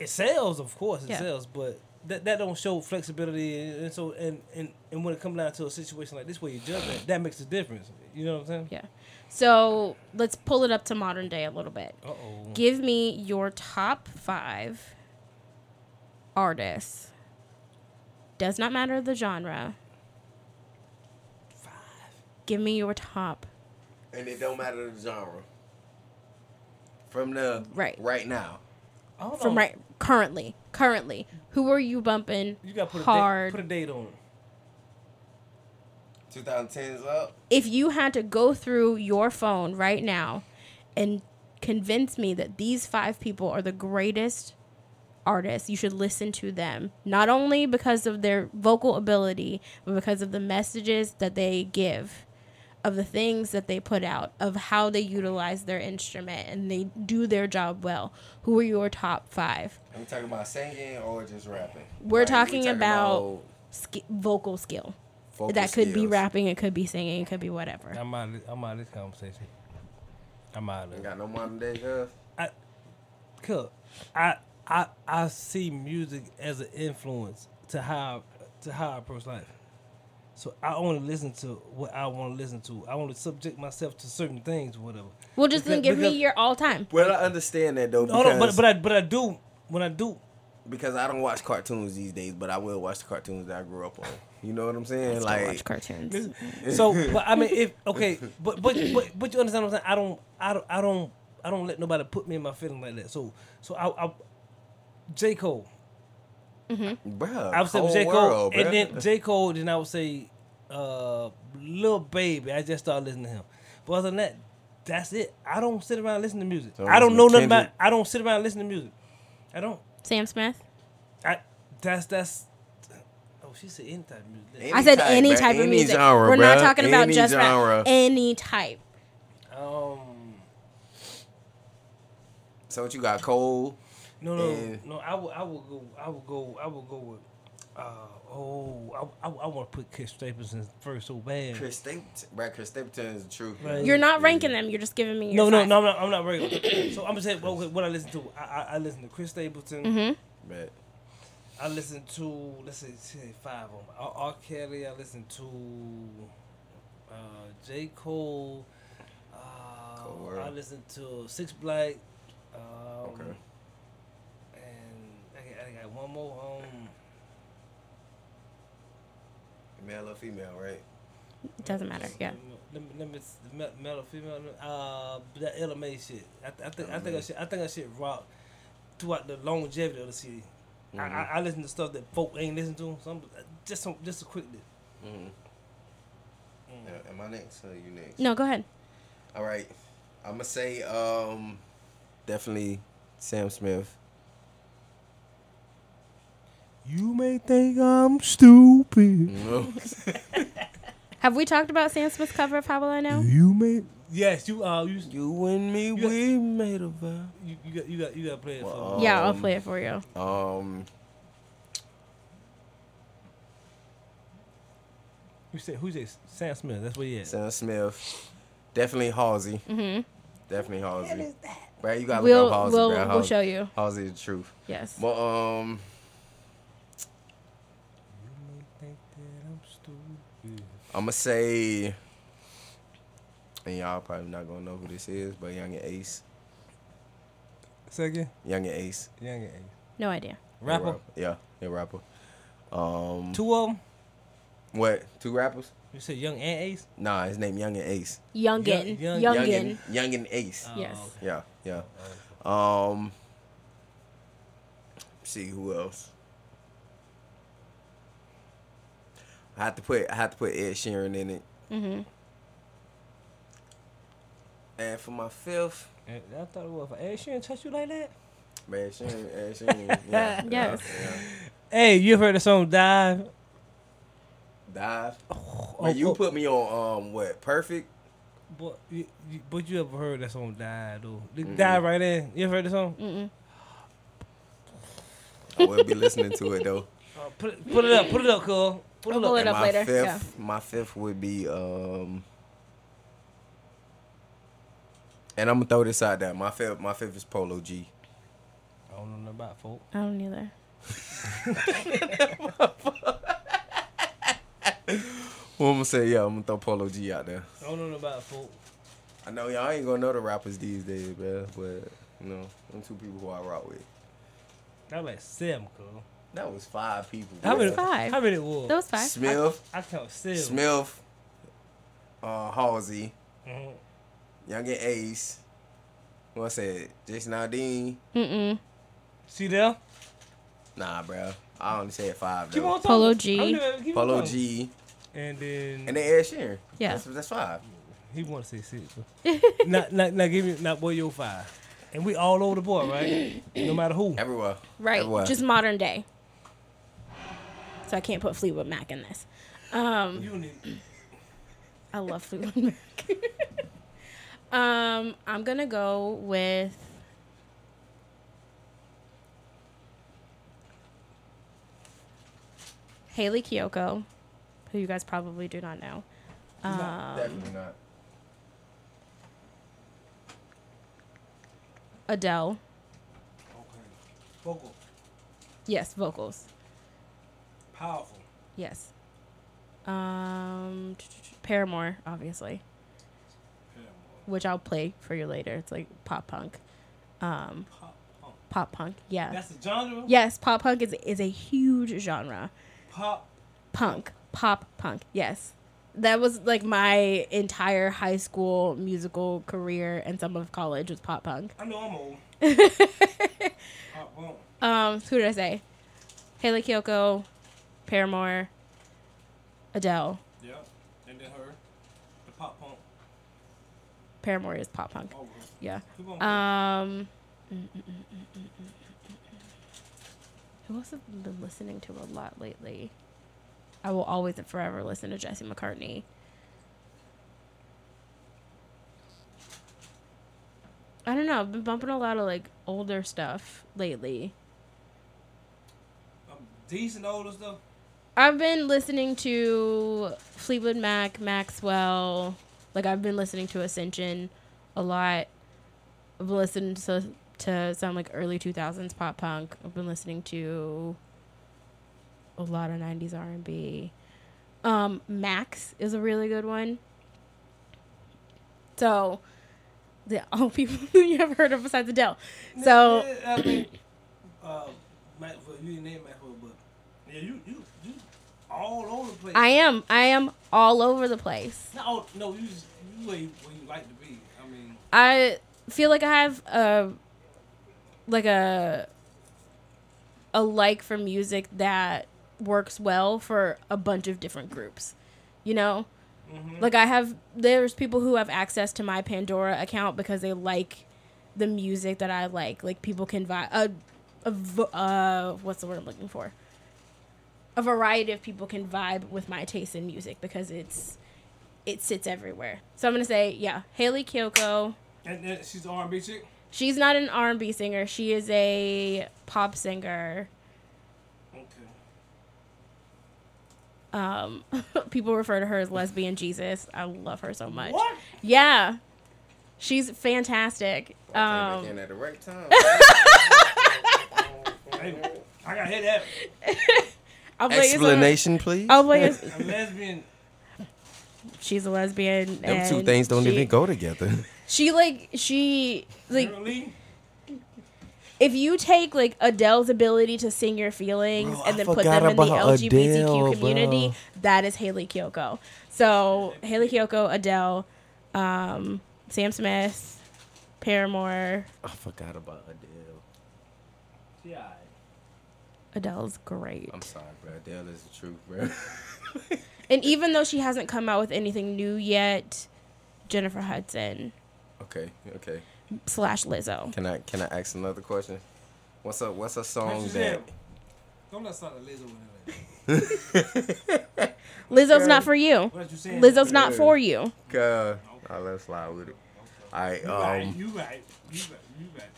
Speaker 3: it sells, of course, it
Speaker 1: Yeah.
Speaker 3: sells, but that, that don't show flexibility and, and so and, and and when it comes down to a situation like this where you judge that, that makes a difference. You know what I'm saying?
Speaker 1: yeah. So let's pull it up to modern day a little bit.
Speaker 3: Uh oh.
Speaker 1: Mm. Give me your top five artists. Does not matter the genre.
Speaker 3: Five.
Speaker 1: Give me your top.
Speaker 2: And it don't matter the genre. From the
Speaker 1: Right.
Speaker 2: right now.
Speaker 3: Hold
Speaker 1: From
Speaker 3: on.
Speaker 1: right currently, currently, who are you bumping
Speaker 3: You gotta put
Speaker 1: hard?
Speaker 3: a date put a date on it.
Speaker 2: 2010s up.
Speaker 1: if you had to go through your phone right now and convince me that these five people are the greatest artists, you should listen to them. Not only because of their vocal ability, but because of the messages that they give, of the things that they put out, of how they utilize their instrument and they do their job well. Who are your top five?
Speaker 2: Are we talking about singing or just rapping?
Speaker 1: We're
Speaker 2: Like,
Speaker 1: talking about-
Speaker 2: about
Speaker 1: Sk- vocal skill.
Speaker 2: vocal
Speaker 1: that could be
Speaker 2: skills.
Speaker 1: rapping, it could be singing, it could be whatever.
Speaker 3: I'm out. Of, I'm out of this conversation. I'm out of
Speaker 2: Ain't
Speaker 3: it.
Speaker 2: got no modern day girls.
Speaker 3: I, cook. I I I see music as an influence to how to how I approach life. So I only listen to what I want to listen to. I want to subject myself to certain things, whatever.
Speaker 1: Well, just then
Speaker 3: Because-
Speaker 1: give me
Speaker 3: because-
Speaker 1: your all time.
Speaker 2: Well, I understand that though because,
Speaker 3: Hold on, but but I but I do when I do.
Speaker 2: because I don't watch cartoons these days, but I will watch the cartoons that I grew up on. You know what I'm saying?
Speaker 1: Still
Speaker 2: like
Speaker 1: watch cartoons.
Speaker 3: So but I mean if okay, but but but, but you understand what I'm saying? I don't I don't I don't I don't let nobody put me in my feeling like that. So so I, I J Cole.
Speaker 2: bruh,
Speaker 3: I would say
Speaker 2: whole
Speaker 3: J. Cole,
Speaker 2: world,
Speaker 3: and
Speaker 2: bruh.
Speaker 3: then J. Cole, then I would say uh, Lil Baby. I just started listening to him. But other than that, that's it. I don't sit around and listen to music.
Speaker 2: Don't
Speaker 3: I don't
Speaker 2: listen
Speaker 3: know
Speaker 2: to
Speaker 3: nothing about.
Speaker 2: Kendrick.
Speaker 3: I don't sit around and listen to music. I don't.
Speaker 1: Sam Smith.
Speaker 3: I that's that's. Oh, she said any type of music.
Speaker 2: Any
Speaker 1: I said
Speaker 2: type,
Speaker 1: any
Speaker 2: bruh.
Speaker 1: type of
Speaker 2: Any
Speaker 1: music.
Speaker 2: genre,
Speaker 1: We're not
Speaker 2: bruh.
Speaker 1: talking about
Speaker 2: Any
Speaker 1: just
Speaker 2: genre.
Speaker 1: rap. Any type.
Speaker 3: Um,
Speaker 2: So what you got? Cole.
Speaker 3: no, no,
Speaker 2: Yeah.
Speaker 3: no. I will. I will go. I will go. I will go with. Uh, oh, I, I, I want to put Chris Stapleton first so bad.
Speaker 2: Chris Stapleton, bruh, Chris Stapleton is the truth.
Speaker 3: Right.
Speaker 1: You're not ranking them. You're just giving me your
Speaker 3: No, no,
Speaker 1: five.
Speaker 3: no, I'm not. I'm not regular. so I'm gonna say what, what I listen to. I, I, I listen to Chris Stapleton.
Speaker 1: Mm-hmm.
Speaker 2: But
Speaker 3: I listen to let's say, say five of them. R. R. Kelly. I listen to uh, J. Cole. Uh,
Speaker 2: Cold World.
Speaker 3: I listen to Six Black. Um,
Speaker 2: Okay.
Speaker 3: And I, got- I got one more. Um,
Speaker 2: male or female, right?
Speaker 1: It doesn't matter. Yeah.
Speaker 3: Let me, let me, let me male or female. Uh, that LMA shit. I, th- I think I think I
Speaker 2: LMA.
Speaker 3: should I think I should rock throughout the longevity of the city. I, I, I listen to stuff that folk ain't listen to. So I'm, just some, just a quick. Mm-hmm.
Speaker 2: Uh, Mm. Am I next or you next?
Speaker 1: No, go ahead.
Speaker 2: All right. I'm gonna say um definitely Sam Smith.
Speaker 3: You may think I'm stupid.
Speaker 2: No.
Speaker 1: Have we talked about Sam Smith's cover of How Will I Know?
Speaker 3: You may. Yes, you. Uh, you.
Speaker 2: you and me, we made a vow.
Speaker 3: You, you got. You got. You got to play it
Speaker 2: Well,
Speaker 3: for me.
Speaker 1: yeah, I'll
Speaker 2: um,
Speaker 1: play it for you.
Speaker 2: Um,
Speaker 3: You said who's this? Sam Smith. That's where he is.
Speaker 2: Sam Smith, definitely Halsey,
Speaker 1: Mm-hmm.
Speaker 2: definitely Halsey. Bro, you gotta
Speaker 1: We'll
Speaker 2: look up Halsey,
Speaker 1: we'll
Speaker 2: bro.
Speaker 1: we'll
Speaker 2: Halsey,
Speaker 1: show you.
Speaker 2: Halsey is the truth.
Speaker 1: Yes.
Speaker 2: But um,
Speaker 3: You may think that I'm stupid.
Speaker 2: I'm gonna say, and y'all probably not gonna know who this is, but Young and Ace,
Speaker 3: Second,
Speaker 2: Young and Ace,
Speaker 3: Young and
Speaker 1: No idea.
Speaker 2: He
Speaker 3: rapper.
Speaker 2: rap- yeah, yeah, rapper. Um,
Speaker 3: Two of them.
Speaker 2: what? Two rappers?
Speaker 3: You said Young and Ace.
Speaker 2: Nah, his name Young and Ace.
Speaker 1: Youngin.
Speaker 3: young-
Speaker 1: Youngin.
Speaker 2: Young and Ace.
Speaker 3: Oh,
Speaker 1: Yes.
Speaker 3: okay.
Speaker 2: Yeah, yeah. Um, see who else. I have to put I have to put Ed Sheeran in it.
Speaker 1: Mm-hmm.
Speaker 2: And for my fifth,
Speaker 3: Eh, I thought it was. Hey, she didn't touch you like that.
Speaker 2: man, Sheeran, Ed Sheeran, yeah,
Speaker 1: Yes.
Speaker 2: yeah, yeah.
Speaker 3: Hey, you ever heard the song "Dive"?
Speaker 2: Dive.
Speaker 3: Oh,
Speaker 2: Man, you
Speaker 3: oh,
Speaker 2: put me on um what? Perfect.
Speaker 3: But you, you, but you ever heard that song "Die" though? The
Speaker 2: Mm-mm.
Speaker 3: "Die" right there. You ever heard the song?
Speaker 1: Mm-mm.
Speaker 2: I will be listening to it though.
Speaker 3: Uh, put it- put it up, put it up, cool. Put it
Speaker 1: I'll pull
Speaker 3: up.
Speaker 1: it
Speaker 2: And
Speaker 1: up
Speaker 2: my
Speaker 1: later,
Speaker 2: fifth,
Speaker 1: yeah.
Speaker 2: my fifth would be um. And I'm gonna throw this out there. My fifth, my fifth is Polo G.
Speaker 3: I don't know nothing about folk.
Speaker 1: I don't either.
Speaker 2: Well, I'm gonna say yeah. I'm gonna throw Polo G out there.
Speaker 3: I don't know nothing about folk.
Speaker 2: I know y'all ain't gonna know the rappers these days, bro. But you know, them two people who I rock with.
Speaker 3: That was like seven, cool.
Speaker 2: That was five people.
Speaker 3: How many?
Speaker 2: bruh.
Speaker 1: Five.
Speaker 3: How many was?
Speaker 1: That was five.
Speaker 2: Smith,
Speaker 3: I count seven.
Speaker 2: Smith, uh, Halsey,
Speaker 3: Mhm.
Speaker 2: Young and Ace. Who I said? Jason Aldean.
Speaker 1: Mm-mm.
Speaker 3: See there?
Speaker 2: Nah, bro. I only said five
Speaker 3: Keep
Speaker 2: though.
Speaker 3: on talking.
Speaker 1: Polo
Speaker 3: I'm
Speaker 1: G.
Speaker 3: gonna- keep on
Speaker 2: Polo
Speaker 3: talking.
Speaker 2: G
Speaker 3: And then
Speaker 2: and then Ed Sheeran.
Speaker 1: Yeah.
Speaker 2: that's, that's five.
Speaker 3: he want to say six. though. now, now, now give me now boy your five. And we all over the board, right? no matter who.
Speaker 2: Everywhere.
Speaker 1: Right.
Speaker 2: Everywhere.
Speaker 1: Just modern day. So I can't put Fleetwood Mac in this. Um,
Speaker 3: You need.
Speaker 1: I love Fleetwood Mac. um, I'm gonna go with. Haley Kiyoko, who you guys probably do not know. Um,
Speaker 2: Definitely not.
Speaker 1: Adele,
Speaker 3: Okay. Vocal,
Speaker 1: yes, vocals,
Speaker 3: powerful.
Speaker 1: yes. Um, Paramore, obviously. which I'll play for you later. It's like pop punk. Um,
Speaker 3: Pop, punk.
Speaker 1: pop punk, yeah.
Speaker 3: That's the genre.
Speaker 1: yes, pop punk is is a huge genre.
Speaker 3: Pop.
Speaker 1: Punk, pop punk, yes. That was like my entire high school musical career and some of college was pop punk.
Speaker 3: I know I'm old. Pop punk.
Speaker 1: Um, who did I say? Haley Kyoko, Paramore, Adele.
Speaker 3: Yeah. And then her. The pop punk.
Speaker 1: Paramore is pop punk.
Speaker 3: Oh,
Speaker 1: Yeah.
Speaker 3: Keep
Speaker 1: Um,
Speaker 3: on.
Speaker 1: mm, who else have I been listening to a lot lately? I will always and forever listen to Jesse McCartney. I don't know. I've been bumping a lot of like older stuff lately.
Speaker 3: I'm decent older stuff.
Speaker 1: I've been listening to Fleetwood Mac, Maxwell. Like I've been listening to Ascension a lot. I've listened to to some like early two thousands pop punk. I've been listening to a lot of nineties R and B. Um, Max is a really good one. So the all people you have heard of besides Adele. So
Speaker 3: Yeah, I mean, uh, Maxwell, you didn't name Maxwell, but yeah, you you you all over the place.
Speaker 1: I am I am all over the place.
Speaker 3: not all, no, you just you where you, where you like to be. I mean,
Speaker 1: I feel like I have a like a a like for music that works well for a bunch of different groups. You know? Like I have there's people who have access to my Pandora account because they like the music that I like. Like people can vibe a, a vo- uh what's the word I'm looking for? A variety of people can vibe with my taste in music because it's it sits everywhere. So I'm gonna say yeah, Haley Kyoko.
Speaker 3: And then she's the R&B chick.
Speaker 1: She's not an R&B singer. She is a pop singer.
Speaker 3: Okay.
Speaker 1: Um, people refer to her as lesbian Jesus. I love her so much. Yeah, she's fantastic.
Speaker 2: I
Speaker 1: Um,
Speaker 2: came back in at the right time.
Speaker 3: Hey, I gotta hear that.
Speaker 1: I'll play you some-
Speaker 2: Explanation, please.
Speaker 1: I'll play you-
Speaker 3: A lesbian.
Speaker 1: she's a lesbian.
Speaker 2: Them two
Speaker 1: and
Speaker 2: things don't
Speaker 1: she-
Speaker 2: even go together.
Speaker 1: She like she like
Speaker 3: Currently,
Speaker 1: if you take like Adele's ability to sing your feelings
Speaker 2: Bro,
Speaker 1: and
Speaker 2: I
Speaker 1: then put
Speaker 2: forgot
Speaker 1: them in the
Speaker 2: about
Speaker 1: LGBTQ
Speaker 2: Adele,
Speaker 1: community,
Speaker 2: bro.
Speaker 1: that is Haley Kyoko. So Haley Kyoko, Adele, um, Sam Smith, Paramore.
Speaker 2: I forgot about Adele.
Speaker 3: she alright.
Speaker 1: Adele's great.
Speaker 2: I'm sorry, bro. Adele is the truth, bro.
Speaker 1: And even though she hasn't come out with anything new yet, Jennifer Hudson
Speaker 2: okay, okay.
Speaker 1: slash Lizzo.
Speaker 2: Can I can I ask another question? What's a what's a
Speaker 3: Hey,
Speaker 2: song that?
Speaker 3: Giselle, Don't let start a Lizzo with it.
Speaker 1: Lizzo's not for you.
Speaker 3: What you saying?
Speaker 1: Lizzo's not for you.
Speaker 2: Uh, I let's slide with it. All right.
Speaker 3: You right.
Speaker 2: Um,
Speaker 3: You right. You right.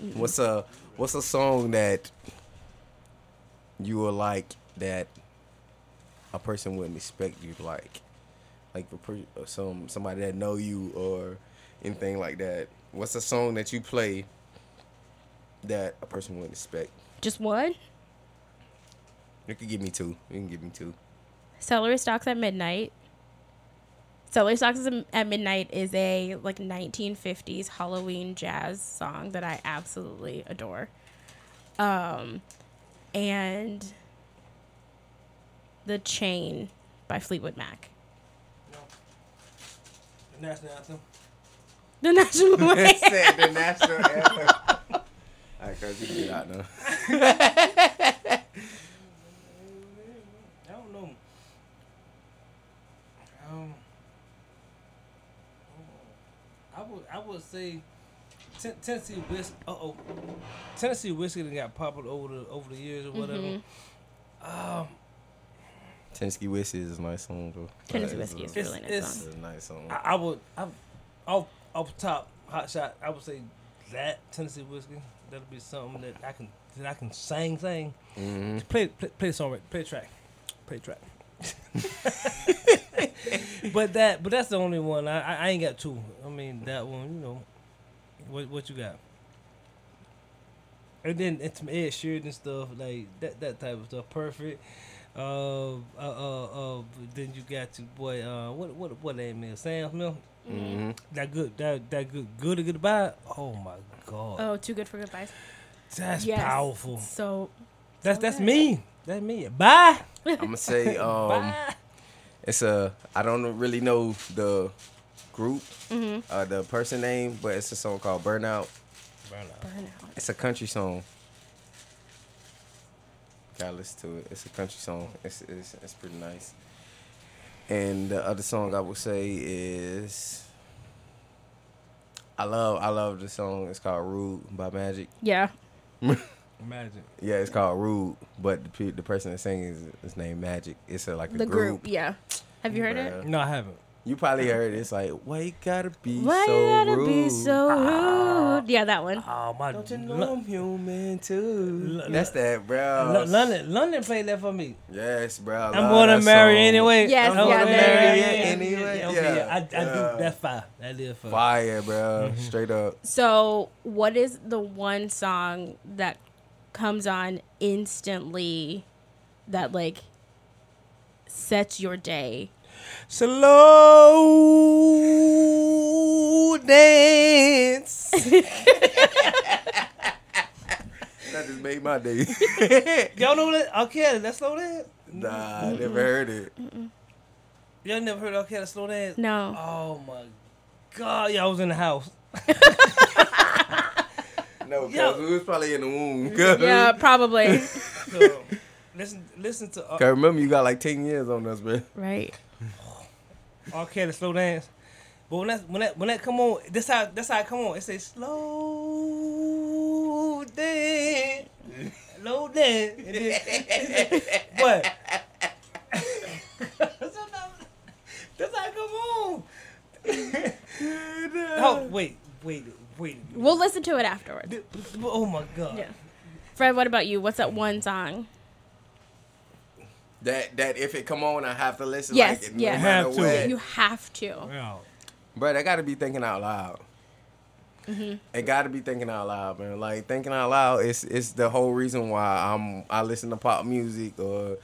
Speaker 3: You right.
Speaker 2: what's a what's a song that you will like that a person wouldn't expect you to like, like a per- or some somebody that know you or anything like that. What's a song that you play that a person wouldn't expect?
Speaker 1: Just one?
Speaker 2: You can give me two. You can give me two.
Speaker 1: Celery Stalks at Midnight. Celery Stalks is- at Midnight is a like 1950s Halloween jazz song that I absolutely adore. Um, and The Chain by Fleetwood Mac. Mm.
Speaker 3: No. The national anthem.
Speaker 1: The National Anthem.
Speaker 2: said the national anthem. All right, cause you can get out now.
Speaker 3: I don't know. Um, I would I would say Ten- Tennessee whiskey. Uh oh, Tennessee whiskey done got popular over the over the years or whatever.
Speaker 1: Mhm.
Speaker 3: Um,
Speaker 2: Tennessee Whiskey is a nice song though.
Speaker 1: Tennessee
Speaker 2: That
Speaker 1: Whiskey is
Speaker 2: a,
Speaker 1: a really nice
Speaker 3: it's-
Speaker 1: song.
Speaker 2: is a nice song.
Speaker 3: I, I would I off off top hot shot. I would say that Tennessee whiskey. That'll be something that I can that I can sing sing.
Speaker 2: Mm-hmm.
Speaker 3: Play play play a song right. Play a track. Play a track. but that but that's the only one. I, I I ain't got two. I mean that one. You know, what what you got? And then it's Ed Sheeran and stuff like that that type of stuff. Perfect. Uh, uh, uh, uh, then you got your boy. Uh, what what what name is Sam Mill?
Speaker 2: Mm-hmm.
Speaker 3: That good that that good good or goodbye. Oh my god,
Speaker 1: Oh, too good for goodbyes.
Speaker 3: that's
Speaker 1: yes.
Speaker 3: powerful.
Speaker 1: So
Speaker 3: That's that's
Speaker 1: good.
Speaker 3: me. That's me. Bye.
Speaker 2: I'm gonna say um,
Speaker 3: Bye.
Speaker 2: it's a. I don't really know the group, uh, the person name, but it's a song called Burnout.
Speaker 1: burnout.
Speaker 2: It's a country song. Gotta listen to it. It's a country song. It's it's, it's pretty nice. And the other song I would say is I love I love the song. It's called Rude by Magic.
Speaker 1: Yeah.
Speaker 3: Imagine.
Speaker 2: Yeah, it's called Rude, but the, pe- the person that's singing is, is named Magic. It's a, like a
Speaker 1: The
Speaker 2: group.
Speaker 1: group. Yeah. Have you heard it?
Speaker 2: Bruh.
Speaker 3: No, I haven't.
Speaker 2: You probably heard it. It's like why you gotta be
Speaker 1: Why
Speaker 2: so
Speaker 1: you gotta
Speaker 2: rude?
Speaker 1: be so rude? Yeah, that one.
Speaker 3: Oh my!
Speaker 2: Don't you know
Speaker 3: Lon-
Speaker 2: I'm human too?
Speaker 3: Lo-
Speaker 2: That's that, bro.
Speaker 3: Lon- London, London played that for me.
Speaker 2: Yes, bro. I
Speaker 3: I'm
Speaker 2: love
Speaker 3: gonna
Speaker 2: that
Speaker 3: marry
Speaker 2: song.
Speaker 3: anyway.
Speaker 1: Yes,
Speaker 3: I'm
Speaker 1: yeah,
Speaker 3: gonna
Speaker 1: that-
Speaker 3: marry
Speaker 1: yeah,
Speaker 2: anyway.
Speaker 3: Yeah, okay,
Speaker 2: Yeah,
Speaker 3: yeah. I, I
Speaker 2: yeah.
Speaker 3: do. That's fire. That is fire.
Speaker 2: Fire, bro.
Speaker 1: Mm-hmm.
Speaker 2: Straight up.
Speaker 1: So, what is the one song that comes on instantly that like sets your day?
Speaker 2: Slow dance. that just made my day.
Speaker 3: Y'all know that? Okay, that's slow dance.
Speaker 2: nah,
Speaker 1: Mm-hmm.
Speaker 2: I never heard it.
Speaker 3: Y'all never heard okay, that's slow dance.
Speaker 1: No.
Speaker 3: Oh my god, y'all was in the house.
Speaker 2: No, because
Speaker 3: Yo.
Speaker 2: we was probably in the womb.
Speaker 1: yeah, probably.
Speaker 3: So, listen, listen to
Speaker 2: Cause
Speaker 3: uh,
Speaker 2: remember you got like ten years on us, bro.
Speaker 1: Right.
Speaker 3: R. Kelly slow dance. But when that when that when that come on, that's how that's how it come on. It says slow dance, slow dance. And then- But that's how that's how it come on. oh wait, wait, wait.
Speaker 1: We'll listen to it afterwards.
Speaker 3: Oh my god.
Speaker 1: Yeah. Fred, what about you? What's that one song?
Speaker 2: That that if it come on, I have to listen.
Speaker 1: Yes,
Speaker 2: like,
Speaker 1: yes.
Speaker 2: No matter
Speaker 3: Have to.
Speaker 2: what.
Speaker 1: You have to.
Speaker 3: Wow.
Speaker 2: Bro, I gotta be thinking out loud.
Speaker 1: Mm-hmm.
Speaker 2: It gotta be thinking out loud, man. Like thinking out loud is is the whole reason why I'm I listen to pop music or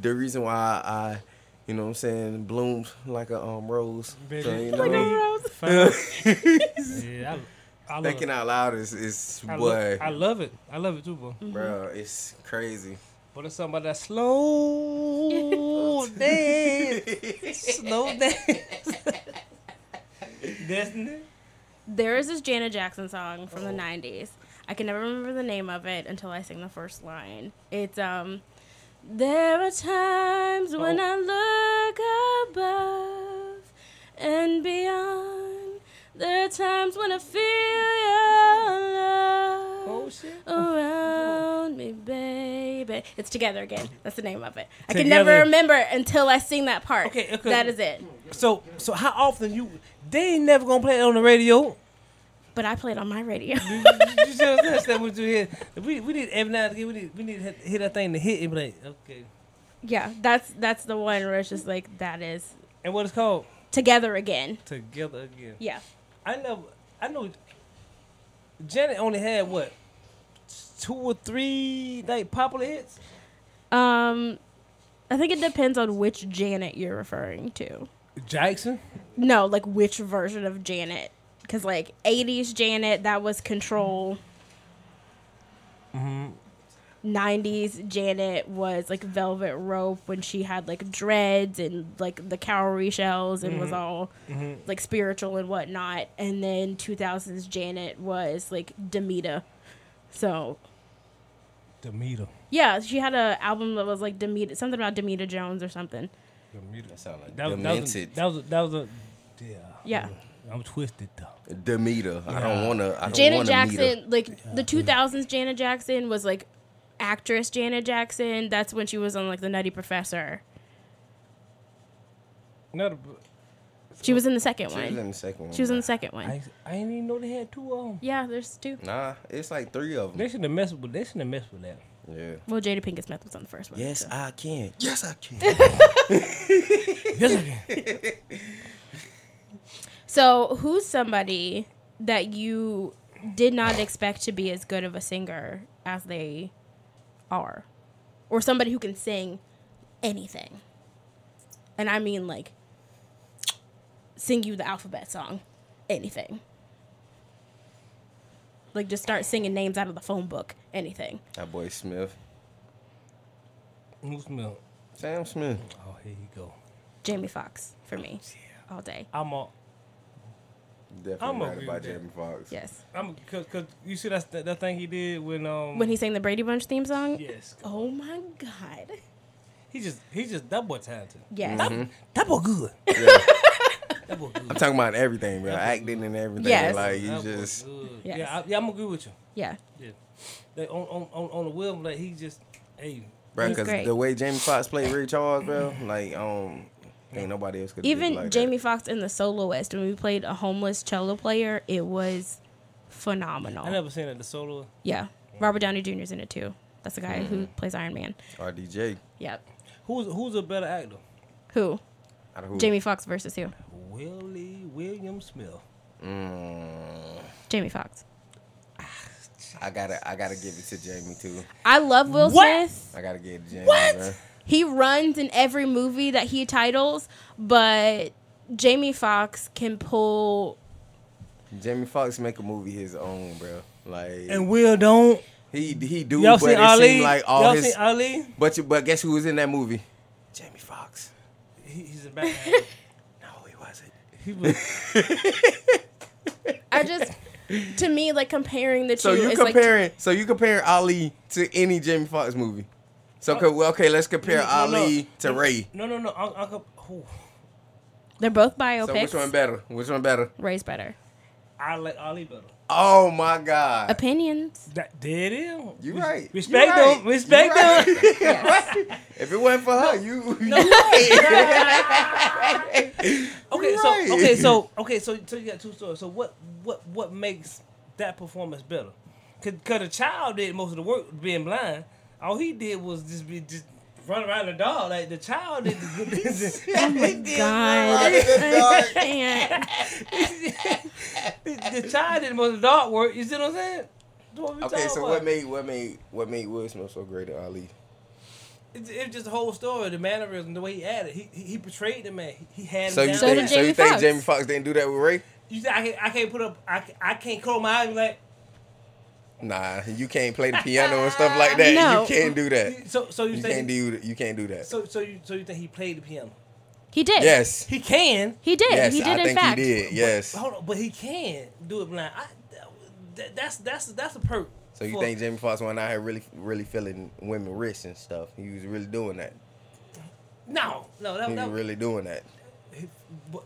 Speaker 2: the reason why I, you know what I'm saying, blooms like a um rose.
Speaker 3: Baby.
Speaker 2: So, you know,
Speaker 1: Like a rose.
Speaker 3: yeah, I, I love
Speaker 2: thinking
Speaker 3: it.
Speaker 2: out loud is is
Speaker 3: I,
Speaker 2: what
Speaker 3: love, I love it. I love it too, bro.
Speaker 2: bro, it's crazy.
Speaker 3: But it's something about that slow dance, slow dance. That's it.
Speaker 1: There is this Janet Jackson song from the 90s. I can never remember the name of it until I sing the first line. It's, um, there are times when
Speaker 3: Oh.
Speaker 1: I look above and beyond. There are times when I feel your love.
Speaker 3: Oh shit.
Speaker 1: around me, baby. It's together again. That's the name of it. I can
Speaker 3: Together.
Speaker 1: never remember until I sing that part.
Speaker 3: Okay, okay.
Speaker 1: That is it.
Speaker 3: So so how often you? They ain't never gonna play it on the radio.
Speaker 1: But I play it on my radio.
Speaker 3: You, you, you see what I'm saying? That's what you hear. We we need every now and again. We need we need to hit, hit that thing to hit and be like okay.
Speaker 1: yeah, that's that's the one where it's just like that is
Speaker 3: And what it's called?
Speaker 1: together again.
Speaker 3: Together again.
Speaker 1: Yeah.
Speaker 3: I know. I know. Janet only had what two or three like popular hits.
Speaker 1: Um I think it depends on which Janet you're referring to.
Speaker 3: Jackson.
Speaker 1: No, like which version of Janet. Because, like, 80s Janet, that was control. 90s Janet was like velvet rope when she had like dreads and like the cowrie shells and was all like spiritual and whatnot. And then 2000s Janet was like Demita. So,
Speaker 3: Demeter.
Speaker 1: yeah, she had a album that was like Demita, something about Demita Jones or something.
Speaker 3: Demeter.
Speaker 2: That sound like
Speaker 3: That was, that was a,
Speaker 2: demented.
Speaker 3: that was a, that was a yeah.
Speaker 1: Yeah.
Speaker 3: I'm twisted though.
Speaker 2: Demeter. I don't wanna. I don't
Speaker 1: Janet
Speaker 2: wanna meet her.
Speaker 1: Jackson, like the 2000s Janet Jackson was like actress Janet Jackson. That's when she was on like The Nutty Professor.
Speaker 3: Not a,
Speaker 1: She was in the second
Speaker 2: She was in
Speaker 1: one.
Speaker 2: the second one.
Speaker 1: She was in the second one.
Speaker 3: I I didn't even know they had two of them.
Speaker 1: Yeah, there's two.
Speaker 2: Nah, it's like three of
Speaker 3: They
Speaker 2: them.
Speaker 3: shouldn't have messed with. They shouldn't have messed with that.
Speaker 2: Yeah.
Speaker 1: Well, Jada Pinkett Smith was on the first one.
Speaker 2: Yes,
Speaker 1: so.
Speaker 2: I can. Yes, I can.
Speaker 1: So, who's somebody that you did not expect to be as good of a singer as they are? Or somebody who can sing anything? And I mean, like, sing you the alphabet song, anything. Like, just start singing names out of the phone book, anything.
Speaker 2: that boy Smith.
Speaker 3: Who smell?
Speaker 2: Sam Smith.
Speaker 3: Oh, here you go.
Speaker 1: Jamie Foxx for me all day.
Speaker 3: I'm a
Speaker 2: Definitely
Speaker 3: I'm
Speaker 2: right
Speaker 3: agree
Speaker 2: about
Speaker 3: with that.
Speaker 2: Jamie Foxx.
Speaker 1: Yes.
Speaker 3: I'm cause, cause you see that that thing he did when um
Speaker 1: When he sang the Brady Bunch theme song?
Speaker 3: yes
Speaker 1: Oh my God.
Speaker 3: he just he just that boy talented.
Speaker 1: Yes.
Speaker 3: That, that boy good.
Speaker 2: Yeah.
Speaker 3: That boy good.
Speaker 2: I'm talking about everything, bro. Acting and everything.
Speaker 1: Yes.
Speaker 2: Like you
Speaker 3: That boy
Speaker 2: just
Speaker 3: good.
Speaker 1: Yes.
Speaker 3: yeah I, yeah I'm agree with you.
Speaker 1: Yeah.
Speaker 3: Yeah, like on on on, on the whim like he just hey
Speaker 2: bro,
Speaker 1: He's
Speaker 2: because
Speaker 1: great.
Speaker 2: the way Jamie Foxx played Ray Charles, bro, like um ain't nobody else could
Speaker 1: Even
Speaker 2: like
Speaker 1: Jamie Foxx in the soloist, when we played a homeless cello player, it was phenomenal.
Speaker 3: I never seen it the solo.
Speaker 1: Yeah. Robert Downey Jr.'s in it too. That's the guy who
Speaker 2: Mm-hmm.
Speaker 1: plays Iron Man.
Speaker 2: That. Or DJ.
Speaker 1: Yep.
Speaker 3: Who's who's a better actor?
Speaker 1: Who?
Speaker 2: Out of who?
Speaker 1: Jamie Foxx versus who?
Speaker 3: Willie William Smith.
Speaker 2: Mm,
Speaker 1: Jamie Foxx.
Speaker 2: I gotta I gotta give it to Jamie too.
Speaker 1: I love Will
Speaker 3: What?
Speaker 1: Smith.
Speaker 2: I gotta give it to Jamie,
Speaker 3: What?
Speaker 2: bro.
Speaker 1: He runs in every movie that he titles, but Jamie Foxx can pull.
Speaker 2: Jamie Foxx make a movie his own, bro. Like
Speaker 3: And Will don't.
Speaker 2: he he do,
Speaker 3: Y'all
Speaker 2: but
Speaker 3: seen
Speaker 2: it
Speaker 3: Ali?
Speaker 2: seem like all
Speaker 3: Y'all
Speaker 2: his
Speaker 3: seen Ali?
Speaker 2: But you, but guess who was in that movie? Jamie Foxx.
Speaker 3: He, he's a bad actor.
Speaker 2: No, he wasn't.
Speaker 3: He was,
Speaker 1: I just. to me, like comparing the two
Speaker 2: So you
Speaker 1: is
Speaker 2: comparing? so you comparing Ali to any Jamie Foxx movie? So co- well, okay, let's compare
Speaker 3: Oh. No, no,
Speaker 2: Ali to
Speaker 3: no,
Speaker 2: Ray.
Speaker 3: No, no, no. I'll, I'll, oh,
Speaker 1: like they're both
Speaker 2: So
Speaker 1: biopics.
Speaker 2: which one better? Which one better?
Speaker 1: Ray's better.
Speaker 3: I like Ali better.
Speaker 2: Oh my God!
Speaker 1: Opinions.
Speaker 3: That there it is.
Speaker 2: You
Speaker 3: Res-
Speaker 2: right. You
Speaker 3: Respect
Speaker 2: right.
Speaker 3: them. Respect
Speaker 2: You
Speaker 3: them.
Speaker 2: right. If it wasn't for her, you.
Speaker 3: Okay,
Speaker 2: Right.
Speaker 3: so okay, so okay, so so you got two stories. So what what what makes that performance better? Cause, Cause the child did most of the work being blind. All he did was just be just run around the dog. Like the child did the,
Speaker 1: Oh my god.
Speaker 2: Out of the
Speaker 1: I
Speaker 2: dark.
Speaker 1: can't.
Speaker 3: the, the child did most of the dog work. You see what I'm saying? That's what we
Speaker 2: Okay,
Speaker 3: talking
Speaker 2: so
Speaker 3: about.
Speaker 2: what made what made what made Will Smith so great at Ali?
Speaker 3: It's, it's just the whole story, the mannerism, the way he acted. He he, he portrayed the man. He, he had him
Speaker 2: So you
Speaker 3: down.
Speaker 1: So
Speaker 2: think
Speaker 1: did
Speaker 2: so you
Speaker 1: Jamie
Speaker 2: think
Speaker 1: Foxx.
Speaker 2: Jamie Foxx didn't do that with Ray?
Speaker 3: You see, I can't, I can't put up. I, can't- I can't close my eyes and be like.
Speaker 2: Nah, you can't play the piano and stuff like that.
Speaker 1: No.
Speaker 2: You can't do that.
Speaker 3: So so you,
Speaker 2: You
Speaker 3: think
Speaker 2: can't do you can't do that.
Speaker 3: so so you so you think he played the piano?
Speaker 1: He did.
Speaker 2: Yes,
Speaker 3: He can.
Speaker 1: He did.
Speaker 2: yes,
Speaker 1: he did
Speaker 2: I
Speaker 1: in
Speaker 2: think
Speaker 1: fact.
Speaker 2: he did. Yes.
Speaker 3: Hold on, but he can do it blind. I, that, that's that's that's a perk.
Speaker 2: So you
Speaker 3: for-
Speaker 2: think Jamie Foxx went out here really really feeling women wrists and stuff? He was really doing that.
Speaker 3: No, no,
Speaker 2: He
Speaker 3: that,
Speaker 2: was
Speaker 3: that
Speaker 2: really doing that,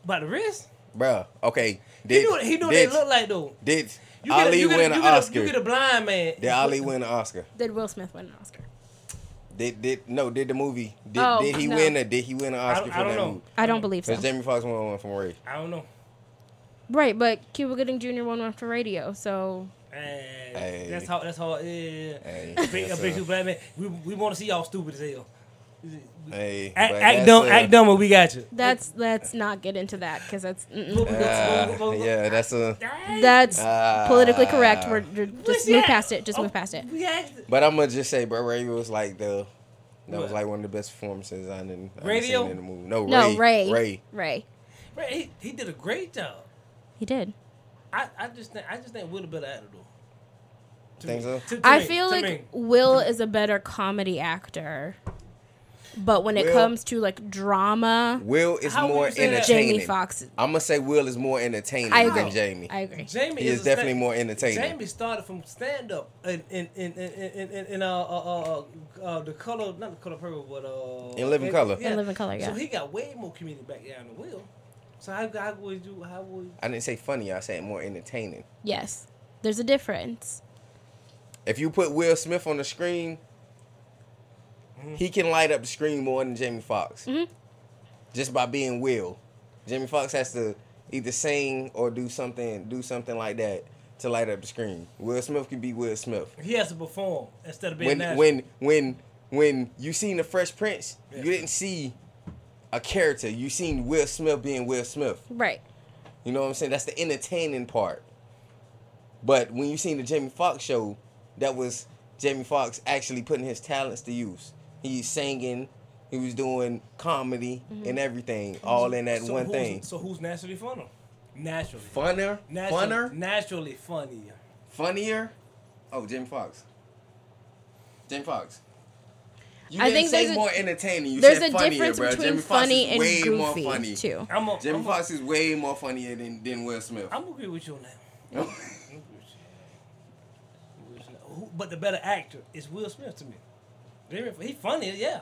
Speaker 3: by the wrist.
Speaker 2: Bruh, Okay.
Speaker 3: He
Speaker 2: Did
Speaker 3: knew what he knew what
Speaker 2: did,
Speaker 3: they look like though.
Speaker 2: Did
Speaker 3: You get a-
Speaker 2: Ali
Speaker 3: you get a-
Speaker 2: win
Speaker 3: you
Speaker 2: an
Speaker 3: get a-
Speaker 2: Oscar?
Speaker 3: You get a blind man.
Speaker 2: Did Ali win an Oscar?
Speaker 1: Did Will Smith win an Oscar?
Speaker 2: Did did no? Did the movie? Did,
Speaker 1: Oh,
Speaker 2: did he
Speaker 1: no.
Speaker 2: win? Or did he win an
Speaker 3: I,
Speaker 2: Oscar
Speaker 3: don't- I
Speaker 2: for
Speaker 3: don't
Speaker 2: that
Speaker 3: know.
Speaker 2: movie?
Speaker 1: I don't believe so.
Speaker 2: Because Jamie Foxx won one from Ray.
Speaker 3: I don't know.
Speaker 1: Right, but Cuba Gooding Jr. won one for radio, so
Speaker 3: Eh,
Speaker 2: Hey.
Speaker 3: That's how. That's how. Yeah.
Speaker 2: Hey,
Speaker 3: A big, a
Speaker 2: that's
Speaker 3: big
Speaker 2: a-
Speaker 3: two black man. We, we want to see y'all stupid as hell.
Speaker 2: Hey,
Speaker 3: Act,
Speaker 2: but
Speaker 3: act
Speaker 2: that's
Speaker 3: dumb.
Speaker 2: a-
Speaker 3: act dumb, or we got you.
Speaker 1: that's let's not get into that because that's mm-mm.
Speaker 2: Ah, yeah, that's a.
Speaker 1: that's
Speaker 2: Ah.
Speaker 1: politically correct. We're, we're- just
Speaker 3: What's
Speaker 1: move
Speaker 3: that?
Speaker 1: past it. Just
Speaker 3: Oh,
Speaker 1: move past it.
Speaker 3: We asked-
Speaker 2: But I'm gonna just say, bro, Ray was like the. That was
Speaker 3: What?
Speaker 2: like one of the best performances I didn't.
Speaker 3: Radio?
Speaker 2: seen in the movie. No,
Speaker 1: No, Ray.
Speaker 2: Ray. Ray.
Speaker 1: Ray.
Speaker 3: Right, he, he did a great job.
Speaker 1: He did.
Speaker 3: I, I just think I just think Will a better actor though. To
Speaker 2: Think so?
Speaker 3: To- to
Speaker 1: I
Speaker 3: me,
Speaker 1: feel
Speaker 3: to
Speaker 1: like
Speaker 3: me.
Speaker 1: Will is a better comedy actor, but when it
Speaker 2: Will-
Speaker 1: comes to like drama,
Speaker 2: Will is
Speaker 3: How would
Speaker 2: more
Speaker 3: you say that?
Speaker 2: entertaining.
Speaker 1: Jamie Foxx.
Speaker 2: I'm gonna say Will is more entertaining
Speaker 1: I agree.
Speaker 2: than Jamie.
Speaker 1: I agree.
Speaker 3: Jamie
Speaker 2: He is
Speaker 3: a
Speaker 2: definitely
Speaker 3: sta-
Speaker 2: more entertaining.
Speaker 3: Jamie started from stand up in in in in in, in uh, uh, uh, uh the color not the color purple but uh
Speaker 2: In Living Colour.
Speaker 1: In Living Colour, yeah.
Speaker 3: So he got way more community background than Will. So how, how would you how would
Speaker 2: I didn't say funny. I said more entertaining.
Speaker 1: Yes, there's a difference.
Speaker 2: If you put Will Smith on the screen, he can light up the screen more than Jamie Foxx. Just by being Will. Jamie Foxx has to either sing or do something, do something like that to light up the screen. Will Smith can be Will Smith.
Speaker 3: he has to perform instead of being
Speaker 2: When
Speaker 3: natural.
Speaker 2: when when when you seen the Fresh Prince,
Speaker 3: Yeah.
Speaker 2: you didn't see a character. You seen Will Smith being Will Smith.
Speaker 1: Right.
Speaker 2: You know what I'm saying? That's the entertaining part. But when you seen the Jamie Foxx show, that was Jamie Foxx actually putting his talents to use. He's singing, he was doing comedy
Speaker 1: Mm-hmm.
Speaker 2: and everything, all in that
Speaker 3: So
Speaker 2: one
Speaker 3: who's-
Speaker 2: thing.
Speaker 3: So who's naturally funny? Naturally.
Speaker 2: Funner,
Speaker 3: Naturally,
Speaker 2: funner,
Speaker 3: Naturally funny.
Speaker 2: funnier. Oh, Jamie Foxx. Jamie Foxx. You
Speaker 1: I
Speaker 2: didn't
Speaker 1: think
Speaker 2: say
Speaker 1: there's a-
Speaker 2: more entertaining. You
Speaker 1: there's
Speaker 2: said
Speaker 1: a
Speaker 2: funnier,
Speaker 1: difference
Speaker 2: bruh.
Speaker 1: between
Speaker 2: Jamie Foxx
Speaker 1: funny
Speaker 2: is
Speaker 1: and
Speaker 2: way more
Speaker 1: goofy,
Speaker 2: funny.
Speaker 1: too.
Speaker 3: I'm a,
Speaker 2: Jamie
Speaker 3: I'm a-
Speaker 2: Foxx is way more funnier than, than Will Smith.
Speaker 3: I'm agree with you on that. I'm agree with you. I'm agree with you on that. Who- But the better actor is Will Smith to me. Very- He funny, yeah.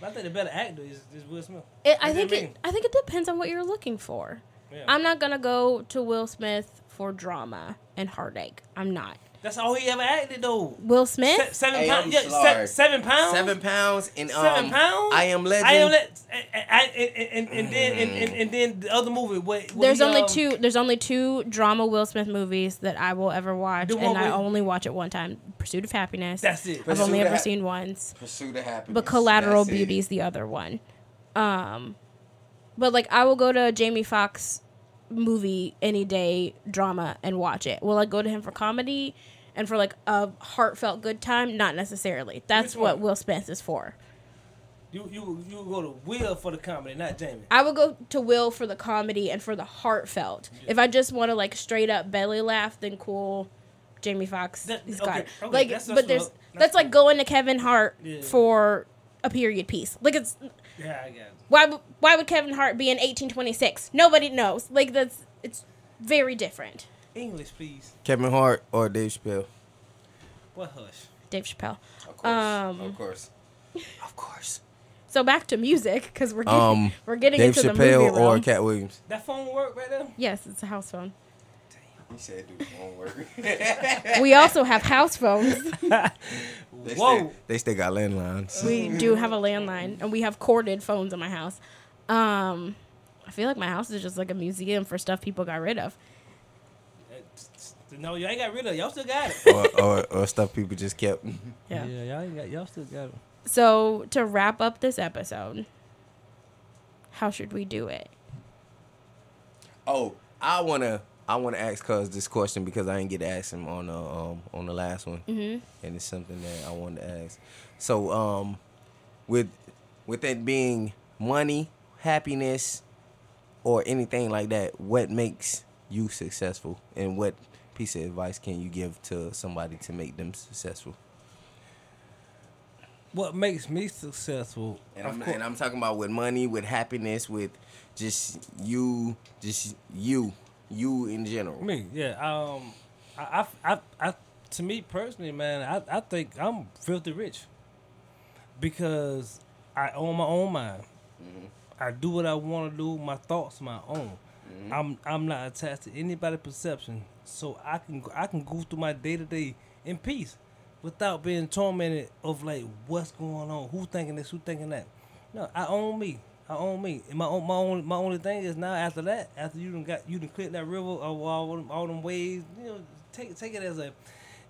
Speaker 3: But I think the better actor is, is Will Smith.
Speaker 1: It, I
Speaker 3: You know
Speaker 1: think
Speaker 3: what
Speaker 1: it, I think it depends on what you're looking for.
Speaker 3: mean? Yeah.
Speaker 1: I'm not gonna go to Will Smith for drama and heartache. I'm not.
Speaker 3: That's all he ever acted though.
Speaker 1: Will
Speaker 3: Se-
Speaker 1: Smith.
Speaker 3: seven
Speaker 2: Hey,
Speaker 3: pounds.
Speaker 2: I'm
Speaker 3: Yeah, se-
Speaker 2: sorry.
Speaker 3: seven pounds.
Speaker 2: Seven pounds and um,
Speaker 3: Seven pounds.
Speaker 2: I am legend.
Speaker 3: I am eh, legend. eh, And, and, and then and, and, and then the other movie. What, what
Speaker 1: There's
Speaker 3: he,
Speaker 1: only
Speaker 3: um,
Speaker 1: two. There's only two drama Will Smith movies that I will ever watch,
Speaker 3: The one
Speaker 1: and I
Speaker 3: with-
Speaker 1: only watch it one time. Pursuit of Happiness.
Speaker 3: That's it.
Speaker 1: I've only
Speaker 2: Pursuit of
Speaker 1: ever
Speaker 2: Hap-
Speaker 1: seen once.
Speaker 2: Pursuit of happiness.
Speaker 1: but collateral
Speaker 2: That's it.
Speaker 1: beauty is the other one um but like i will go to a jamie foxx movie any day drama and watch it will i go to him for comedy and for like a heartfelt good time not necessarily that's
Speaker 3: Which
Speaker 1: what
Speaker 3: one?
Speaker 1: will smith is for
Speaker 3: You you you go to Will for the comedy, not Jamie.
Speaker 1: i will go to will for the comedy and for the heartfelt if i just want to like straight up belly laugh then cool jamie foxx
Speaker 3: That-
Speaker 1: he's
Speaker 3: okay,
Speaker 1: got it
Speaker 3: okay,
Speaker 1: like
Speaker 3: that's- that's
Speaker 1: but there's
Speaker 3: what-
Speaker 1: that's,
Speaker 3: that's
Speaker 1: like
Speaker 3: what-
Speaker 1: going to kevin hart
Speaker 3: Yeah.
Speaker 1: for a period piece like it's
Speaker 3: Yeah, I got it.
Speaker 1: why w- why would Kevin Hart be in 1826? Nobody knows. Like that's it's very different.
Speaker 3: English, please.
Speaker 2: Kevin Hart or Dave Chappelle?
Speaker 3: What hush?
Speaker 1: Dave Chappelle.
Speaker 2: Of course.
Speaker 1: Um,
Speaker 2: of course.
Speaker 3: Of course.
Speaker 1: So back to music because we're getting,
Speaker 2: Um,
Speaker 1: we're getting
Speaker 2: Dave
Speaker 1: into the
Speaker 2: Chappelle
Speaker 1: movie
Speaker 2: or
Speaker 1: realm.
Speaker 2: Cat Williams?
Speaker 3: That phone work right there.
Speaker 1: Yes, it's a house phone.
Speaker 2: He said do one word.
Speaker 1: We also have house phones.
Speaker 2: They
Speaker 3: Whoa.
Speaker 2: Still, they still got landlines.
Speaker 1: we do have a landline, and we have corded phones in my house. Um, I feel like my house is just like a museum for stuff people got rid of.
Speaker 3: No, y'all ain't got rid of. it. Y'all still got it.
Speaker 2: or, or, or stuff people just kept.
Speaker 1: Yeah.
Speaker 3: y'all ain't got. Y'all still got it.
Speaker 1: So to wrap up this episode, how should we do it?
Speaker 2: Oh, I wanna I wanna ask Cuz this question because I didn't get to ask him on the um on the last one, mm-hmm. and it's something that I wanted to ask. So um, with with it being money, happiness, or anything like that, what makes you successful, and what piece of advice can you give to somebody to make them successful?
Speaker 3: What makes me successful?
Speaker 2: And
Speaker 3: Of
Speaker 2: I'm,
Speaker 3: cour-
Speaker 2: and I'm talking about with money, with happiness, with just you, just you, you in general.
Speaker 3: Me, yeah. Um, I, I, I, I, to me personally, man, I, I think I'm filthy rich because I own my own mind. I do what I want to do. My thoughts, my own. I'm, I'm not attached to anybody's perception, so I can, I can go through my day to day in peace, without being tormented of like what's going on, who thinking this, who thinking that. No, I own me. I own me. And my own, my only, my only thing is now after that, after you done got you done cleared that river of all them, all them waves, you know, take take it as a,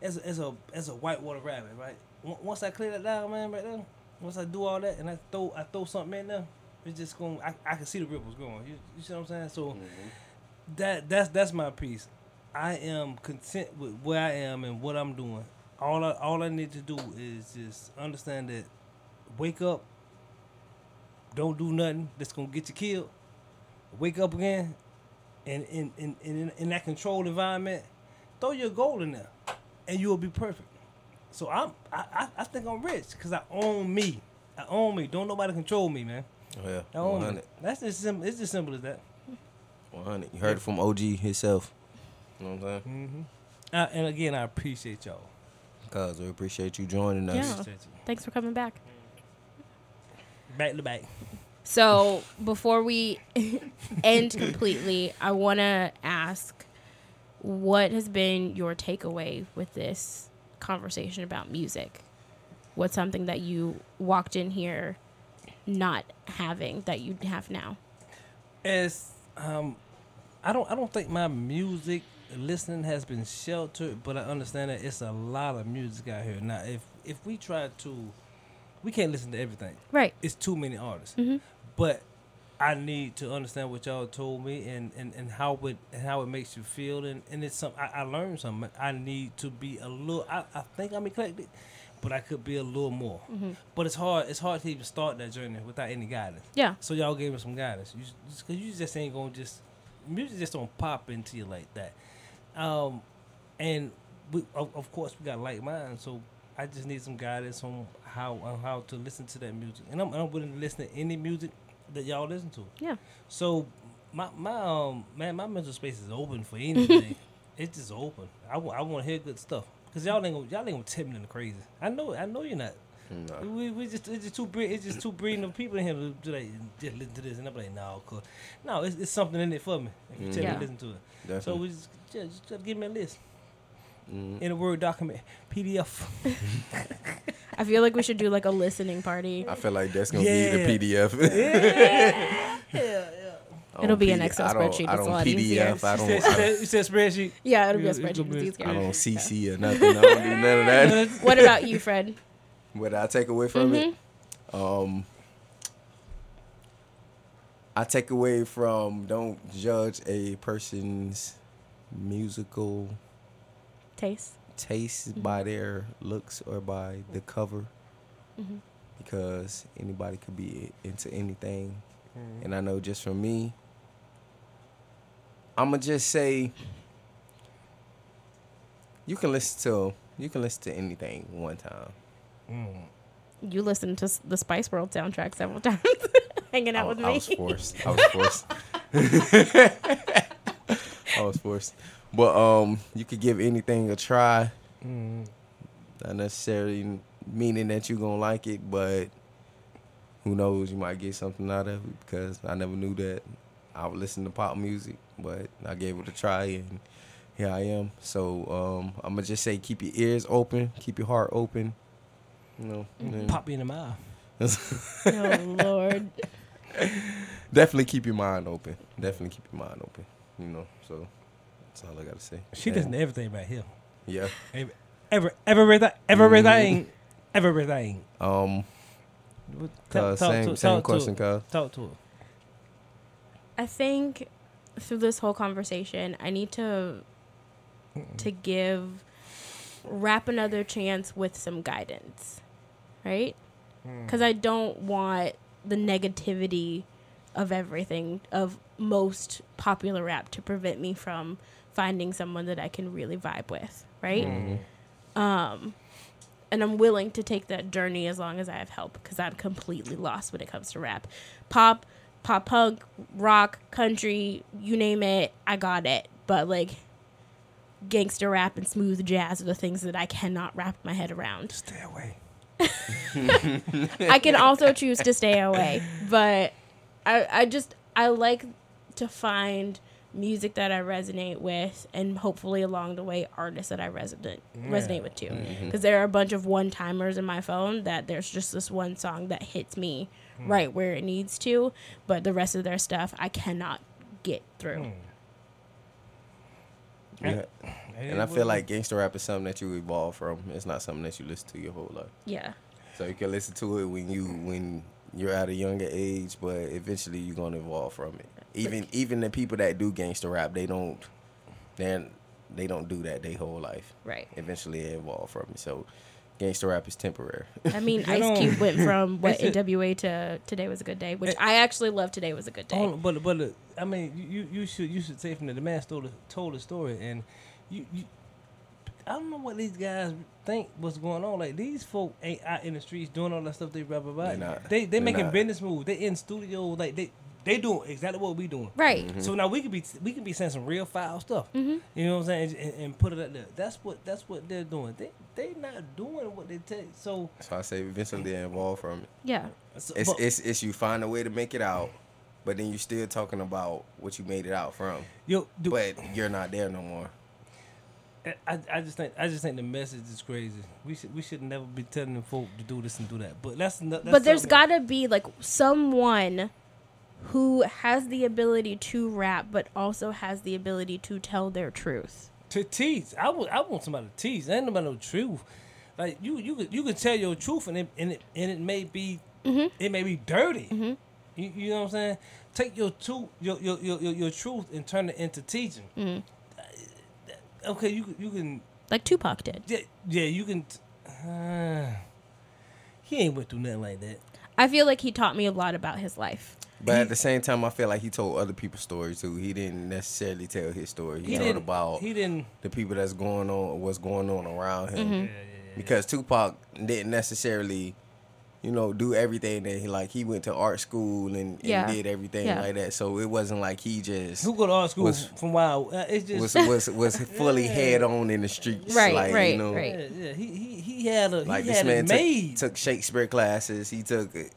Speaker 3: as a, as a as a whitewater rabbit, right? On- Once I clear that down, man, right there. Once I do all that and I throw I throw something in there, it's just going. I, I can see the ripples going. You, you see what I'm saying? So that that's that's my piece. I am content with where I am and what I'm doing. All I all I need to do is just understand that. Wake up, don't do nothing that's gonna get you killed. Wake up again, and in in in, in that controlled environment, throw your goal in there, and you'll be perfect. So I'm I I, I think I'm rich because I own me. I own me. Don't nobody control me, man.
Speaker 2: Yeah,
Speaker 3: I own
Speaker 2: 100.
Speaker 3: me. That's just simple. It's as simple as that.
Speaker 2: 100. You heard it from OG himself. You know what I'm saying?
Speaker 3: Uh, and again, I appreciate y'all.
Speaker 2: Cuz we appreciate you joining us.
Speaker 1: Yeah.
Speaker 3: Appreciate you.
Speaker 1: Thanks for coming back.
Speaker 3: Back to back.
Speaker 1: So before we end completely, I want to ask what has been your takeaway with this conversation about music? What's something that you walked in here not having that you have now?
Speaker 3: It's um, I don't I don't think my music listening has been sheltered, but I understand that it's a lot of music out here now. If if we try to, we can't listen to everything.
Speaker 1: Right.
Speaker 3: It's too many artists. But I need to understand what y'all told me and, and, and how it and how it makes you feel and, and it's some I, I learned something. I need to be a little I, I think I'm eclectic, but I could be a little more. But it's hard it's hard to even start that journey without any guidance.
Speaker 1: Yeah.
Speaker 3: So y'all gave me some guidance. You just, cause you just ain't gonna just music just don't pop into you like that. Um, and we of, of course we got like mine, so I just need some guidance on how on how to listen to that music. And I'm, I'm willing to listen to any music that y'all listen to.
Speaker 1: Yeah.
Speaker 3: So my my um man, my mental space is open for anything. it's just open. I want to hear good stuff. Cause y'all ain't gonna, y'all ain't gonna tip me in the crazy. I know I know you're not.
Speaker 2: No.
Speaker 3: We, we just it's just too bre- it's just too breeding of people in here to, to like just listen to this and I'm like no cause no it's, it's something in it for me if you tell me
Speaker 1: Yeah.
Speaker 3: to listen to it. So
Speaker 2: Definitely. Mm.
Speaker 3: we just, yeah, just, just give me a list in a word document PDF.
Speaker 1: I feel like we should do like a listening party.
Speaker 2: I feel like that's going to
Speaker 3: Yeah.
Speaker 2: be the PDF. I
Speaker 1: It'll
Speaker 2: don't
Speaker 1: be an
Speaker 2: PD
Speaker 1: Excel
Speaker 2: I don't-
Speaker 1: spreadsheet. It's
Speaker 2: I
Speaker 1: a
Speaker 2: don't
Speaker 1: lot
Speaker 2: PDF.
Speaker 1: easier.
Speaker 2: I
Speaker 3: You
Speaker 2: don't, I don't,
Speaker 3: said, you said spreadsheet.
Speaker 1: Yeah, it'll be a
Speaker 3: It'll- it'll
Speaker 1: spreadsheet.
Speaker 3: be-
Speaker 1: It's easier.
Speaker 2: I don't CC or nothing. I don't do none of that.
Speaker 1: What about you, Fred?
Speaker 2: What I take away from
Speaker 1: Mm-hmm.
Speaker 2: it, um, I take away from don't judge a person's musical
Speaker 1: Taste.
Speaker 2: taste
Speaker 1: Mm-hmm.
Speaker 2: by their looks or by the cover
Speaker 1: Mm-hmm.
Speaker 2: because anybody could be into anything and i know just for me i'ma just say you can listen to you can listen to anything one time
Speaker 3: Mm.
Speaker 1: You listened to s- the Spice World soundtrack several times, hanging out
Speaker 2: I,
Speaker 1: with
Speaker 2: I
Speaker 1: me.
Speaker 2: was forced i was forced i was forced But um, you could give anything a try.
Speaker 3: Mm.
Speaker 2: Not necessarily meaning that you're gonna like it, but who knows? You might get something out of it because I never knew that I would listen to pop music, but I gave it a try and here I am. So um, I'm gonna just say keep your ears open, keep your heart open. You know, and
Speaker 3: Mm-hmm. Pop me in the mouth.
Speaker 1: Oh Lord.
Speaker 2: definitely keep your mind open. Definitely keep your mind open. You know, so that's all I gotta say.
Speaker 3: She
Speaker 2: Yeah.
Speaker 3: listen to everything right here.
Speaker 2: Yeah.
Speaker 3: Every, every, everything, everything, everything.
Speaker 2: Mm-hmm. Um.
Speaker 3: What-
Speaker 2: Cause same same
Speaker 3: her, talk to
Speaker 2: question,
Speaker 3: her,
Speaker 2: cause
Speaker 3: Talk to her.
Speaker 1: I think through this whole conversation, I need to to give rap another chance with some guidance, right? Because I don't want the negativity of everything of most popular rap to prevent me from finding someone that I can really vibe with, right? Um, and I'm willing to take that journey as long as I have help because I'm completely lost when it comes to rap. Pop, pop punk, rock, country, you name it, I got it. But like gangster rap and smooth jazz are the things that I cannot wrap my head around.
Speaker 3: Stay away.
Speaker 1: I can also choose to stay away, but I, I just I like to find music that I resonate with, and hopefully along the way, artists that I resonate resonate with too. Because there are a bunch of one timers in my phone that there's just this one song that hits me
Speaker 3: Hmm.
Speaker 1: right where it needs to, but the rest of their stuff I cannot get through.
Speaker 3: Hmm.
Speaker 2: yeah.
Speaker 3: Mm.
Speaker 2: And I feel like gangster rap is something that you evolve from. It's not something that you listen to your whole life.
Speaker 1: Yeah,
Speaker 2: So you can listen to it when you when you're at a younger age, but eventually you're gonna evolve from it. Even even the people that do gangster rap, they don't they they don't do that their whole life.
Speaker 1: right.
Speaker 2: Eventually they evolve from it. So gangster rap is temporary.
Speaker 1: I mean,
Speaker 3: I don't- Eh.
Speaker 1: Ice Cube went from what
Speaker 3: It's a-
Speaker 1: NWA to Today Was a Good Day, which
Speaker 3: It-
Speaker 1: I actually love. Today Was a Good Day.
Speaker 3: Hold on, but but look, I mean, you- you you should you should say from the, the man told told the story, and you, you I don't know what these guys think what's going on. Like these folk ain't out in the streets doing all that stuff they rap about.
Speaker 2: They not.
Speaker 3: They they
Speaker 2: They
Speaker 3: making
Speaker 2: not.
Speaker 3: business moves. They in studio like they they doing exactly what we doing.
Speaker 1: Right.
Speaker 2: Mm-hmm.
Speaker 3: So now we could be we could be saying some real foul stuff. You know what I'm saying? And, and put it out there. That's what that's what they're doing. They they not doing what they take. So,
Speaker 2: So I say eventually they evolve from it.
Speaker 1: Yeah.
Speaker 3: so
Speaker 2: It's
Speaker 3: but-
Speaker 2: it's it's you find a way to make it out, but then you're still talking about what you made it out from.
Speaker 3: yo, do,
Speaker 2: But you're not there no more.
Speaker 3: I, I just think I just think the message is crazy. We should we should never be telling the folk to do this and do that. But that's, no- that's
Speaker 1: but there's
Speaker 3: something-
Speaker 1: got to be like someone who has the ability to rap but also has the ability to tell their truth
Speaker 3: to tease. I would I want somebody to tease. Ain't nobody no truth. Like you you could you could tell your truth and it and it, and it may be
Speaker 1: Mm-hmm.
Speaker 3: it may be dirty. You, you know what I'm saying? Take your truth your your, your, your your truth and turn it into teaching.
Speaker 1: Mm-hmm.
Speaker 3: Okay, you can- you can
Speaker 1: like Tupac did.
Speaker 3: yeah, yeah you can. t- Uh, he ain't went through nothing like that.
Speaker 1: I feel like he taught me a lot about his life.
Speaker 2: But at the same time, I feel like he told other people's stories too. He didn't necessarily tell his story. He,
Speaker 3: He
Speaker 2: told
Speaker 3: didn't
Speaker 2: about
Speaker 3: He didn't.
Speaker 2: the people that's going on, what's going on around him.
Speaker 1: Mm-hmm.
Speaker 3: Yeah, yeah, yeah.
Speaker 2: Because Tupac didn't necessarily, you know, do everything that he like. He went to art school and, and
Speaker 1: Yeah.
Speaker 2: did everything
Speaker 1: Yeah.
Speaker 2: like that. So it wasn't like he just
Speaker 3: Who go to art school
Speaker 2: Was-
Speaker 3: from Wild? Uh, it's
Speaker 2: was
Speaker 3: just
Speaker 2: was was fully head on in the streets.
Speaker 1: Right,
Speaker 2: like,
Speaker 1: right,
Speaker 2: you know,
Speaker 1: right.
Speaker 3: yeah, yeah. He he he had a
Speaker 2: Like
Speaker 3: he
Speaker 2: this
Speaker 3: had
Speaker 2: man
Speaker 3: it made.
Speaker 2: took, took Shakespeare classes. He took, you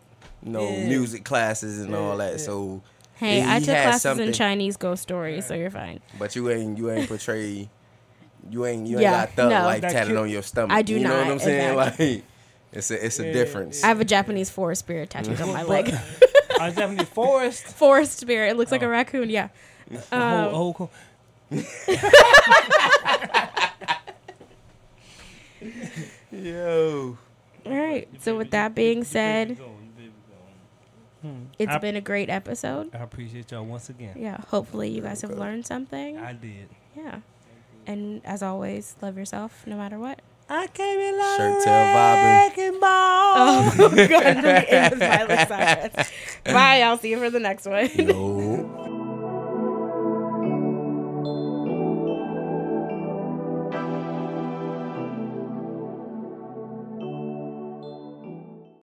Speaker 2: know,
Speaker 3: Yeah.
Speaker 2: music classes and all
Speaker 3: Yeah,
Speaker 2: that.
Speaker 3: yeah.
Speaker 2: So
Speaker 1: Hey,
Speaker 2: he
Speaker 1: I took
Speaker 2: had
Speaker 1: classes in
Speaker 2: something-
Speaker 1: Chinese ghost stories, so you're fine.
Speaker 2: But you ain't you ain't portray you ain't you ain't
Speaker 1: Yeah,
Speaker 2: got thug
Speaker 1: no.
Speaker 2: life
Speaker 3: That
Speaker 2: tatted
Speaker 3: cute-
Speaker 2: on your stomach.
Speaker 1: I do
Speaker 2: you know
Speaker 1: not,
Speaker 2: what I'm saying?
Speaker 1: exactly.
Speaker 2: Like it's a it's a
Speaker 3: Yeah,
Speaker 2: difference.
Speaker 1: I have a Japanese forest spirit tattooed on Oh, my leg.
Speaker 3: I was definitely forest.
Speaker 1: forest spirit. It looks like
Speaker 3: Oh.
Speaker 1: a raccoon. Yeah.
Speaker 3: The whole, whole co-
Speaker 1: Um,
Speaker 2: Yo.
Speaker 1: All right. So with that being said, it's
Speaker 3: Hmm. I-
Speaker 1: been a great episode.
Speaker 3: I appreciate y'all once again.
Speaker 1: Yeah. Hopefully you guys have learned something.
Speaker 3: I did.
Speaker 1: Yeah. And as always, love yourself no matter what.
Speaker 3: I came in like
Speaker 2: Shirt tail vibing.
Speaker 3: and ball.
Speaker 1: Oh, God, I'm really into Miley Cyrus. Bye, I'll see you for the next one.
Speaker 2: Yo.